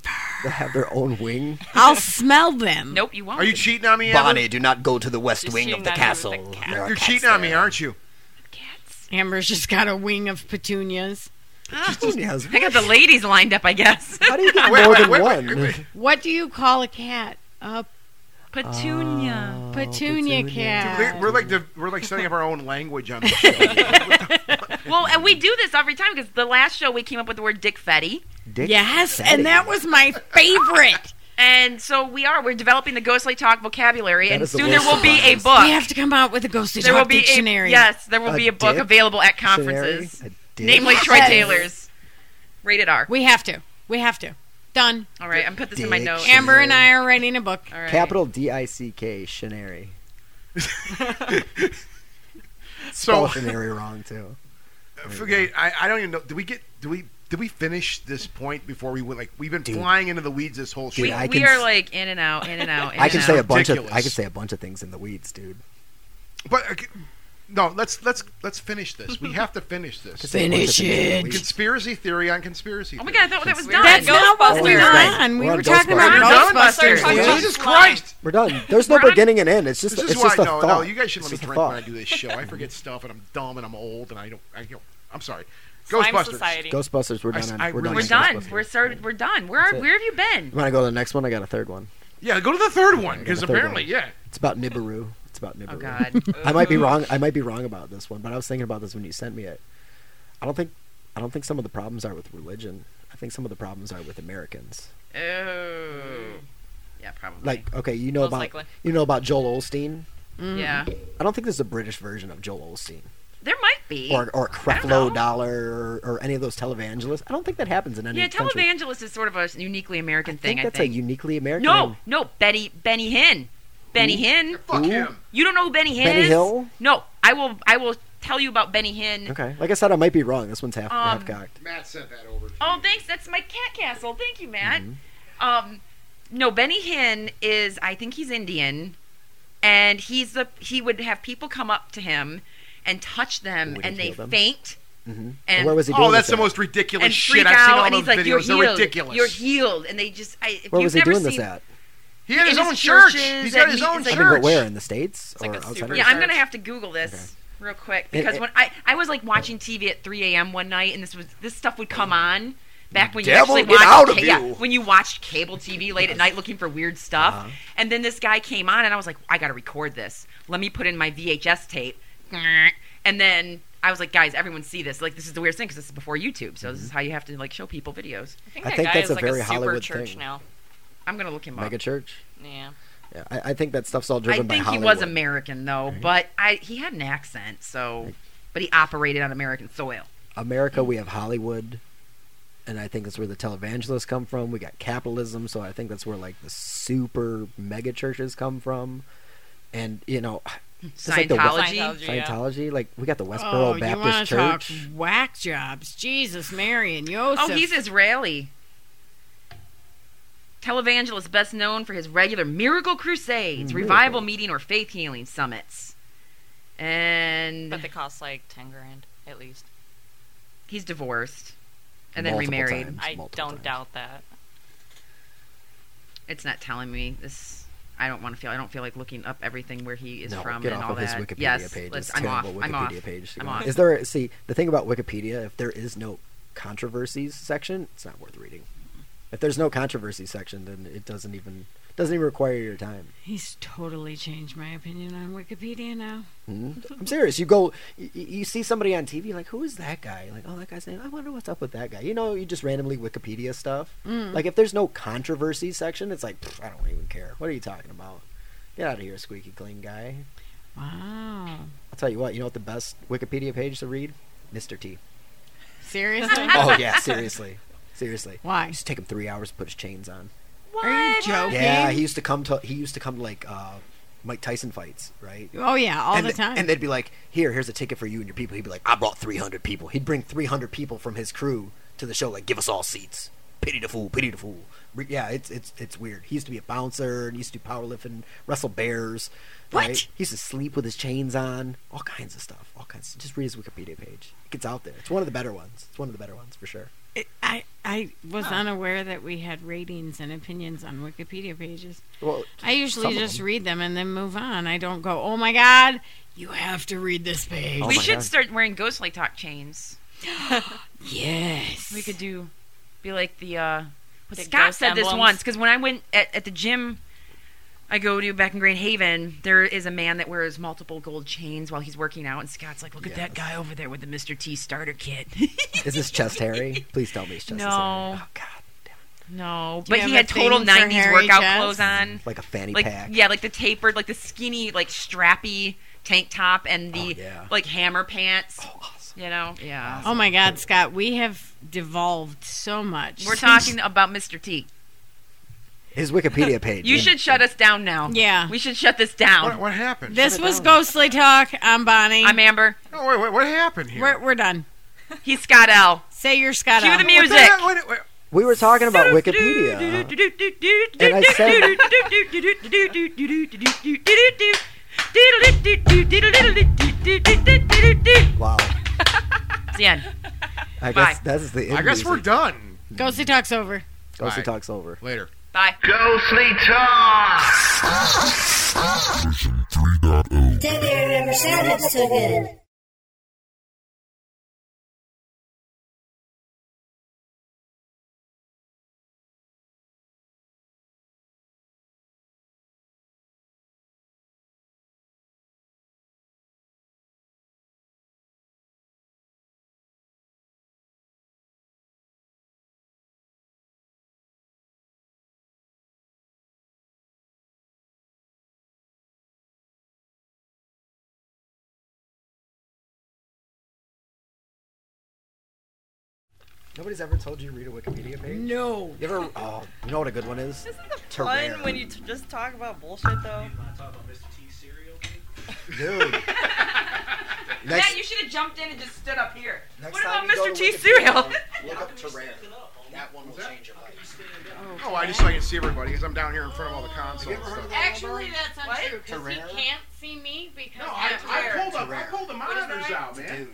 Speaker 5: They have their own wing.
Speaker 7: I'll smell them.
Speaker 6: Nope, you won't.
Speaker 3: Are you cheating on me, Amber?
Speaker 5: do not go to the west
Speaker 9: Just wing of the cheating on you with the castle. cat. There
Speaker 3: You're cheating on me, aren't you?
Speaker 6: Cats.
Speaker 7: Amber's just got a wing of petunias.
Speaker 3: *laughs*
Speaker 6: I got the ladies lined up, I guess.
Speaker 5: How do
Speaker 6: *laughs*
Speaker 5: you get
Speaker 3: Wait,
Speaker 5: more
Speaker 3: wait,
Speaker 5: than
Speaker 3: wait,
Speaker 5: one?
Speaker 3: wait, wait.
Speaker 7: What do you call a cat? A
Speaker 6: Petunia.
Speaker 5: Oh,
Speaker 7: petunia, cat.
Speaker 3: We're, we're like the, we're like setting up our own language on this show.
Speaker 5: *laughs*
Speaker 6: well, and we do this every time because the last show we came up with the word Dick Fetty.
Speaker 5: Dick
Speaker 7: Yes,
Speaker 5: Setting.
Speaker 7: and that was my favorite.
Speaker 6: And so we are. We're developing the Ghostly Talk vocabulary,
Speaker 5: That
Speaker 6: and
Speaker 5: is the
Speaker 6: soon there
Speaker 5: worst
Speaker 6: will be a *laughs*
Speaker 5: sentence.
Speaker 6: book.
Speaker 7: we have to come out with a ghosted
Speaker 6: there will
Speaker 7: talk
Speaker 6: be
Speaker 7: dictionary.
Speaker 6: A, yes, there will
Speaker 5: A
Speaker 6: be a book
Speaker 5: dick
Speaker 6: available at
Speaker 5: Dictionary?
Speaker 6: conferences,
Speaker 5: A dick-
Speaker 6: namely Troy
Speaker 7: Yes.
Speaker 6: Taylor's. Rated R.
Speaker 7: We have to. We have to. Done.
Speaker 6: All right, I'm put this in my notes.
Speaker 5: Diction-
Speaker 7: Amber and I are writing a book.
Speaker 6: All right.
Speaker 5: Capital D I C
Speaker 3: *laughs*
Speaker 5: K. Shinary.
Speaker 3: So *laughs*
Speaker 5: Shinary wrong too.
Speaker 3: Forget. I, I don't even know. Did we get? Do we? Did we finish this point before we went? Like we've been
Speaker 5: Dude.
Speaker 3: flying into the weeds this whole show.
Speaker 5: Dude, I
Speaker 6: we
Speaker 5: can
Speaker 6: are
Speaker 5: s-
Speaker 6: like in and out, in and out. In
Speaker 5: I can
Speaker 6: and
Speaker 5: say a
Speaker 6: out.
Speaker 5: bunch of I
Speaker 3: Ridiculous.
Speaker 5: can say a bunch of things in the weeds, dude.
Speaker 3: But okay, no, let's let's let's finish this. We have to finish
Speaker 5: *laughs* I can
Speaker 3: this.
Speaker 5: say a bunch of
Speaker 7: Finish
Speaker 5: things in the
Speaker 7: it.
Speaker 5: weeds.
Speaker 3: Conspiracy theory on conspiracy.
Speaker 6: Oh my
Speaker 3: theory.
Speaker 6: god, I thought that was
Speaker 9: We're
Speaker 6: done.
Speaker 9: That's
Speaker 7: That's
Speaker 9: done.
Speaker 7: not what we
Speaker 5: we're
Speaker 7: were
Speaker 5: done.
Speaker 7: on. We
Speaker 5: We're
Speaker 7: were
Speaker 5: on
Speaker 7: talking
Speaker 5: Ghostbusters.
Speaker 3: We're
Speaker 7: about
Speaker 3: done?
Speaker 9: Ghostbusters.
Speaker 7: Ghostbusters.
Speaker 9: We're
Speaker 7: dude.
Speaker 9: done.
Speaker 3: Jesus Christ!
Speaker 5: We're done. There's no
Speaker 6: We're on-
Speaker 5: beginning and end. It's just
Speaker 3: This is
Speaker 5: it's
Speaker 3: why
Speaker 5: just a
Speaker 3: no,
Speaker 5: thought.
Speaker 3: no, you guys should let
Speaker 5: It's
Speaker 3: me
Speaker 5: just a
Speaker 3: drink
Speaker 5: thought.
Speaker 3: when I do this show. I forget stuff, and I'm dumb, and I'm old, and I don't. I don't I'm sorry.
Speaker 9: Slime
Speaker 3: Ghostbusters.
Speaker 9: Society.
Speaker 5: Ghostbusters. We're
Speaker 3: I
Speaker 5: done.
Speaker 3: s-
Speaker 5: on-
Speaker 3: I
Speaker 5: we're
Speaker 3: really
Speaker 6: We're
Speaker 5: done. on
Speaker 6: done.
Speaker 5: Ghostbusters.
Speaker 6: We're started. We're done. Where are,
Speaker 5: it.
Speaker 6: where have you been?
Speaker 5: You want to go to the next one? I got a third one.
Speaker 3: Yeah, go to the third one
Speaker 5: the
Speaker 3: because
Speaker 5: third
Speaker 3: apparently,
Speaker 5: one.
Speaker 3: yeah.
Speaker 5: It's about Nibiru. It's about Nibiru.
Speaker 6: Oh God.
Speaker 5: *laughs* I might be wrong. I might be wrong about this one, but I was thinking about this when you sent me it. I don't think I don't think some of the problems are with religion. I think some of the problems are with Americans.
Speaker 6: Oh. Yeah, probably.
Speaker 5: Like, okay, you know
Speaker 9: Most
Speaker 5: about
Speaker 9: likely.
Speaker 5: you know about Joel Olstein.
Speaker 6: yeah,
Speaker 3: Mm.
Speaker 5: I don't think there's a British version of Joel Olstein
Speaker 6: there might be.
Speaker 5: or or
Speaker 6: know.
Speaker 5: Creflo Dollar or, or any of those televangelists. I don't think that happens in any
Speaker 6: yeah,
Speaker 5: country.
Speaker 6: televangelist is sort of a uniquely American
Speaker 5: I
Speaker 6: thing.
Speaker 5: think that's
Speaker 6: I think.
Speaker 5: a uniquely American.
Speaker 6: no, no, Betty, Benny Hinn, Benny Hinn.
Speaker 3: Fuck
Speaker 5: Ooh.
Speaker 3: him.
Speaker 6: You don't know who Benny Hinn
Speaker 5: Benny
Speaker 6: is?
Speaker 5: Hill?
Speaker 6: No, I will. I will tell you about Benny Hinn.
Speaker 5: Okay, like I said, I might be wrong. This one's half
Speaker 6: Um,
Speaker 5: half cocked.
Speaker 3: Matt sent that over. to
Speaker 6: Oh,
Speaker 3: you.
Speaker 6: thanks. That's my cat castle. Thank you, Matt.
Speaker 5: Mm-hmm.
Speaker 6: Um, no, Benny Hinn is. I think he's Indian, and he's the. He would have people come up to him and touch them,
Speaker 5: Would he
Speaker 6: and they
Speaker 5: heal them?
Speaker 6: faint.
Speaker 5: Mhm.
Speaker 6: And
Speaker 5: Where was he?
Speaker 3: Oh,
Speaker 5: doing
Speaker 3: that's
Speaker 5: this
Speaker 3: the
Speaker 5: at?
Speaker 3: most ridiculous
Speaker 6: and
Speaker 3: shit
Speaker 6: freak
Speaker 3: I've seen.
Speaker 6: out,
Speaker 3: All
Speaker 6: and
Speaker 3: those
Speaker 6: he's like,
Speaker 3: videos.
Speaker 6: "You're
Speaker 3: They're
Speaker 6: healed.
Speaker 3: ridiculous.
Speaker 6: You're healed," and they just. I, if
Speaker 5: Where
Speaker 6: you've
Speaker 5: was he
Speaker 6: never
Speaker 5: doing this
Speaker 6: seen-
Speaker 5: at?
Speaker 3: he had his
Speaker 6: in
Speaker 3: own
Speaker 6: his
Speaker 3: church.
Speaker 6: churches
Speaker 3: He's got
Speaker 6: and
Speaker 3: his
Speaker 6: meet-
Speaker 3: own
Speaker 6: it's like-
Speaker 5: I
Speaker 3: church.
Speaker 5: mean, but where in the states
Speaker 9: like
Speaker 5: or
Speaker 9: a
Speaker 5: outside?
Speaker 9: super-
Speaker 5: of
Speaker 6: Yeah, I'm
Speaker 9: Research.
Speaker 6: gonna have to Google this real quick
Speaker 5: It-
Speaker 6: because
Speaker 5: it-
Speaker 6: when I I was like watching TV at 3 a.m. one night, and this was this stuff would come on back when
Speaker 3: Devil,
Speaker 6: you actually
Speaker 3: get
Speaker 6: watched
Speaker 3: out of
Speaker 6: ca- yeah,
Speaker 3: you.
Speaker 6: when you watched cable TV late at night looking for weird stuff,
Speaker 5: Uh-huh.
Speaker 6: and then this guy came on, and I was like, I gotta record this. Let me put in my VHS tape, and then. I was like, guys, everyone see this. Like, this is the weirdest thing because this is before YouTube,
Speaker 5: Mm-hmm.
Speaker 6: so this is how you have to like show people videos.
Speaker 9: I think
Speaker 5: I
Speaker 9: that
Speaker 5: think
Speaker 9: guy
Speaker 5: that's
Speaker 9: is
Speaker 5: a
Speaker 9: like
Speaker 5: very
Speaker 9: a super
Speaker 5: Hollywood
Speaker 9: church
Speaker 5: thing.
Speaker 9: now.
Speaker 6: I'm gonna look him up.
Speaker 5: Mega church.
Speaker 9: Yeah.
Speaker 5: Yeah, I, I think that stuff's all
Speaker 6: I
Speaker 5: driven by
Speaker 6: think he
Speaker 5: Hollywood.
Speaker 6: was American though, but I he had an accent, so but he operated on American soil.
Speaker 5: America,
Speaker 6: Mm.
Speaker 5: we have Hollywood, and I think that's where the televangelists come from. We got capitalism, so I think that's where like the super mega churches come from. And you know, just like the West-
Speaker 6: Scientology.
Speaker 9: Scientology. Yeah.
Speaker 5: Scientology, like we got the Westboro
Speaker 7: Oh, you
Speaker 5: Baptist
Speaker 7: want to talk
Speaker 5: Church.
Speaker 7: whack jobs? Jesus, Mary, and Yosef.
Speaker 6: Oh, he's Israeli. Televangelist best known for his regular miracle crusades, revival meeting, or faith healing summits. And
Speaker 9: But they cost like ten grand at least.
Speaker 6: he's divorced and then
Speaker 5: multiple
Speaker 6: remarried.
Speaker 5: times,
Speaker 9: I
Speaker 5: multiple
Speaker 9: don't
Speaker 5: times.
Speaker 9: doubt that.
Speaker 6: It's not telling me this. I don't want to feel. I don't feel like looking up everything where he is
Speaker 5: no,
Speaker 6: from
Speaker 5: get
Speaker 6: and
Speaker 5: off
Speaker 6: all
Speaker 5: of
Speaker 6: that.
Speaker 5: his Wikipedia
Speaker 6: yes,
Speaker 5: page.
Speaker 6: let's-
Speaker 5: It's
Speaker 6: I'm off.
Speaker 5: terrible
Speaker 6: I'm off.
Speaker 5: Wikipedia page.
Speaker 6: I'm off.
Speaker 5: Is there? See, the thing about Wikipedia, if there is no controversies section, it's not worth reading. If there's no controversy section, then it doesn't even doesn't even require your time.
Speaker 7: He's totally changed my opinion on Wikipedia now.
Speaker 5: I'm serious. You go, you, you see somebody on TV, like, who is that guy? You're Like, oh, that guy's name. I wonder what's up with that guy. You know, you just randomly Wikipedia stuff. Like, if there's no controversy section, it's like, "Pfft, I don't even care. What are you talking about? Get out of here, squeaky clean guy.
Speaker 7: Wow.
Speaker 6: *laughs*
Speaker 5: I'll tell you what. You know what the best Wikipedia page to read? Mr. T.
Speaker 7: Seriously?
Speaker 5: Oh yeah, seriously, seriously.
Speaker 7: Why?
Speaker 5: used to take him three hours to put his chains on.
Speaker 7: Are you joking?
Speaker 5: Yeah, he used to come to he used to come to like uh, Mike Tyson fights, right?
Speaker 7: oh, yeah, all
Speaker 5: and
Speaker 7: the
Speaker 5: th-
Speaker 7: time.
Speaker 5: And they'd be like, "Here, here's a ticket for you and your people." He'd be like, "I brought 300 people." He'd bring 300 people from his crew to the show, like, "Give us all seats." Pity the fool. Pity the fool. Re- Yeah, it's it's it's weird. He used to be a bouncer and he used to do powerlifting, wrestle bears. Right?
Speaker 6: What?
Speaker 5: He used to sleep with his chains on, all kinds of stuff. All kinds. Just read his Wikipedia page. It gets out there. It's one of the better ones. It's one of the better ones for sure.
Speaker 7: It- I, I was unaware that we had ratings and opinions on Wikipedia pages.
Speaker 5: Well,
Speaker 7: I
Speaker 5: some
Speaker 7: usually
Speaker 5: of
Speaker 7: just
Speaker 5: them.
Speaker 7: read them and then move on. I don't go, oh my God, you have to read this page.
Speaker 5: Oh
Speaker 6: we
Speaker 5: my
Speaker 6: should
Speaker 5: God.
Speaker 6: start wearing ghostly talk chains.
Speaker 7: Yes.
Speaker 6: We could do, be like the. uh well,
Speaker 9: The
Speaker 6: Scott
Speaker 9: ghost
Speaker 6: said this
Speaker 9: emblems.
Speaker 6: once because when I went at, at the gym, I go to back in Grand Haven. There is a man that wears multiple gold chains while he's working out, and Scott's like, "Look at that guy over there with the Mr. T starter kit." *laughs*
Speaker 5: Is this chest hairy? Please tell me his chest is
Speaker 6: No.
Speaker 5: hairy. Oh God,
Speaker 6: no,
Speaker 7: Do you
Speaker 6: but he
Speaker 7: have
Speaker 6: had
Speaker 7: a
Speaker 6: total
Speaker 7: thing for
Speaker 6: '90s
Speaker 7: hairy
Speaker 6: workout
Speaker 7: chest?
Speaker 6: clothes on,
Speaker 5: like a fanny
Speaker 6: like
Speaker 5: pack.
Speaker 6: yeah, like the tapered, like the skinny, like strappy tank top and the
Speaker 5: Oh, yeah.
Speaker 6: like hammer pants.
Speaker 5: Oh, awesome.
Speaker 6: You know, yeah.
Speaker 7: Oh my God, Scott, we have devolved so much.
Speaker 6: We're talking about Mr. T.
Speaker 5: His Wikipedia
Speaker 6: *laughs*
Speaker 5: page.
Speaker 6: You
Speaker 5: man.
Speaker 6: should shut us down now.
Speaker 7: Yeah.
Speaker 6: we should shut this down.
Speaker 3: What, what happened?
Speaker 7: This was Ghostly Talk. I'm Bonnie.
Speaker 6: I'm Amber.
Speaker 3: No, wait, wait, what happened here?
Speaker 7: we're, we're done.
Speaker 6: He's Scott L.
Speaker 7: Say you're Scott.
Speaker 6: Cue
Speaker 7: L.
Speaker 6: the music.
Speaker 3: Wait, wait, wait, wait.
Speaker 5: We were talking about Wikipedia. And I said- Wow.
Speaker 6: It's the end. Bye.
Speaker 5: I guess that's the end.
Speaker 3: I guess we're
Speaker 5: music.
Speaker 3: done.
Speaker 7: Ghosty Talk's over.
Speaker 5: Ghostly
Speaker 3: Bye.
Speaker 5: Talk's over.
Speaker 3: Later.
Speaker 6: Bye.
Speaker 10: Dead air never sounded so good.
Speaker 5: Nobody's ever told you to read a Wikipedia page? No. You ever? Oh, you know what a good one is?
Speaker 9: Isn't the
Speaker 5: Terraria.
Speaker 9: fun when you t- just talk about bullshit though?
Speaker 5: Dude. next,
Speaker 6: Matt, you should have jumped in and just stood up here.
Speaker 5: next
Speaker 6: What
Speaker 5: time
Speaker 6: about
Speaker 5: you go
Speaker 6: Mr.
Speaker 5: to
Speaker 6: T
Speaker 5: Wikipedia,
Speaker 6: cereal?
Speaker 5: Look up Terraria. That one will change your life.
Speaker 3: Oh, I just so I can see everybody because I'm down here in front of all the consoles. and stuff.
Speaker 7: Actually, that's untrue because he
Speaker 5: Terraria?
Speaker 7: can't see me because
Speaker 3: No, I, I pulled up. I
Speaker 5: Terraria.
Speaker 3: pulled the monitors out, man.
Speaker 5: Dude.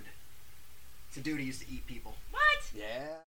Speaker 5: It's a dude who used to eat people.
Speaker 6: What?
Speaker 5: Yeah.